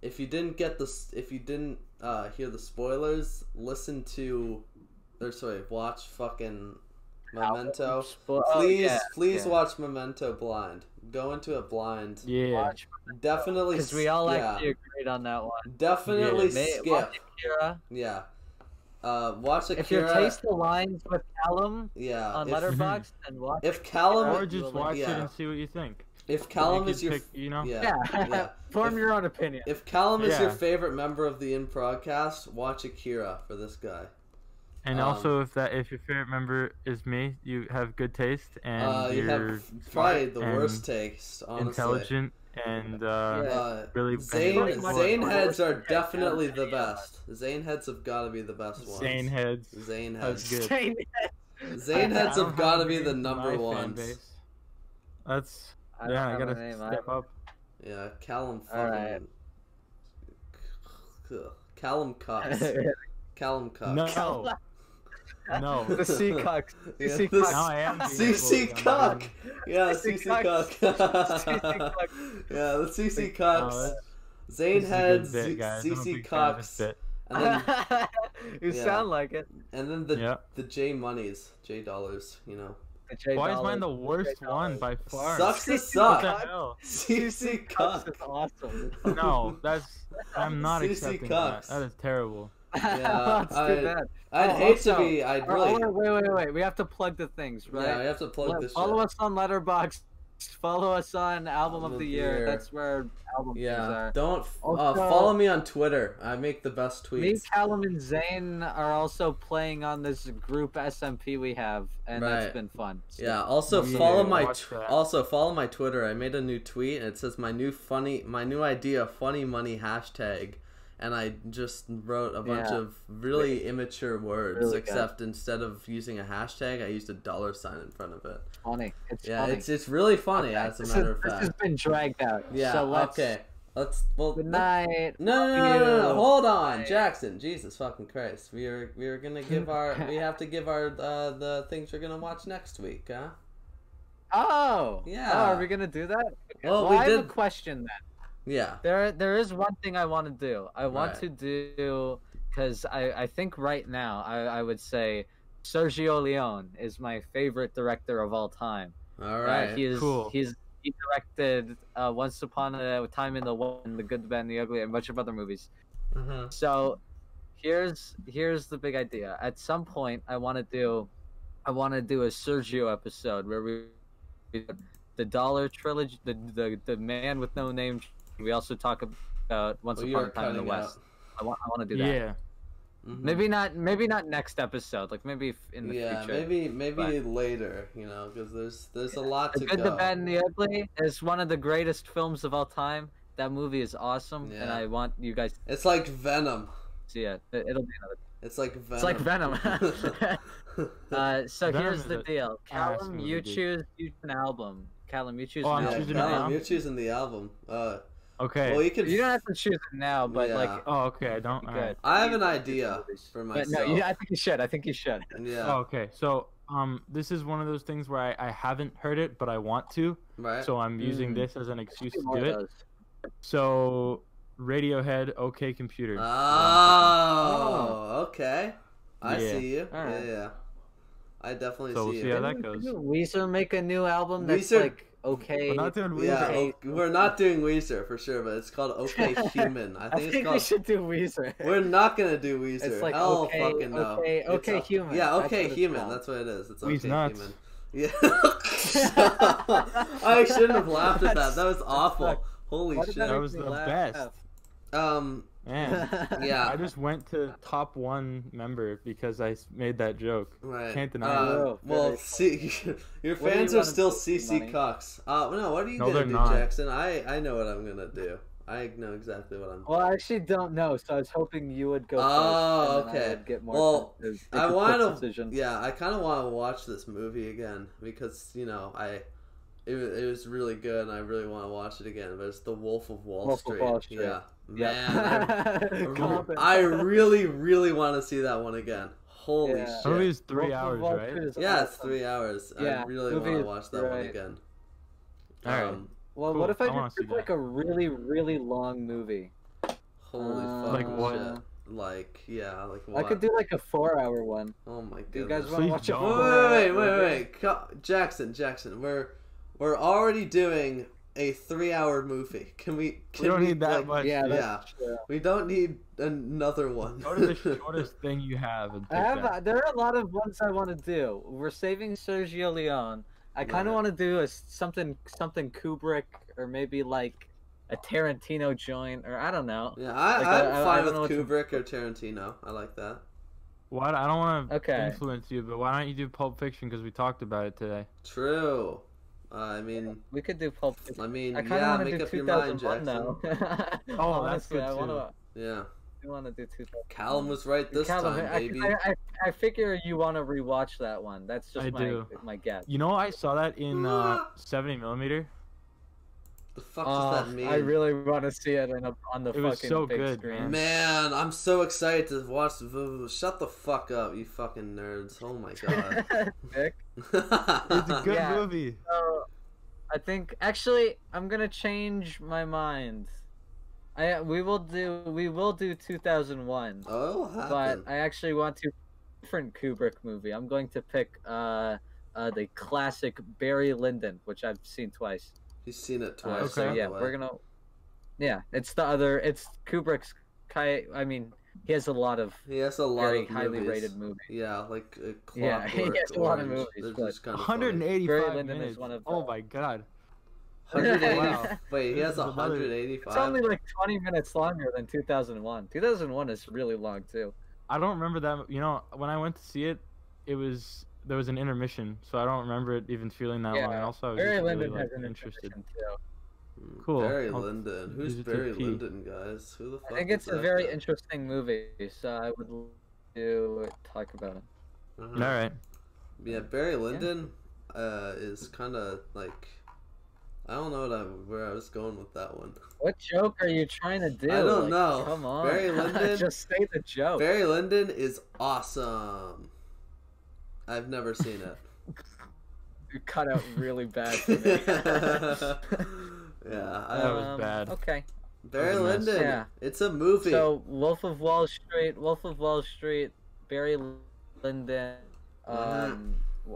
Speaker 2: if you didn't get this, if you didn't uh, hear the spoilers, listen to, or sorry, watch fucking Memento.
Speaker 1: Spl- oh,
Speaker 2: Please,
Speaker 1: yeah,
Speaker 2: please
Speaker 1: yeah.
Speaker 2: watch Memento blind. Go into it blind.
Speaker 3: Yeah.
Speaker 1: Watch
Speaker 2: Definitely,
Speaker 1: because we all
Speaker 2: yeah.
Speaker 1: actually agreed on that one.
Speaker 2: Definitely
Speaker 3: Yeah,
Speaker 1: May-
Speaker 2: skip.
Speaker 1: watch Akira.
Speaker 2: Yeah. Uh, watch Akira.
Speaker 1: If your taste aligns with Callum
Speaker 2: yeah.
Speaker 1: on
Speaker 2: if,
Speaker 1: Letterboxd, then watch.
Speaker 2: if
Speaker 3: Or
Speaker 2: Callum,
Speaker 1: Alright.
Speaker 3: just watch it
Speaker 2: yeah.
Speaker 3: and see what you think.
Speaker 2: if Callum
Speaker 3: you
Speaker 2: is your,
Speaker 3: pick, you know.
Speaker 2: yeah,
Speaker 1: yeah.
Speaker 2: yeah.
Speaker 1: Form
Speaker 2: If-
Speaker 1: your own opinion.
Speaker 2: If Callum is your
Speaker 3: Yeah.
Speaker 2: favorite member of the in broadcast, watch Akira for this guy.
Speaker 3: And
Speaker 2: Um,
Speaker 3: also, if that if your favorite member is me, you have good taste and
Speaker 2: uh, you
Speaker 3: you're
Speaker 2: have probably the
Speaker 3: smart
Speaker 2: worst
Speaker 3: and
Speaker 2: taste, honestly.
Speaker 3: intelligent and uh,
Speaker 1: Yeah.
Speaker 2: Uh,
Speaker 3: really
Speaker 1: Pretty
Speaker 2: Zane,
Speaker 1: much
Speaker 2: Zane
Speaker 1: the
Speaker 2: heads
Speaker 1: worst
Speaker 2: are
Speaker 1: taste out of
Speaker 2: definitely the
Speaker 1: any of us.
Speaker 2: best. Zane heads have got to be the best ones.
Speaker 3: Zane heads.
Speaker 2: Zane
Speaker 3: That's
Speaker 2: heads.
Speaker 3: good.
Speaker 1: Say
Speaker 2: Zane
Speaker 1: I
Speaker 2: heads have
Speaker 3: don't have
Speaker 2: got to be
Speaker 3: any
Speaker 2: the
Speaker 3: in my
Speaker 2: number
Speaker 3: fan
Speaker 2: ones.
Speaker 3: base. That's
Speaker 1: I don't
Speaker 3: yeah. I
Speaker 1: have
Speaker 3: gotta
Speaker 1: a name. I-
Speaker 3: step up.
Speaker 2: Yeah, Callum fucking.
Speaker 1: Alright.
Speaker 2: Callum Cox. Callum Cox.
Speaker 3: No, no.
Speaker 1: the Seacocks.
Speaker 2: Yeah,
Speaker 1: CC
Speaker 2: this-
Speaker 1: Cox.
Speaker 3: Now I am being
Speaker 2: CC
Speaker 3: bullied
Speaker 2: Cock.
Speaker 3: online.
Speaker 2: Yeah,
Speaker 1: CC
Speaker 2: CC
Speaker 1: Cock.
Speaker 2: Cock.
Speaker 1: CC Cock.
Speaker 2: yeah, the CC
Speaker 3: No,
Speaker 2: Cox.
Speaker 3: that's-
Speaker 2: Zane
Speaker 3: this is a good
Speaker 2: heads,
Speaker 3: bit,
Speaker 2: Z-
Speaker 3: guys. I'm a
Speaker 2: CC
Speaker 3: big fan of
Speaker 2: Cox,
Speaker 3: this bit.
Speaker 2: and then,
Speaker 1: you
Speaker 2: Yeah.
Speaker 1: sound like it.
Speaker 2: and then the
Speaker 3: Yeah.
Speaker 2: the J monies, J dollars, you know.
Speaker 1: The J
Speaker 3: Why is mine the
Speaker 1: Dollars.
Speaker 3: worst
Speaker 1: Jay
Speaker 3: one by far?
Speaker 2: Sucks to
Speaker 3: What the
Speaker 2: suck.
Speaker 3: hell?
Speaker 2: CC
Speaker 1: Cox
Speaker 2: Cock.
Speaker 1: is awesome.
Speaker 3: No, Oh, that's I'm not
Speaker 2: CC
Speaker 3: accepting
Speaker 2: Cox.
Speaker 3: that. That is terrible.
Speaker 2: Yeah,
Speaker 1: That's
Speaker 2: I-
Speaker 1: too bad.
Speaker 2: I'd
Speaker 1: Oh,
Speaker 2: hate to
Speaker 1: also,
Speaker 2: be. I'd
Speaker 1: Oh,
Speaker 2: really.
Speaker 1: oh, wait, wait, wait. We have to plug the things, right?
Speaker 2: Yeah, I have to plug
Speaker 1: Let-
Speaker 2: this.
Speaker 1: follow
Speaker 2: shit.
Speaker 1: us on Letterbox. Follow us on Album, of the Year. That's where album things
Speaker 2: Yeah,
Speaker 1: are.
Speaker 2: don't f- uh,
Speaker 1: Also-
Speaker 2: follow me on Twitter. I make the best tweets.
Speaker 1: Me, Callum, and Zane are also playing on this group SMP we have, and that's
Speaker 2: Right.
Speaker 1: been fun. So-
Speaker 2: Yeah. Also
Speaker 3: Yeah,
Speaker 2: follow my
Speaker 3: watch
Speaker 2: tw-
Speaker 3: that.
Speaker 2: also follow my Twitter. I made a new tweet and it says my new funny my new idea funny money hashtag, and I just wrote a bunch
Speaker 1: Yeah.
Speaker 2: of really immature words.
Speaker 1: Really good.
Speaker 2: except instead of using a hashtag, I used a dollar sign in front of it.
Speaker 1: funny. It's
Speaker 2: yeah,
Speaker 1: funny.
Speaker 2: it's it's really funny as a
Speaker 1: this,
Speaker 2: matter
Speaker 1: is-
Speaker 2: of
Speaker 1: this has
Speaker 2: fact.
Speaker 1: been dragged out.
Speaker 2: Yeah.
Speaker 1: So let's,
Speaker 2: okay. Let's well.
Speaker 1: Good night.
Speaker 2: No, no, no, no, no, no,
Speaker 1: You.
Speaker 2: Hold on,
Speaker 1: Bye.
Speaker 2: Jackson. Jesus fucking Christ. We are we are gonna give our we have to give our uh, the things we're gonna watch next week, huh?
Speaker 1: Oh.
Speaker 2: Yeah.
Speaker 1: Oh, are we gonna do that? Okay.
Speaker 2: Well,
Speaker 1: Well,
Speaker 2: we
Speaker 1: I have a
Speaker 2: did-
Speaker 1: question then.
Speaker 2: Yeah.
Speaker 1: There, there is one thing I want to do. I want
Speaker 2: Right.
Speaker 1: to do because I, I think right now I, I would say Sergio Leone is my favorite director of all time.
Speaker 2: All
Speaker 1: Uh,
Speaker 2: right.
Speaker 1: he is,
Speaker 3: cool.
Speaker 1: He's he directed uh, Once Upon a Time in the One, The Good, the Bad, and the Ugly, and a bunch of other movies.
Speaker 2: Mhm.
Speaker 1: So here's here's the big idea. At some point, I want to do I want to do a Sergio episode where we we- the Dollar trilogy, the the the Man with No Name. We also talk about Once
Speaker 2: Well, you
Speaker 1: Upon
Speaker 2: are
Speaker 1: a Time in the
Speaker 2: cutting out.
Speaker 1: West. I want I want to do that.
Speaker 3: Yeah.
Speaker 2: Mhm.
Speaker 1: Maybe not. Maybe not next episode. Like maybe f- in the
Speaker 2: yeah,
Speaker 1: future.
Speaker 2: maybe maybe
Speaker 1: but-
Speaker 2: later, you know, because there's there's a lot
Speaker 1: The
Speaker 2: to
Speaker 1: Good,
Speaker 2: go.
Speaker 1: the Bad, and the Ugly is one of the greatest films of all time. That movie is awesome, and
Speaker 2: Yeah.
Speaker 1: I want you guys to
Speaker 2: It's like Venom.
Speaker 1: see it. It- It'll be another.
Speaker 2: It's like Venom.
Speaker 1: It's like Venom. uh, so
Speaker 3: Venom
Speaker 1: here's
Speaker 3: is
Speaker 1: the
Speaker 3: a
Speaker 1: deal,
Speaker 3: ass
Speaker 1: Callum.
Speaker 3: movie,
Speaker 1: You
Speaker 3: dude.
Speaker 1: choose, you choose an album. Callum, you choose
Speaker 3: Oh,
Speaker 1: an
Speaker 2: yeah,
Speaker 3: I'm
Speaker 1: album.
Speaker 3: choosing an
Speaker 2: Venom,
Speaker 3: album.
Speaker 2: You're choosing the album. Uh,
Speaker 3: Okay.
Speaker 2: well, you could.
Speaker 1: You don't have to choose it now, but
Speaker 2: Yeah.
Speaker 1: like,
Speaker 3: oh, okay. I don't.
Speaker 1: good.
Speaker 3: alright.
Speaker 2: I have an idea for
Speaker 1: But
Speaker 2: myself.
Speaker 1: no, you, I think you should. I think you should.
Speaker 2: yeah.
Speaker 3: Oh, okay. So um, this is one of those things where I, I haven't heard it, but I want to,
Speaker 2: right?
Speaker 3: so I'm using
Speaker 1: Mm.
Speaker 3: this as an excuse to
Speaker 1: More
Speaker 3: do
Speaker 1: of
Speaker 3: it.
Speaker 1: those.
Speaker 3: So, Radiohead, OK Computer.
Speaker 2: Uh, oh, okay. I
Speaker 3: Yeah.
Speaker 2: see you.
Speaker 1: Alright.
Speaker 2: Yeah, yeah. I definitely
Speaker 3: So we'll
Speaker 2: see
Speaker 3: see
Speaker 2: you.
Speaker 3: how that
Speaker 1: Didn't-
Speaker 3: goes.
Speaker 1: didn't Weezer make a new album that's
Speaker 2: Weezer-
Speaker 1: like okay.
Speaker 3: We're not doing Weezer.
Speaker 2: yeah,
Speaker 1: Okay.
Speaker 2: o- we're not doing Weezer for sure, but it's called OK Human. I
Speaker 1: I
Speaker 2: think
Speaker 1: think,
Speaker 2: it's
Speaker 1: we
Speaker 2: called.
Speaker 1: should do Weezer.
Speaker 2: We're not gonna do Weezer.
Speaker 1: It's like
Speaker 2: Hell
Speaker 1: okay,
Speaker 2: fucking no.
Speaker 1: okay,
Speaker 2: It's
Speaker 1: okay
Speaker 2: a-
Speaker 1: Human.
Speaker 2: Yeah,
Speaker 1: That's
Speaker 2: okay
Speaker 1: what it's
Speaker 2: Human.
Speaker 1: called.
Speaker 2: That's what it is. It's
Speaker 3: We's
Speaker 2: okay
Speaker 3: nuts.
Speaker 2: Human. Yeah. I shouldn't have laughed at that. That was awful.
Speaker 1: That's-
Speaker 2: Holy
Speaker 1: Why did
Speaker 2: shit.
Speaker 3: That
Speaker 1: make
Speaker 3: was
Speaker 1: me
Speaker 3: the
Speaker 1: laugh?
Speaker 3: best.
Speaker 2: Um.
Speaker 3: Man,
Speaker 2: Yeah.
Speaker 3: I just went to top one member because I s- made that joke.
Speaker 2: Right.
Speaker 3: Can't deny
Speaker 2: Uh,
Speaker 1: it. Whoa,
Speaker 2: well,
Speaker 1: very
Speaker 2: see, your
Speaker 1: What do
Speaker 2: fans
Speaker 1: you
Speaker 2: are
Speaker 1: wanna
Speaker 2: still
Speaker 1: do,
Speaker 2: CC
Speaker 1: Money?
Speaker 2: Cox. Uh, no, what are you
Speaker 3: No,
Speaker 2: gonna
Speaker 3: they're
Speaker 2: do,
Speaker 3: not.
Speaker 2: Jackson? I I know what I'm gonna do. I know exactly what I'm.
Speaker 1: Well, I actually don't know, so I was hoping you would go
Speaker 2: Oh,
Speaker 1: first. and then
Speaker 2: okay.
Speaker 1: I would get more
Speaker 2: Well,
Speaker 1: sentences,
Speaker 2: I
Speaker 1: make a
Speaker 2: wanna-
Speaker 1: quick decision.
Speaker 2: Yeah, I kind of want to watch this movie again because you know I, it, wa- it was really good and I really want to watch it again. But it's The Wolf of Wall,
Speaker 1: Wolf of
Speaker 2: Street.
Speaker 1: Wall Street.
Speaker 2: Yeah, man, I,
Speaker 1: Yeah.
Speaker 2: re- I really, really want to see that one again. Holy
Speaker 1: Yeah.
Speaker 3: That
Speaker 2: shit!
Speaker 3: movie's three hours, right?
Speaker 2: Yeah, it's three hours. I
Speaker 1: Yeah,
Speaker 2: really
Speaker 1: movie
Speaker 2: want to
Speaker 1: is
Speaker 2: watch that one
Speaker 1: great.
Speaker 2: again.
Speaker 3: All right.
Speaker 2: Um,
Speaker 1: Well,
Speaker 3: Cool,
Speaker 1: what if
Speaker 3: I
Speaker 1: I,
Speaker 3: wanna
Speaker 1: just
Speaker 3: see
Speaker 1: did
Speaker 3: that.
Speaker 1: like a really, really long movie?
Speaker 2: Holy
Speaker 1: Uh,
Speaker 2: fuck!
Speaker 3: Like what?
Speaker 2: Shit. Like yeah, like what?
Speaker 1: I could do like a four-hour one.
Speaker 2: Oh my goodness.
Speaker 1: Do you guys
Speaker 3: goodness.
Speaker 1: want
Speaker 3: Please
Speaker 1: to watch a
Speaker 3: don't.
Speaker 1: four-hour
Speaker 2: Wait, wait, wait,
Speaker 1: movie?
Speaker 2: wait, Co- Jackson, Jackson, we're we're already doing a three-hour movie. Can we? Can
Speaker 3: We don't need that
Speaker 2: like,
Speaker 3: much.
Speaker 1: Yeah,
Speaker 3: dude.
Speaker 1: that's
Speaker 2: Yeah.
Speaker 1: true.
Speaker 2: We don't need another one.
Speaker 3: Go to the shortest thing you have. And
Speaker 1: I
Speaker 3: take
Speaker 1: have.
Speaker 3: that.
Speaker 1: uh, there are a lot of ones I want to do. We're saving Sergio Leone. I kind
Speaker 2: Right.
Speaker 1: of want to do a s- something, something Kubrick, or maybe like a Tarantino joint, or I don't know.
Speaker 2: yeah, I,
Speaker 1: Like, I-
Speaker 2: I'm
Speaker 1: I- I
Speaker 2: fine
Speaker 1: don't know
Speaker 2: with
Speaker 1: what to-
Speaker 2: Kubrick or Tarantino. I like that.
Speaker 3: Why? I don't want to
Speaker 1: Okay.
Speaker 3: influence you, but why don't you do Pulp Fiction because we talked about it today?
Speaker 2: True. Uh, I mean,
Speaker 1: We could do Pulp. Fiction.
Speaker 2: I mean,
Speaker 1: I kind of
Speaker 2: yeah.
Speaker 1: want to
Speaker 2: Make
Speaker 1: do
Speaker 2: up your mind,
Speaker 1: 2001
Speaker 2: Jackson.
Speaker 1: though.
Speaker 3: Oh, that's good,
Speaker 1: I
Speaker 3: too.
Speaker 1: wanna-
Speaker 2: Yeah,
Speaker 1: I want to do 2001.
Speaker 2: Callum was right this
Speaker 1: Callum,
Speaker 2: time,
Speaker 1: I,
Speaker 2: baby.
Speaker 1: I, I, I figure you want to rewatch that one. That's just
Speaker 3: I
Speaker 1: my
Speaker 3: do.
Speaker 1: my guess.
Speaker 3: You know, I saw that in uh,
Speaker 2: Ah.
Speaker 3: 70 millimeter.
Speaker 2: the fuck
Speaker 1: Oh,
Speaker 2: does that mean?
Speaker 1: I really want to see it in a, on the
Speaker 3: It
Speaker 1: fucking
Speaker 3: was so
Speaker 1: big
Speaker 3: good,
Speaker 1: screen.
Speaker 3: man.
Speaker 2: Man, I'm so excited to watch. the- the- the- Shut the fuck up, you fucking nerds! Oh my god.
Speaker 1: Dick.
Speaker 3: It's a good
Speaker 1: Yeah.
Speaker 3: movie.
Speaker 1: So, I think actually I'm gonna change my mind. I we will do we will do 2001,
Speaker 2: Oh, what
Speaker 1: but
Speaker 2: happened?
Speaker 1: I actually want to different Kubrick movie. I'm going to pick uh uh the classic Barry Lyndon, which I've seen twice.
Speaker 2: He's seen it
Speaker 1: Uh,
Speaker 2: twice.
Speaker 3: Okay.
Speaker 1: So
Speaker 2: by
Speaker 1: yeah,
Speaker 2: the way.
Speaker 1: we're gonna. Yeah, it's the other. It's Kubrick's. Kai. I mean, he has a lot of
Speaker 2: He has a lot
Speaker 1: very
Speaker 2: of
Speaker 1: highly
Speaker 2: movies.
Speaker 1: rated movies.
Speaker 2: Yeah, like uh,
Speaker 1: Yeah,
Speaker 2: Clockwork
Speaker 1: he has a lot of
Speaker 2: Orange.
Speaker 1: movies,
Speaker 2: They're
Speaker 1: but-
Speaker 2: just kind of
Speaker 1: Barry
Speaker 2: funny.
Speaker 3: 185
Speaker 1: Lyndon is
Speaker 3: minutes.
Speaker 1: one of
Speaker 3: Oh
Speaker 1: the-
Speaker 3: my god.
Speaker 2: 180.
Speaker 3: Wow.
Speaker 2: Wait, he
Speaker 3: This
Speaker 2: has
Speaker 3: is another-
Speaker 1: It's
Speaker 2: 185.
Speaker 1: only like 20 minutes longer than 2001. 2001 is really long too.
Speaker 3: I don't remember that. You know, when I went to see it, it was there was an intermission, so I don't remember it even feeling that long.
Speaker 1: Yeah.
Speaker 3: And also, I was
Speaker 1: Barry
Speaker 3: just really,
Speaker 1: Lyndon
Speaker 3: like,
Speaker 1: has an
Speaker 3: interested.
Speaker 1: interested too.
Speaker 2: Mm,
Speaker 3: Cool.
Speaker 2: Barry
Speaker 3: I'll-
Speaker 2: Lyndon. Who's
Speaker 3: use it to
Speaker 2: Barry
Speaker 3: pee.
Speaker 2: Lyndon, guys? Who the fuck?
Speaker 1: I think
Speaker 2: is
Speaker 1: it's a
Speaker 2: that
Speaker 1: very
Speaker 2: guy?
Speaker 1: interesting movie, so I would love to talk about it.
Speaker 2: Uh-huh.
Speaker 3: All right.
Speaker 2: Yeah, Barry Lyndon uh, is kind of like I don't know what I, where I was going with that one.
Speaker 1: What joke are you trying to do?
Speaker 2: I don't
Speaker 1: Like,
Speaker 2: know.
Speaker 1: Come on,
Speaker 2: Barry Lyndon-
Speaker 1: Just say the
Speaker 3: Oh.
Speaker 1: joke.
Speaker 2: Barry Lyndon is awesome. I've never seen it.
Speaker 1: You cut out really bad for me. Um,
Speaker 2: yeah, I,
Speaker 3: That was bad.
Speaker 1: Okay.
Speaker 2: Barry
Speaker 3: Oh. was a mess.
Speaker 2: Lyndon.
Speaker 1: Yeah.
Speaker 2: It's a movie.
Speaker 1: So Wolf of Wall Street, Wolf of Wall Street, Barry Lyndon,
Speaker 2: Uh-huh.
Speaker 1: um,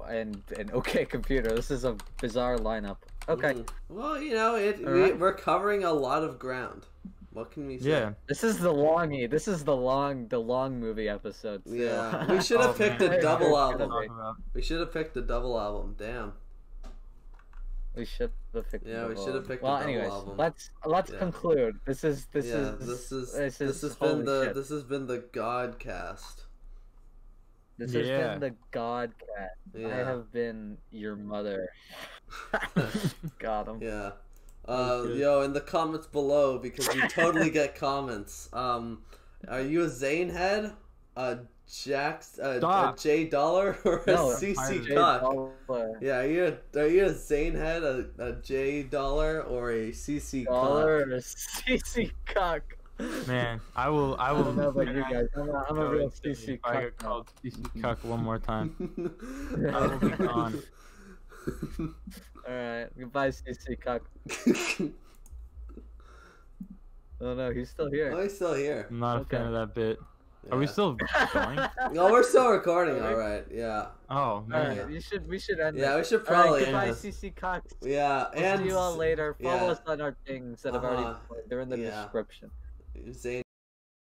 Speaker 1: and and OK Computer. This is a bizarre lineup. Okay,
Speaker 2: Mm. Well, you know, it we,
Speaker 1: All right.
Speaker 2: we're covering a lot of ground. What can we say?
Speaker 3: Yeah.
Speaker 1: this is the longy. This is the long, the long movie episode. Too.
Speaker 2: Yeah, we should have
Speaker 3: Oh,
Speaker 2: picked
Speaker 3: man.
Speaker 2: a double
Speaker 1: Wait,
Speaker 2: album.
Speaker 1: wait.
Speaker 3: Talk about-
Speaker 2: We should have picked a double album. Damn.
Speaker 1: We should have picked. a
Speaker 2: Yeah, we
Speaker 1: double
Speaker 2: should have
Speaker 1: album.
Speaker 2: picked a
Speaker 1: Well,
Speaker 2: double
Speaker 1: anyways,
Speaker 2: album.
Speaker 1: let's let's
Speaker 2: Yeah.
Speaker 1: conclude. This is this
Speaker 2: yeah,
Speaker 1: is
Speaker 2: this is
Speaker 1: this is
Speaker 2: has
Speaker 1: holy
Speaker 2: been the
Speaker 1: shit.
Speaker 2: this has been the Godcast.
Speaker 1: this
Speaker 3: Yeah.
Speaker 1: has been the God cat.
Speaker 2: Yeah.
Speaker 1: I have been your mother. Got him.
Speaker 2: Yeah.
Speaker 1: Oh,
Speaker 3: was
Speaker 2: Uh,
Speaker 3: good.
Speaker 2: yo, in the comments below because we totally get comments. Um, are you a Zane head, a Jax, a, a
Speaker 3: Stop.
Speaker 2: J Dollar, or a
Speaker 1: No,
Speaker 2: CC
Speaker 3: Jay
Speaker 2: Cock?
Speaker 1: Dollar.
Speaker 2: Yeah, are you a, are you a Zane head, a, a J Dollar, or a CC Cock?
Speaker 1: Dollar CC cock.
Speaker 3: Man, I will. I
Speaker 1: I
Speaker 3: will.
Speaker 1: don't know about you guys. I'm a, I'm a
Speaker 3: go
Speaker 1: real
Speaker 3: insane
Speaker 1: CC
Speaker 3: If I
Speaker 1: cuck
Speaker 3: get
Speaker 1: now.
Speaker 3: called CC cuck one more time.
Speaker 1: I
Speaker 3: will be gone.
Speaker 1: All right, goodbye, CC cuck. Oh no, he's still
Speaker 2: Oh,
Speaker 1: here.
Speaker 2: he's still here.
Speaker 3: I'm not a fan
Speaker 1: Okay.
Speaker 3: of that bit. Are we
Speaker 2: Yeah.
Speaker 3: still going?
Speaker 2: No, we're still recording.
Speaker 1: Are we?
Speaker 2: All right. Yeah.
Speaker 3: Oh
Speaker 1: All
Speaker 3: man.
Speaker 1: right, you should we should end.
Speaker 2: Yeah.
Speaker 1: it.
Speaker 2: We should
Speaker 1: All right,
Speaker 2: probably. end
Speaker 1: goodbye,
Speaker 2: this.
Speaker 1: CC cuck.
Speaker 2: Yeah.
Speaker 1: We'll
Speaker 2: and
Speaker 1: see you all later. Follow
Speaker 2: yeah.
Speaker 1: us on our things that have already.
Speaker 2: Uh-huh.
Speaker 1: They're in the
Speaker 2: Yeah.
Speaker 1: description.
Speaker 2: Zane